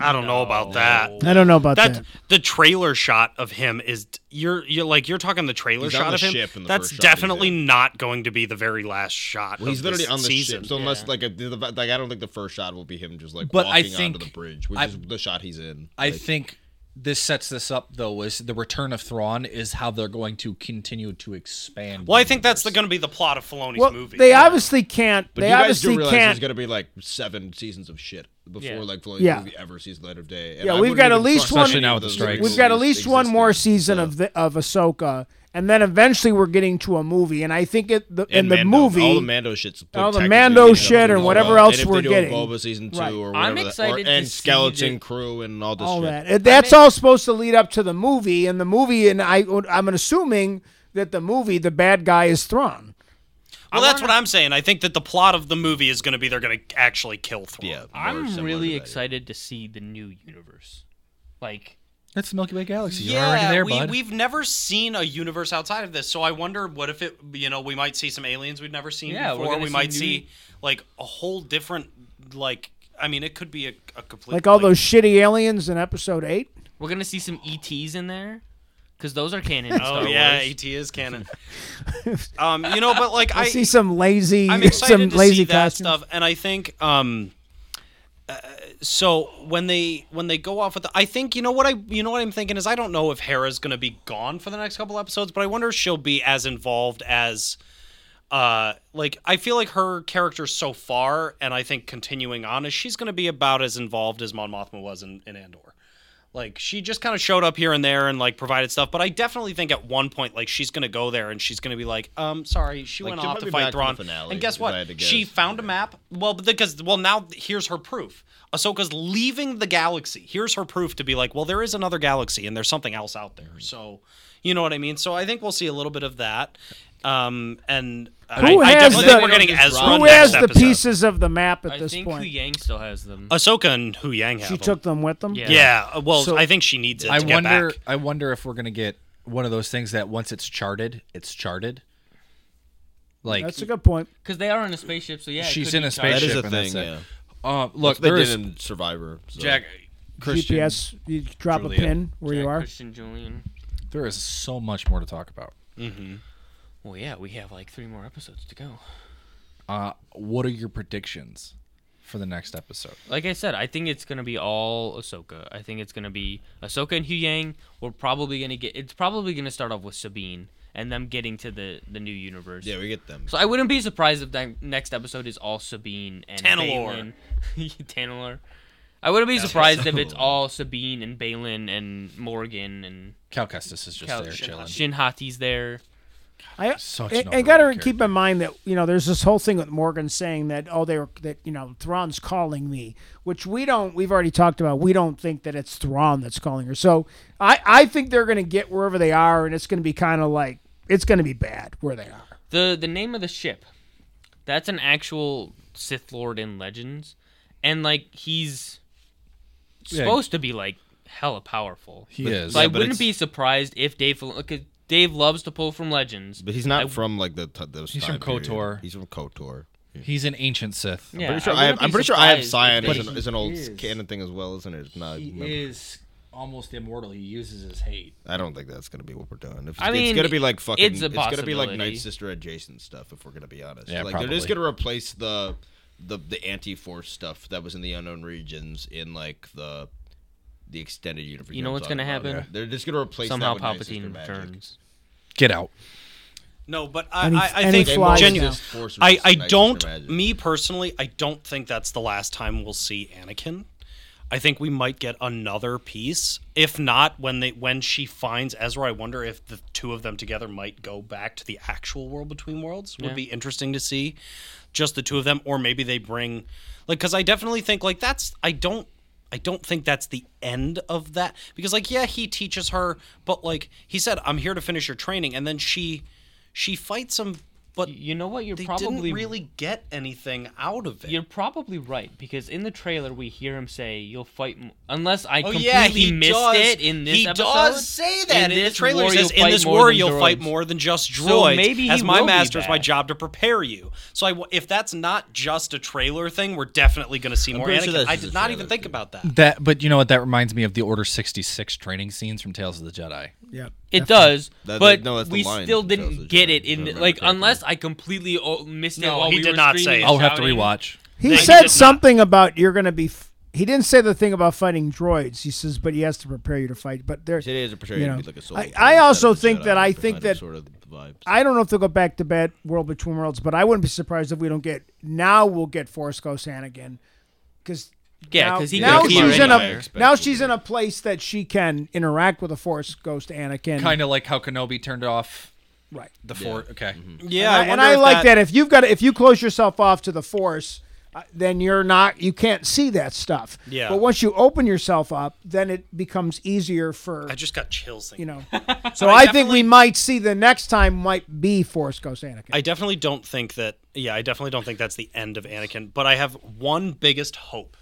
[SPEAKER 5] I don't know about that.
[SPEAKER 7] I don't know about
[SPEAKER 5] That
[SPEAKER 7] that.
[SPEAKER 5] the trailer shot of him is you're you're like you're talking the trailer
[SPEAKER 8] He's on
[SPEAKER 5] shot
[SPEAKER 8] the
[SPEAKER 5] of him.
[SPEAKER 8] ship in the
[SPEAKER 5] That's
[SPEAKER 8] first shot he's
[SPEAKER 5] definitely
[SPEAKER 8] in.
[SPEAKER 5] not going to be the very last shot.
[SPEAKER 8] Well, he's
[SPEAKER 5] of
[SPEAKER 8] literally
[SPEAKER 5] this
[SPEAKER 8] on the
[SPEAKER 5] season.
[SPEAKER 8] ship, so unless
[SPEAKER 3] Yeah.
[SPEAKER 8] like a, the, like I don't think the first shot will be him just like
[SPEAKER 6] But I
[SPEAKER 8] walking
[SPEAKER 6] think-
[SPEAKER 8] onto the bridge, which
[SPEAKER 6] I-
[SPEAKER 8] is the shot he's in.
[SPEAKER 6] I
[SPEAKER 8] Like,
[SPEAKER 6] think this sets this up though. Is the return of Thrawn is how they're going to continue to expand.
[SPEAKER 5] Well, I
[SPEAKER 6] the
[SPEAKER 5] think that's going to be the plot of Filoni's
[SPEAKER 7] Well,
[SPEAKER 5] movie.
[SPEAKER 7] they obviously can't.
[SPEAKER 8] But
[SPEAKER 7] they
[SPEAKER 8] you guys do
[SPEAKER 7] obviously
[SPEAKER 8] realize
[SPEAKER 7] can't.
[SPEAKER 8] there's gonna be like seven seasons of shit before
[SPEAKER 3] Yeah.
[SPEAKER 8] like Filoni's
[SPEAKER 7] Yeah.
[SPEAKER 8] movie ever sees the light of day. and
[SPEAKER 7] Yeah,
[SPEAKER 8] I
[SPEAKER 7] we've
[SPEAKER 8] wouldn't
[SPEAKER 7] got
[SPEAKER 8] even
[SPEAKER 7] at least
[SPEAKER 8] trust
[SPEAKER 7] one-
[SPEAKER 8] any
[SPEAKER 6] Especially now
[SPEAKER 8] of
[SPEAKER 6] with the
[SPEAKER 8] those
[SPEAKER 6] strikes.
[SPEAKER 7] We've got at
[SPEAKER 8] movies
[SPEAKER 7] least one more
[SPEAKER 8] existing,
[SPEAKER 7] season
[SPEAKER 8] so-
[SPEAKER 7] of the, of Ahsoka, and then eventually we're getting to a movie. And I think it the, in the
[SPEAKER 8] Mando.
[SPEAKER 7] movie,
[SPEAKER 8] all the Mando shit's
[SPEAKER 7] all the
[SPEAKER 8] technically
[SPEAKER 7] Mando
[SPEAKER 8] leading up
[SPEAKER 7] shit
[SPEAKER 8] to
[SPEAKER 7] or
[SPEAKER 8] Boba.
[SPEAKER 7] whatever else
[SPEAKER 8] and if
[SPEAKER 7] we're
[SPEAKER 8] they do a
[SPEAKER 7] getting.
[SPEAKER 8] Boba season two
[SPEAKER 7] Right.
[SPEAKER 3] I'm
[SPEAKER 8] or whatever, that-
[SPEAKER 3] excited
[SPEAKER 8] or,
[SPEAKER 3] to
[SPEAKER 8] and
[SPEAKER 3] see
[SPEAKER 8] skeleton
[SPEAKER 3] the-
[SPEAKER 8] crew and all this
[SPEAKER 7] all
[SPEAKER 8] shit.
[SPEAKER 7] that. It- That's all supposed to lead up to the movie, and the movie, and I would- I'm assuming that the movie, the bad guy is Thrawn.
[SPEAKER 5] well, that's what I'm saying. I think that the plot of the movie is going to be they're going to actually kill Thrawn.
[SPEAKER 8] Yeah, more
[SPEAKER 3] i'm
[SPEAKER 8] similar
[SPEAKER 3] really
[SPEAKER 8] to that.
[SPEAKER 3] excited to see the new universe like
[SPEAKER 6] That's the Milky Way galaxy. You're
[SPEAKER 5] Yeah,
[SPEAKER 6] already there,
[SPEAKER 5] we,
[SPEAKER 6] bud.
[SPEAKER 5] we've never seen a universe outside of this, so I wonder what if it, you know, we might see some aliens we've never seen
[SPEAKER 3] Yeah, we're
[SPEAKER 5] before.
[SPEAKER 3] gonna
[SPEAKER 5] We
[SPEAKER 3] see
[SPEAKER 5] might
[SPEAKER 3] new-
[SPEAKER 5] see like a whole different, like, I mean, it could be a, a complete,
[SPEAKER 7] Like all those shitty aliens in Episode Eight.
[SPEAKER 3] We're gonna see some ETs in there, because those are canon. in
[SPEAKER 5] Oh
[SPEAKER 3] Star
[SPEAKER 5] yeah,
[SPEAKER 3] Wars.
[SPEAKER 5] ET is canon. um, you know, but like I,
[SPEAKER 7] I see some lazy,
[SPEAKER 5] I'm excited
[SPEAKER 7] some
[SPEAKER 5] to
[SPEAKER 7] lazy
[SPEAKER 5] see that
[SPEAKER 7] costumes.
[SPEAKER 5] stuff, and I think um, uh, so when they when they go off with the, I think you know what I you know what I'm thinking is I don't know if Hera's going to be gone for the next couple episodes, but I wonder if she'll be as involved as uh like I feel like her character so far, and I think continuing on is she's going to be about as involved as Mon Mothma was in, in Andor. Like she just kind of showed up here and there and like provided stuff, but I definitely think at one point like she's gonna go there and she's gonna be like, um, sorry, she
[SPEAKER 8] Like,
[SPEAKER 5] went
[SPEAKER 8] she
[SPEAKER 5] off
[SPEAKER 8] might
[SPEAKER 5] to
[SPEAKER 8] be
[SPEAKER 5] fight
[SPEAKER 8] back for the
[SPEAKER 5] Thrawn.
[SPEAKER 8] finale,
[SPEAKER 5] and guess
[SPEAKER 8] if I
[SPEAKER 5] what?
[SPEAKER 8] had to
[SPEAKER 5] She
[SPEAKER 8] guess.
[SPEAKER 5] found a map. Well, because well now here's her proof. Ahsoka's leaving the galaxy. Here's her proof to be like, well, there is another galaxy and there's something else out there.
[SPEAKER 7] Mm-hmm.
[SPEAKER 5] So, you know what I mean. So I think we'll see a little bit of that. Um, and I,
[SPEAKER 7] Who
[SPEAKER 5] I
[SPEAKER 7] has
[SPEAKER 5] definitely
[SPEAKER 7] the-
[SPEAKER 5] think we're getting Ezra
[SPEAKER 7] Who
[SPEAKER 5] next
[SPEAKER 7] has the
[SPEAKER 5] episode.
[SPEAKER 7] pieces of the map at
[SPEAKER 3] I
[SPEAKER 7] this
[SPEAKER 3] think
[SPEAKER 7] point?
[SPEAKER 3] Hu Yang still has them.
[SPEAKER 5] Ahsoka and Hu Yang have
[SPEAKER 7] she
[SPEAKER 5] them.
[SPEAKER 7] took them with them.
[SPEAKER 3] Yeah.
[SPEAKER 5] Yeah, uh, well,
[SPEAKER 7] So-
[SPEAKER 5] I think she needs it.
[SPEAKER 6] I
[SPEAKER 5] to get
[SPEAKER 6] wonder.
[SPEAKER 5] back.
[SPEAKER 6] I wonder if we're gonna get one of those things that once it's charted, it's charted. Like
[SPEAKER 7] that's a good point.
[SPEAKER 3] Because they are in a spaceship, so yeah. it
[SPEAKER 6] She's
[SPEAKER 3] could
[SPEAKER 6] in
[SPEAKER 3] be
[SPEAKER 6] a
[SPEAKER 3] Star-
[SPEAKER 8] That is
[SPEAKER 6] Ship
[SPEAKER 8] a
[SPEAKER 6] and that's
[SPEAKER 8] thing.
[SPEAKER 6] it.
[SPEAKER 8] Yeah,
[SPEAKER 6] uh,
[SPEAKER 8] Look,
[SPEAKER 6] look,
[SPEAKER 8] they did
[SPEAKER 6] there's
[SPEAKER 8] in Survivor. so-
[SPEAKER 6] Jack Christian.
[SPEAKER 7] GPS, you drop
[SPEAKER 6] Juliet.
[SPEAKER 7] a pin where
[SPEAKER 3] Jack
[SPEAKER 7] you are.
[SPEAKER 3] Christian Julian.
[SPEAKER 6] There is so much more to talk about.
[SPEAKER 3] Well, yeah, we have like three more episodes to go.
[SPEAKER 6] Uh, what are your predictions for the next episode?
[SPEAKER 3] Like I said, I think it's gonna be all Ahsoka. I think it's gonna be Ahsoka and Hu Yang. We're probably gonna get. It's probably gonna start off with Sabine, and them getting to the the new universe.
[SPEAKER 8] Yeah, we get them.
[SPEAKER 3] So I wouldn't be surprised if the next episode is all Sabine and
[SPEAKER 5] Tantalor.
[SPEAKER 3] Balin. Tantalor. I wouldn't be surprised if it's all Sabine and Balin and Morgan and
[SPEAKER 6] Cal Kestis is just
[SPEAKER 3] Cal-
[SPEAKER 6] there chilling.
[SPEAKER 3] Shin Hati's there.
[SPEAKER 7] I,
[SPEAKER 6] Such an
[SPEAKER 7] I, I gotta
[SPEAKER 6] overrated
[SPEAKER 7] keep in mind that you know there's this whole thing with Morgan saying that oh they were that you know Thrawn's calling me, which we don't we've already talked about. We don't think that it's Thrawn that's calling her. So I I think they're gonna get wherever they are, and it's gonna be kind of like it's gonna be bad where they are.
[SPEAKER 3] The the name of the ship. That's an actual Sith Lord in Legends. And like he's
[SPEAKER 6] Yeah.
[SPEAKER 3] supposed to be like hella powerful.
[SPEAKER 6] He is.
[SPEAKER 3] So I
[SPEAKER 8] but
[SPEAKER 3] wouldn't
[SPEAKER 8] it's-
[SPEAKER 3] be surprised if Dave Fil- 'cause Dave loves to pull from legends.
[SPEAKER 8] But he's not from like the. T- those
[SPEAKER 6] He's from
[SPEAKER 8] time period.
[SPEAKER 6] KOTOR.
[SPEAKER 8] He's from Kotor.
[SPEAKER 6] He's an ancient Sith.
[SPEAKER 3] Yeah,
[SPEAKER 8] Pretty sure I
[SPEAKER 3] wouldn't
[SPEAKER 8] have,
[SPEAKER 3] be
[SPEAKER 8] I'm pretty sure I have
[SPEAKER 3] surprised
[SPEAKER 8] Scion
[SPEAKER 3] if
[SPEAKER 8] is
[SPEAKER 3] they-
[SPEAKER 8] an, is an old
[SPEAKER 6] is.
[SPEAKER 8] canon thing as well, isn't it? If not, remember-
[SPEAKER 6] is almost immortal. He uses his hate.
[SPEAKER 8] I don't think that's gonna be what we're doing. If it's,
[SPEAKER 3] I mean,
[SPEAKER 8] it's gonna be like fucking,
[SPEAKER 3] it's
[SPEAKER 8] it's,
[SPEAKER 3] a
[SPEAKER 8] gonna be like
[SPEAKER 3] possibility.
[SPEAKER 8] Night Sister adjacent stuff. If we're gonna be honest,
[SPEAKER 6] Yeah,
[SPEAKER 8] like they're just
[SPEAKER 6] probably.
[SPEAKER 8] gonna replace the the the anti force stuff that was in the unknown regions in like the the extended universe.
[SPEAKER 3] You know
[SPEAKER 8] what
[SPEAKER 3] what's
[SPEAKER 8] I'm
[SPEAKER 3] gonna
[SPEAKER 8] talking about.
[SPEAKER 3] happen?
[SPEAKER 8] They're just gonna replace
[SPEAKER 3] somehow
[SPEAKER 8] that with Night Sister
[SPEAKER 3] Palpatine
[SPEAKER 8] magic.
[SPEAKER 3] returns.
[SPEAKER 6] Get out.
[SPEAKER 5] No, but I,
[SPEAKER 7] And he-
[SPEAKER 5] I, I
[SPEAKER 7] and he
[SPEAKER 5] think
[SPEAKER 7] flies
[SPEAKER 5] genu-
[SPEAKER 7] now.
[SPEAKER 8] Force
[SPEAKER 5] I, I
[SPEAKER 8] resistant Night
[SPEAKER 5] don't.
[SPEAKER 8] Sister magic.
[SPEAKER 5] Me personally, I don't think that's the last time we'll see Anakin. I think we might get another piece. If not, when they when she finds Ezra, I wonder if the two of them together might go back to the actual world between worlds. Would
[SPEAKER 3] Yeah.
[SPEAKER 5] be interesting to see, just the two of them, or maybe they bring, like, because I definitely think like that's I don't. I don't think that's the end of that because like yeah he teaches her but like he said I'm here to finish your training and then she she fights him but
[SPEAKER 3] You know what? You're
[SPEAKER 5] they
[SPEAKER 3] probably
[SPEAKER 5] didn't really get anything out of it.
[SPEAKER 3] You're probably right because in the trailer we hear him say you'll fight m-. unless I
[SPEAKER 5] oh
[SPEAKER 3] completely
[SPEAKER 5] yeah, he
[SPEAKER 3] missed
[SPEAKER 5] does,
[SPEAKER 3] it in this
[SPEAKER 5] he
[SPEAKER 3] episode.
[SPEAKER 5] does say that in, the
[SPEAKER 3] this
[SPEAKER 5] trailer.
[SPEAKER 3] war
[SPEAKER 5] he says
[SPEAKER 3] you'll
[SPEAKER 5] in
[SPEAKER 3] fight
[SPEAKER 5] this
[SPEAKER 3] more
[SPEAKER 5] war
[SPEAKER 3] than
[SPEAKER 5] you'll fight
[SPEAKER 3] droids."
[SPEAKER 5] more than just droids.
[SPEAKER 3] So maybe he
[SPEAKER 5] as my
[SPEAKER 3] will be
[SPEAKER 5] master, it's my
[SPEAKER 3] back.
[SPEAKER 5] job to prepare you. So I w if that's not just a trailer thing, we're definitely going to see more
[SPEAKER 8] pretty
[SPEAKER 5] Anakin.
[SPEAKER 8] sure that's
[SPEAKER 5] I
[SPEAKER 8] just
[SPEAKER 5] did
[SPEAKER 8] a
[SPEAKER 5] not
[SPEAKER 8] trailer,
[SPEAKER 5] even think
[SPEAKER 8] too.
[SPEAKER 5] about that.
[SPEAKER 6] That, but you know what? That reminds me of the Order sixty six training scenes from Tales of the Jedi.
[SPEAKER 7] Yeah.
[SPEAKER 3] It does,
[SPEAKER 8] That-
[SPEAKER 3] but
[SPEAKER 8] no, that's the
[SPEAKER 3] we
[SPEAKER 8] line
[SPEAKER 3] still
[SPEAKER 8] that tells
[SPEAKER 3] didn't
[SPEAKER 8] us
[SPEAKER 3] get
[SPEAKER 8] that.
[SPEAKER 3] it in
[SPEAKER 8] I
[SPEAKER 3] the,
[SPEAKER 8] remember
[SPEAKER 3] like
[SPEAKER 8] correctly.
[SPEAKER 3] unless I completely o- missed it
[SPEAKER 5] No,
[SPEAKER 3] while
[SPEAKER 5] he
[SPEAKER 3] we
[SPEAKER 5] did
[SPEAKER 3] were
[SPEAKER 5] not
[SPEAKER 3] screaming
[SPEAKER 5] say it.
[SPEAKER 3] and
[SPEAKER 6] I'll have to
[SPEAKER 3] shouting.
[SPEAKER 6] rewatch.
[SPEAKER 5] They-
[SPEAKER 7] He
[SPEAKER 5] he did
[SPEAKER 7] said
[SPEAKER 5] not.
[SPEAKER 7] something about you're gonna be. F- he didn't say the thing about fighting droids. He says, but he has to prepare you to fight. But there,
[SPEAKER 8] Today is a portrayal
[SPEAKER 7] you
[SPEAKER 8] to
[SPEAKER 7] know,
[SPEAKER 8] be like a soul.
[SPEAKER 7] I-
[SPEAKER 8] kind
[SPEAKER 7] I
[SPEAKER 8] of instead
[SPEAKER 7] also
[SPEAKER 8] of
[SPEAKER 7] think
[SPEAKER 8] Jedi,
[SPEAKER 7] that I
[SPEAKER 8] kind
[SPEAKER 7] think
[SPEAKER 8] of
[SPEAKER 7] that-
[SPEAKER 8] sort of the vibes.
[SPEAKER 7] I don't know if they'll go back to bad World Between Worlds, but I wouldn't be surprised if we don't get now. We'll get Force Ghost Anakin because
[SPEAKER 3] Yeah,
[SPEAKER 7] now,
[SPEAKER 3] 'cause he
[SPEAKER 7] now
[SPEAKER 3] could
[SPEAKER 7] she's
[SPEAKER 3] come
[SPEAKER 7] in
[SPEAKER 3] anywhere. I
[SPEAKER 7] a
[SPEAKER 8] expect
[SPEAKER 7] now
[SPEAKER 8] we'll
[SPEAKER 7] she's
[SPEAKER 8] get-
[SPEAKER 7] in a place that she can interact with a Force Ghost Anakin.
[SPEAKER 6] Kind of like how Kenobi turned off
[SPEAKER 7] right.
[SPEAKER 6] the fort. Okay.
[SPEAKER 1] Mm-hmm.
[SPEAKER 5] Yeah,
[SPEAKER 7] and I, and I like that. If you've got if you close yourself off to the Force. uh, Then you're not, you can't see that stuff.
[SPEAKER 5] Yeah.
[SPEAKER 7] But once you open yourself up, then it becomes easier for
[SPEAKER 5] I just got chills. Thinking.
[SPEAKER 7] you know. So I, think we might see the next time might be Force Ghost Anakin.
[SPEAKER 5] I definitely don't think that. Yeah, I definitely don't think that's the end of Anakin. But I have one biggest hope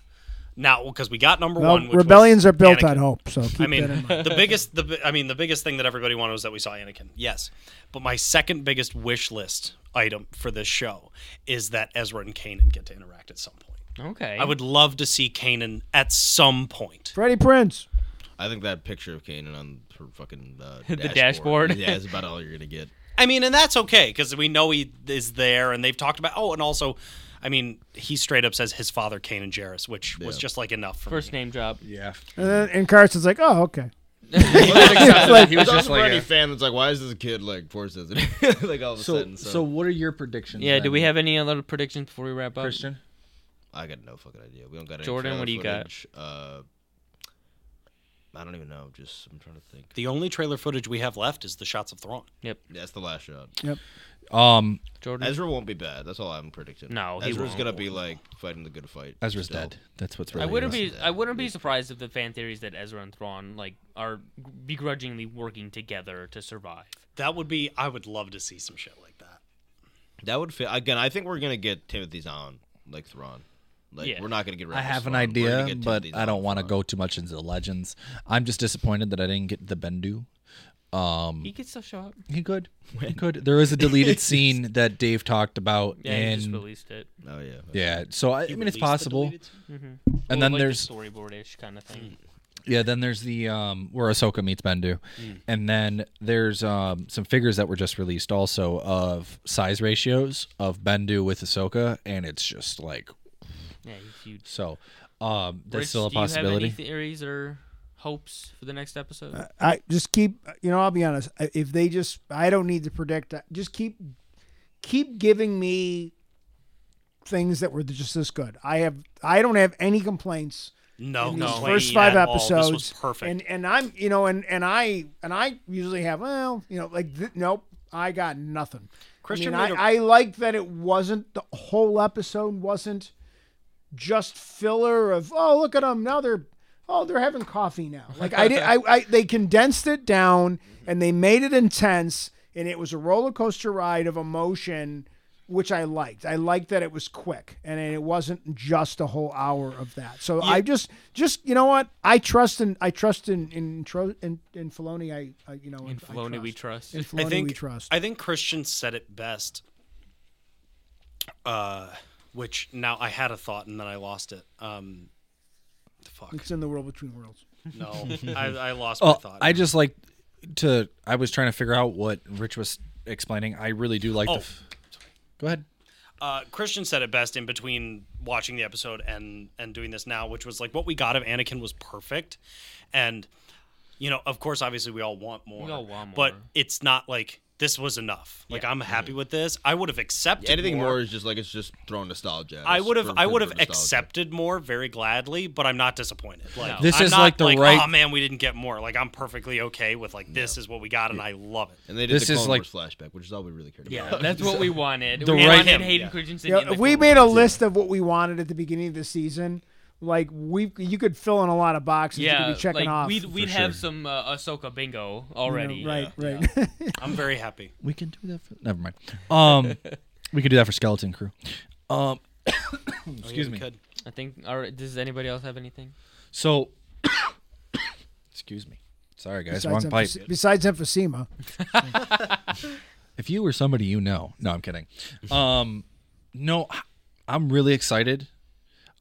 [SPEAKER 5] now because we got number
[SPEAKER 7] Well,
[SPEAKER 5] one. Which was
[SPEAKER 7] rebellions are built
[SPEAKER 5] Anakin.
[SPEAKER 7] on hope, so keep
[SPEAKER 5] I mean,
[SPEAKER 7] that in mind.
[SPEAKER 5] the biggest, the bi- I mean, the biggest thing that everybody wanted was that we saw Anakin. Yes, but my second biggest wish list item for this show is that Ezra and Kanan get to interact at some point.
[SPEAKER 3] Okay,
[SPEAKER 5] I would love to see Kanan at some point.
[SPEAKER 7] Freddie Prince.
[SPEAKER 8] I think that picture of Kanan on her fucking uh,
[SPEAKER 3] The dashboard.
[SPEAKER 8] yeah, is about all you're gonna get.
[SPEAKER 5] I mean, and that's okay because we know he is there, and they've talked about. Oh, and also, I mean, he straight up says his father Kanan Jarrus, which was just like enough for
[SPEAKER 3] first
[SPEAKER 5] me.
[SPEAKER 3] name drop.
[SPEAKER 6] Yeah.
[SPEAKER 7] And, then, and Carson's like, oh, okay.
[SPEAKER 8] It's
[SPEAKER 7] like-
[SPEAKER 6] he was
[SPEAKER 8] also
[SPEAKER 6] just
[SPEAKER 8] for
[SPEAKER 6] like
[SPEAKER 8] any
[SPEAKER 6] a-
[SPEAKER 8] fan that's like, why is this kid like force sensitive? like all of a sudden. So,
[SPEAKER 6] what are your predictions?
[SPEAKER 3] Yeah, do we have any other predictions before we wrap up?
[SPEAKER 6] Christian?
[SPEAKER 8] I got no fucking idea. We don't got any
[SPEAKER 3] Jordan,
[SPEAKER 8] trailer
[SPEAKER 3] what do you got?
[SPEAKER 8] footage. Uh, I don't even know. Just I'm trying to think.
[SPEAKER 5] The only trailer footage we have left is the shots of Thrawn.
[SPEAKER 8] That's the last shot.
[SPEAKER 6] Um,
[SPEAKER 3] Jordan.
[SPEAKER 8] Ezra won't be bad. That's all I'm predicting.
[SPEAKER 3] No, he
[SPEAKER 8] Ezra's
[SPEAKER 3] won't.
[SPEAKER 8] gonna be like fighting the good fight.
[SPEAKER 6] Ezra's
[SPEAKER 8] still.
[SPEAKER 6] dead. That's what's
[SPEAKER 3] I
[SPEAKER 6] really.
[SPEAKER 3] wouldn't
[SPEAKER 6] is.
[SPEAKER 3] be I wouldn't be surprised if the fan theories that Ezra and Thrawn like are begrudgingly working together to survive.
[SPEAKER 5] That would be. I would love to see some shit like that.
[SPEAKER 8] That would fit. Again, I think we're gonna get Timothy Zahn like Thrawn. Like
[SPEAKER 3] Yeah.
[SPEAKER 8] we're not gonna get.
[SPEAKER 6] I
[SPEAKER 8] Rex
[SPEAKER 6] have an
[SPEAKER 8] Thrawn. We're gonna
[SPEAKER 6] idea,
[SPEAKER 8] get
[SPEAKER 6] but
[SPEAKER 8] Timothy
[SPEAKER 6] I don't
[SPEAKER 8] Zahn
[SPEAKER 6] want to
[SPEAKER 8] Thrawn.
[SPEAKER 6] go too much into the legends. I'm just disappointed that I didn't get the Bendu. Mm.
[SPEAKER 3] He could still show up.
[SPEAKER 6] He could. He could. There is a deleted scene that Dave talked about,
[SPEAKER 3] Yeah, he just
[SPEAKER 6] and
[SPEAKER 3] released it.
[SPEAKER 8] Oh yeah.
[SPEAKER 6] yeah. So I, I mean, it's
[SPEAKER 5] Release the
[SPEAKER 6] possible.
[SPEAKER 5] deleted scene?
[SPEAKER 6] And
[SPEAKER 3] Well,
[SPEAKER 6] then
[SPEAKER 3] like
[SPEAKER 6] there's
[SPEAKER 3] the storyboardish kind of thing.
[SPEAKER 6] yeah, then there's the um where Ahsoka meets Bendu,
[SPEAKER 5] Mm.
[SPEAKER 6] and then there's um some figures that were just released also of size ratios of Bendu with Ahsoka, and it's just like
[SPEAKER 3] Yeah, he's huge.
[SPEAKER 6] so. Um, that's
[SPEAKER 3] Rich,
[SPEAKER 6] still a
[SPEAKER 3] do you have any
[SPEAKER 6] possibility.
[SPEAKER 3] theories or hopes for the next episode?
[SPEAKER 7] I just keep you know I'll be honest I- if they just I don't need to predict just keep keep giving me things that were just this good. I have I don't have any complaints
[SPEAKER 5] No,
[SPEAKER 7] in
[SPEAKER 5] Oh, no,
[SPEAKER 7] these
[SPEAKER 5] way
[SPEAKER 7] first five
[SPEAKER 5] at all.
[SPEAKER 7] episodes.
[SPEAKER 5] This was perfect.
[SPEAKER 7] And and I'm you know and and I and I usually have well you know like th- nope I got nothing.
[SPEAKER 5] Christian
[SPEAKER 7] I, mean,
[SPEAKER 5] made a-
[SPEAKER 7] I, I like that it wasn't the whole episode wasn't just filler of oh look at them now they're oh they're having coffee now like I did I, I they condensed it down and they made it intense and it was a roller coaster ride of emotion which I liked I liked that it was quick and it wasn't just a whole hour of that so I just just you know what I trust in I trust in in tro- in, in Filoni I, I you know
[SPEAKER 3] In Filoni, we trust.
[SPEAKER 7] in
[SPEAKER 5] I
[SPEAKER 7] Filoni
[SPEAKER 5] think
[SPEAKER 7] we trust
[SPEAKER 5] I think Christian said it best. Uh, which now I had a thought and then I lost it. Um, fuck.
[SPEAKER 7] it's in the world between worlds
[SPEAKER 5] No, I, I lost my
[SPEAKER 6] Oh,
[SPEAKER 5] thought.
[SPEAKER 6] I just like to. I was trying to figure out what Rich was explaining. I really do like.
[SPEAKER 5] Oh.
[SPEAKER 6] the f- Go ahead.
[SPEAKER 5] uh, Christian said it best in between watching the episode and and doing this now, which was like what we got of Anakin was perfect, and you know, of course, obviously, we all want more.
[SPEAKER 3] We all want
[SPEAKER 5] but
[SPEAKER 3] more. Mm-hmm.
[SPEAKER 5] it's not like this was enough. Like I'm happy with this. I would have accepted
[SPEAKER 4] Anything
[SPEAKER 5] more
[SPEAKER 4] more is just like it's just throwing nostalgia. at
[SPEAKER 5] I
[SPEAKER 4] us
[SPEAKER 5] would have
[SPEAKER 4] for-
[SPEAKER 5] I
[SPEAKER 4] for-
[SPEAKER 5] would
[SPEAKER 4] for
[SPEAKER 5] have
[SPEAKER 4] nostalgia.
[SPEAKER 5] accepted more very gladly, but I'm not disappointed. Like
[SPEAKER 6] This
[SPEAKER 5] I'm
[SPEAKER 6] is
[SPEAKER 5] not
[SPEAKER 6] like the right-
[SPEAKER 5] Oh man, we didn't get more. Like I'm perfectly okay with like this is what we got, and I love it.
[SPEAKER 4] And they did
[SPEAKER 6] This
[SPEAKER 4] the
[SPEAKER 6] is
[SPEAKER 4] Clone
[SPEAKER 6] like-
[SPEAKER 4] Wars flashback, which is all we really cared
[SPEAKER 5] Yeah.
[SPEAKER 4] about.
[SPEAKER 3] That's what we wanted.
[SPEAKER 6] The
[SPEAKER 3] we
[SPEAKER 6] right-
[SPEAKER 3] wanted
[SPEAKER 5] Him,
[SPEAKER 3] Hayden
[SPEAKER 5] yeah.
[SPEAKER 3] Christensen.
[SPEAKER 7] Yeah,
[SPEAKER 3] in the
[SPEAKER 7] if we
[SPEAKER 3] Clone
[SPEAKER 7] made a
[SPEAKER 3] Wars.
[SPEAKER 7] list of what we wanted at the beginning of the season. Like we, you could fill in a lot of boxes. you
[SPEAKER 3] Yeah,
[SPEAKER 7] could be checking
[SPEAKER 3] like
[SPEAKER 7] off.
[SPEAKER 3] we'd
[SPEAKER 7] you
[SPEAKER 3] we'd have some uh, Ahsoka bingo
[SPEAKER 7] know,
[SPEAKER 3] already.
[SPEAKER 7] right, right.
[SPEAKER 5] I'm very happy.
[SPEAKER 6] We can do that. For, never mind. Um, we could do that for Skeleton Crew. Um, excuse
[SPEAKER 5] Oh, Yeah, we
[SPEAKER 6] me.
[SPEAKER 5] could.
[SPEAKER 3] I think. All right. Does anybody else have anything?
[SPEAKER 6] So, excuse me. Sorry, guys.
[SPEAKER 7] besides,
[SPEAKER 6] wrong pipe.
[SPEAKER 7] emphy- besides emphysema,
[SPEAKER 6] if you were somebody you know no i'm kidding um no I- i'm really excited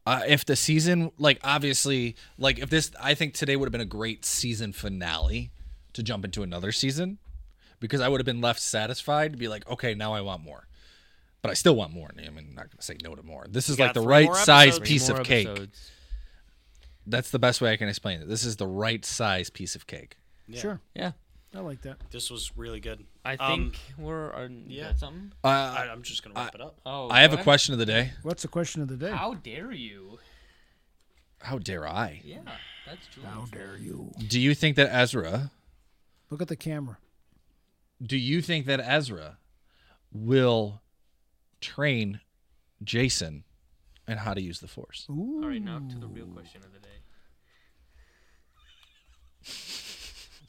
[SPEAKER 6] uh, if the season like obviously like if this i think today would have been a great season finale to jump into another season because i would have been left satisfied to be like okay now i want more but i still want more i mean i'm not gonna say no to more this is
[SPEAKER 5] got
[SPEAKER 6] like the
[SPEAKER 5] three
[SPEAKER 6] right
[SPEAKER 5] more
[SPEAKER 6] size
[SPEAKER 5] episodes.
[SPEAKER 6] piece
[SPEAKER 3] More
[SPEAKER 6] of cake
[SPEAKER 3] episodes.
[SPEAKER 6] that's the best way i can explain it this is the right size piece of cake
[SPEAKER 7] sure,
[SPEAKER 3] Yeah.
[SPEAKER 7] I like that.
[SPEAKER 5] This was really good.
[SPEAKER 3] I
[SPEAKER 5] Um,
[SPEAKER 3] think we're. Are,
[SPEAKER 5] yeah.
[SPEAKER 3] yeah. Got something.
[SPEAKER 6] uh,
[SPEAKER 5] I,
[SPEAKER 6] I,
[SPEAKER 5] I'm just gonna wrap it up.
[SPEAKER 3] Oh.
[SPEAKER 6] have
[SPEAKER 3] what?
[SPEAKER 6] a question of the day
[SPEAKER 7] What's the question of the day?
[SPEAKER 3] How dare you?
[SPEAKER 6] how dare i
[SPEAKER 3] Yeah. That's true.
[SPEAKER 7] How dare you?
[SPEAKER 6] do you think that ezra
[SPEAKER 7] Look at the camera.
[SPEAKER 6] do you think that Ezra will train Jason and how to use the force?
[SPEAKER 3] All right. Now to the real question of the day.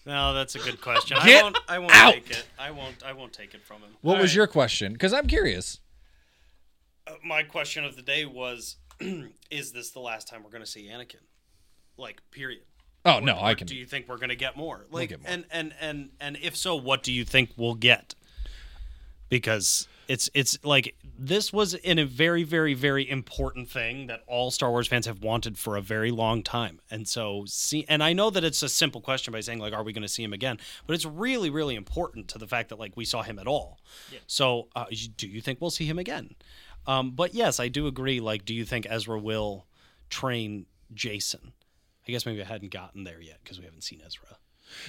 [SPEAKER 5] No, that's a good question. I
[SPEAKER 6] Get
[SPEAKER 5] won't. I won't
[SPEAKER 6] out!
[SPEAKER 5] take it. I won't. I won't take it from him.
[SPEAKER 6] What
[SPEAKER 5] All
[SPEAKER 6] was
[SPEAKER 5] right.
[SPEAKER 6] your question? Because I'm curious.
[SPEAKER 5] Uh, my question of the day was: Is this the last time we're gonna see Anakin? Like, period.
[SPEAKER 6] Oh no, I
[SPEAKER 5] Or
[SPEAKER 6] can.
[SPEAKER 5] Do you think we're going to get more? Like,
[SPEAKER 6] get more.
[SPEAKER 5] and and and and if so, what do you think we'll get? Because it's it's like this was in a very very very important thing that all Star Wars fans have wanted for a very long time, and so see, and I know that it's a simple question by saying like, are we going to see him again? But it's really really important to the fact that like we saw him at all. So uh, you- do you think we'll see him again? Um, but yes, I do agree. Like, do you think Ezra will train Jason? I guess maybe I hadn't gotten there yet because we haven't seen Ezra.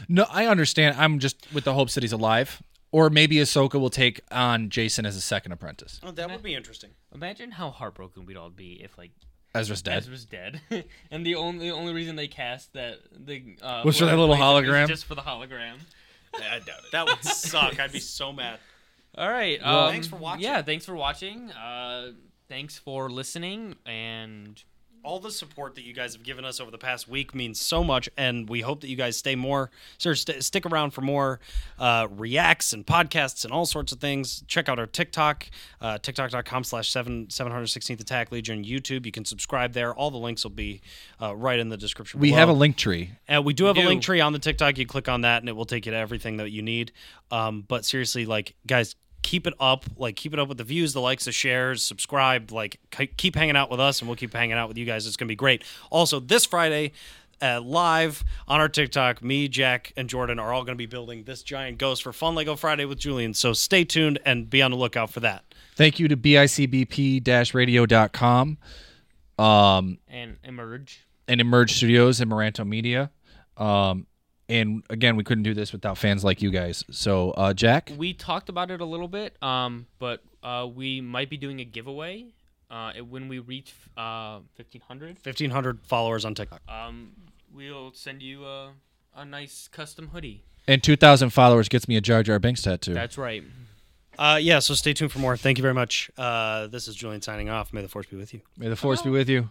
[SPEAKER 6] No, I understand. I'm just with the hopes that he's alive, or maybe Ahsoka will take on Jason as a second apprentice.
[SPEAKER 5] Oh, that would be interesting.
[SPEAKER 3] Imagine how heartbroken we'd all be if like
[SPEAKER 6] Ezra's dead.
[SPEAKER 3] Ezra's dead, and the only the only reason they cast that the uh,
[SPEAKER 6] Was for that
[SPEAKER 3] whoever
[SPEAKER 6] little
[SPEAKER 3] plays him is
[SPEAKER 6] hologram?
[SPEAKER 3] just for the hologram.
[SPEAKER 5] I doubt it. That would suck. I'd be so mad.
[SPEAKER 3] All right. um,
[SPEAKER 5] thanks for watching.
[SPEAKER 3] Yeah, thanks for watching. Uh, thanks for listening, and
[SPEAKER 5] All the support that you guys have given us over the past week means so much, and we hope that you guys stay more, sir, st- stick around for more uh, reacts and podcasts and all sorts of things. Check out our TikTok, uh, tiktok.com slash 7 716th Attack Legion YouTube. You can subscribe there. All the links will be uh, right in the description
[SPEAKER 6] We
[SPEAKER 5] below.
[SPEAKER 6] have a link tree.
[SPEAKER 5] And Uh, we do have a
[SPEAKER 3] do.
[SPEAKER 5] link tree on the TikTok. You click on that, and it will take you to everything that you need. Um, but seriously, like guys, keep it up. Like keep it up with the views, the likes, the shares, subscribe. Like k- keep hanging out with us, and we'll keep hanging out with you guys. It's gonna be great. Also, this Friday. Uh, live on our TikTok, me, Jack, and Jordan are all going to be building this giant ghost for Fun Lego Friday with Julian. So stay tuned and be on the lookout for that.
[SPEAKER 6] Thank you to bicbp-radio.com um,
[SPEAKER 3] and emerge.
[SPEAKER 6] and Emerge Studios and Maranto Media. Um, and again, we couldn't do this without fans like you guys. So, uh, Jack,
[SPEAKER 3] We talked about it a little bit, um, but uh, we might be doing a giveaway uh, when we reach uh, 1,500.
[SPEAKER 5] 1,500 followers on TikTok.
[SPEAKER 3] Um, we'll send you a, a nice custom hoodie.
[SPEAKER 6] and 2,000 followers gets me a Jar Jar Binks tattoo.
[SPEAKER 3] That's right.
[SPEAKER 5] Uh, yeah, so stay tuned for more. Thank you very much. Uh, this is Julian signing off. May the force be with you.
[SPEAKER 6] May the force be with you.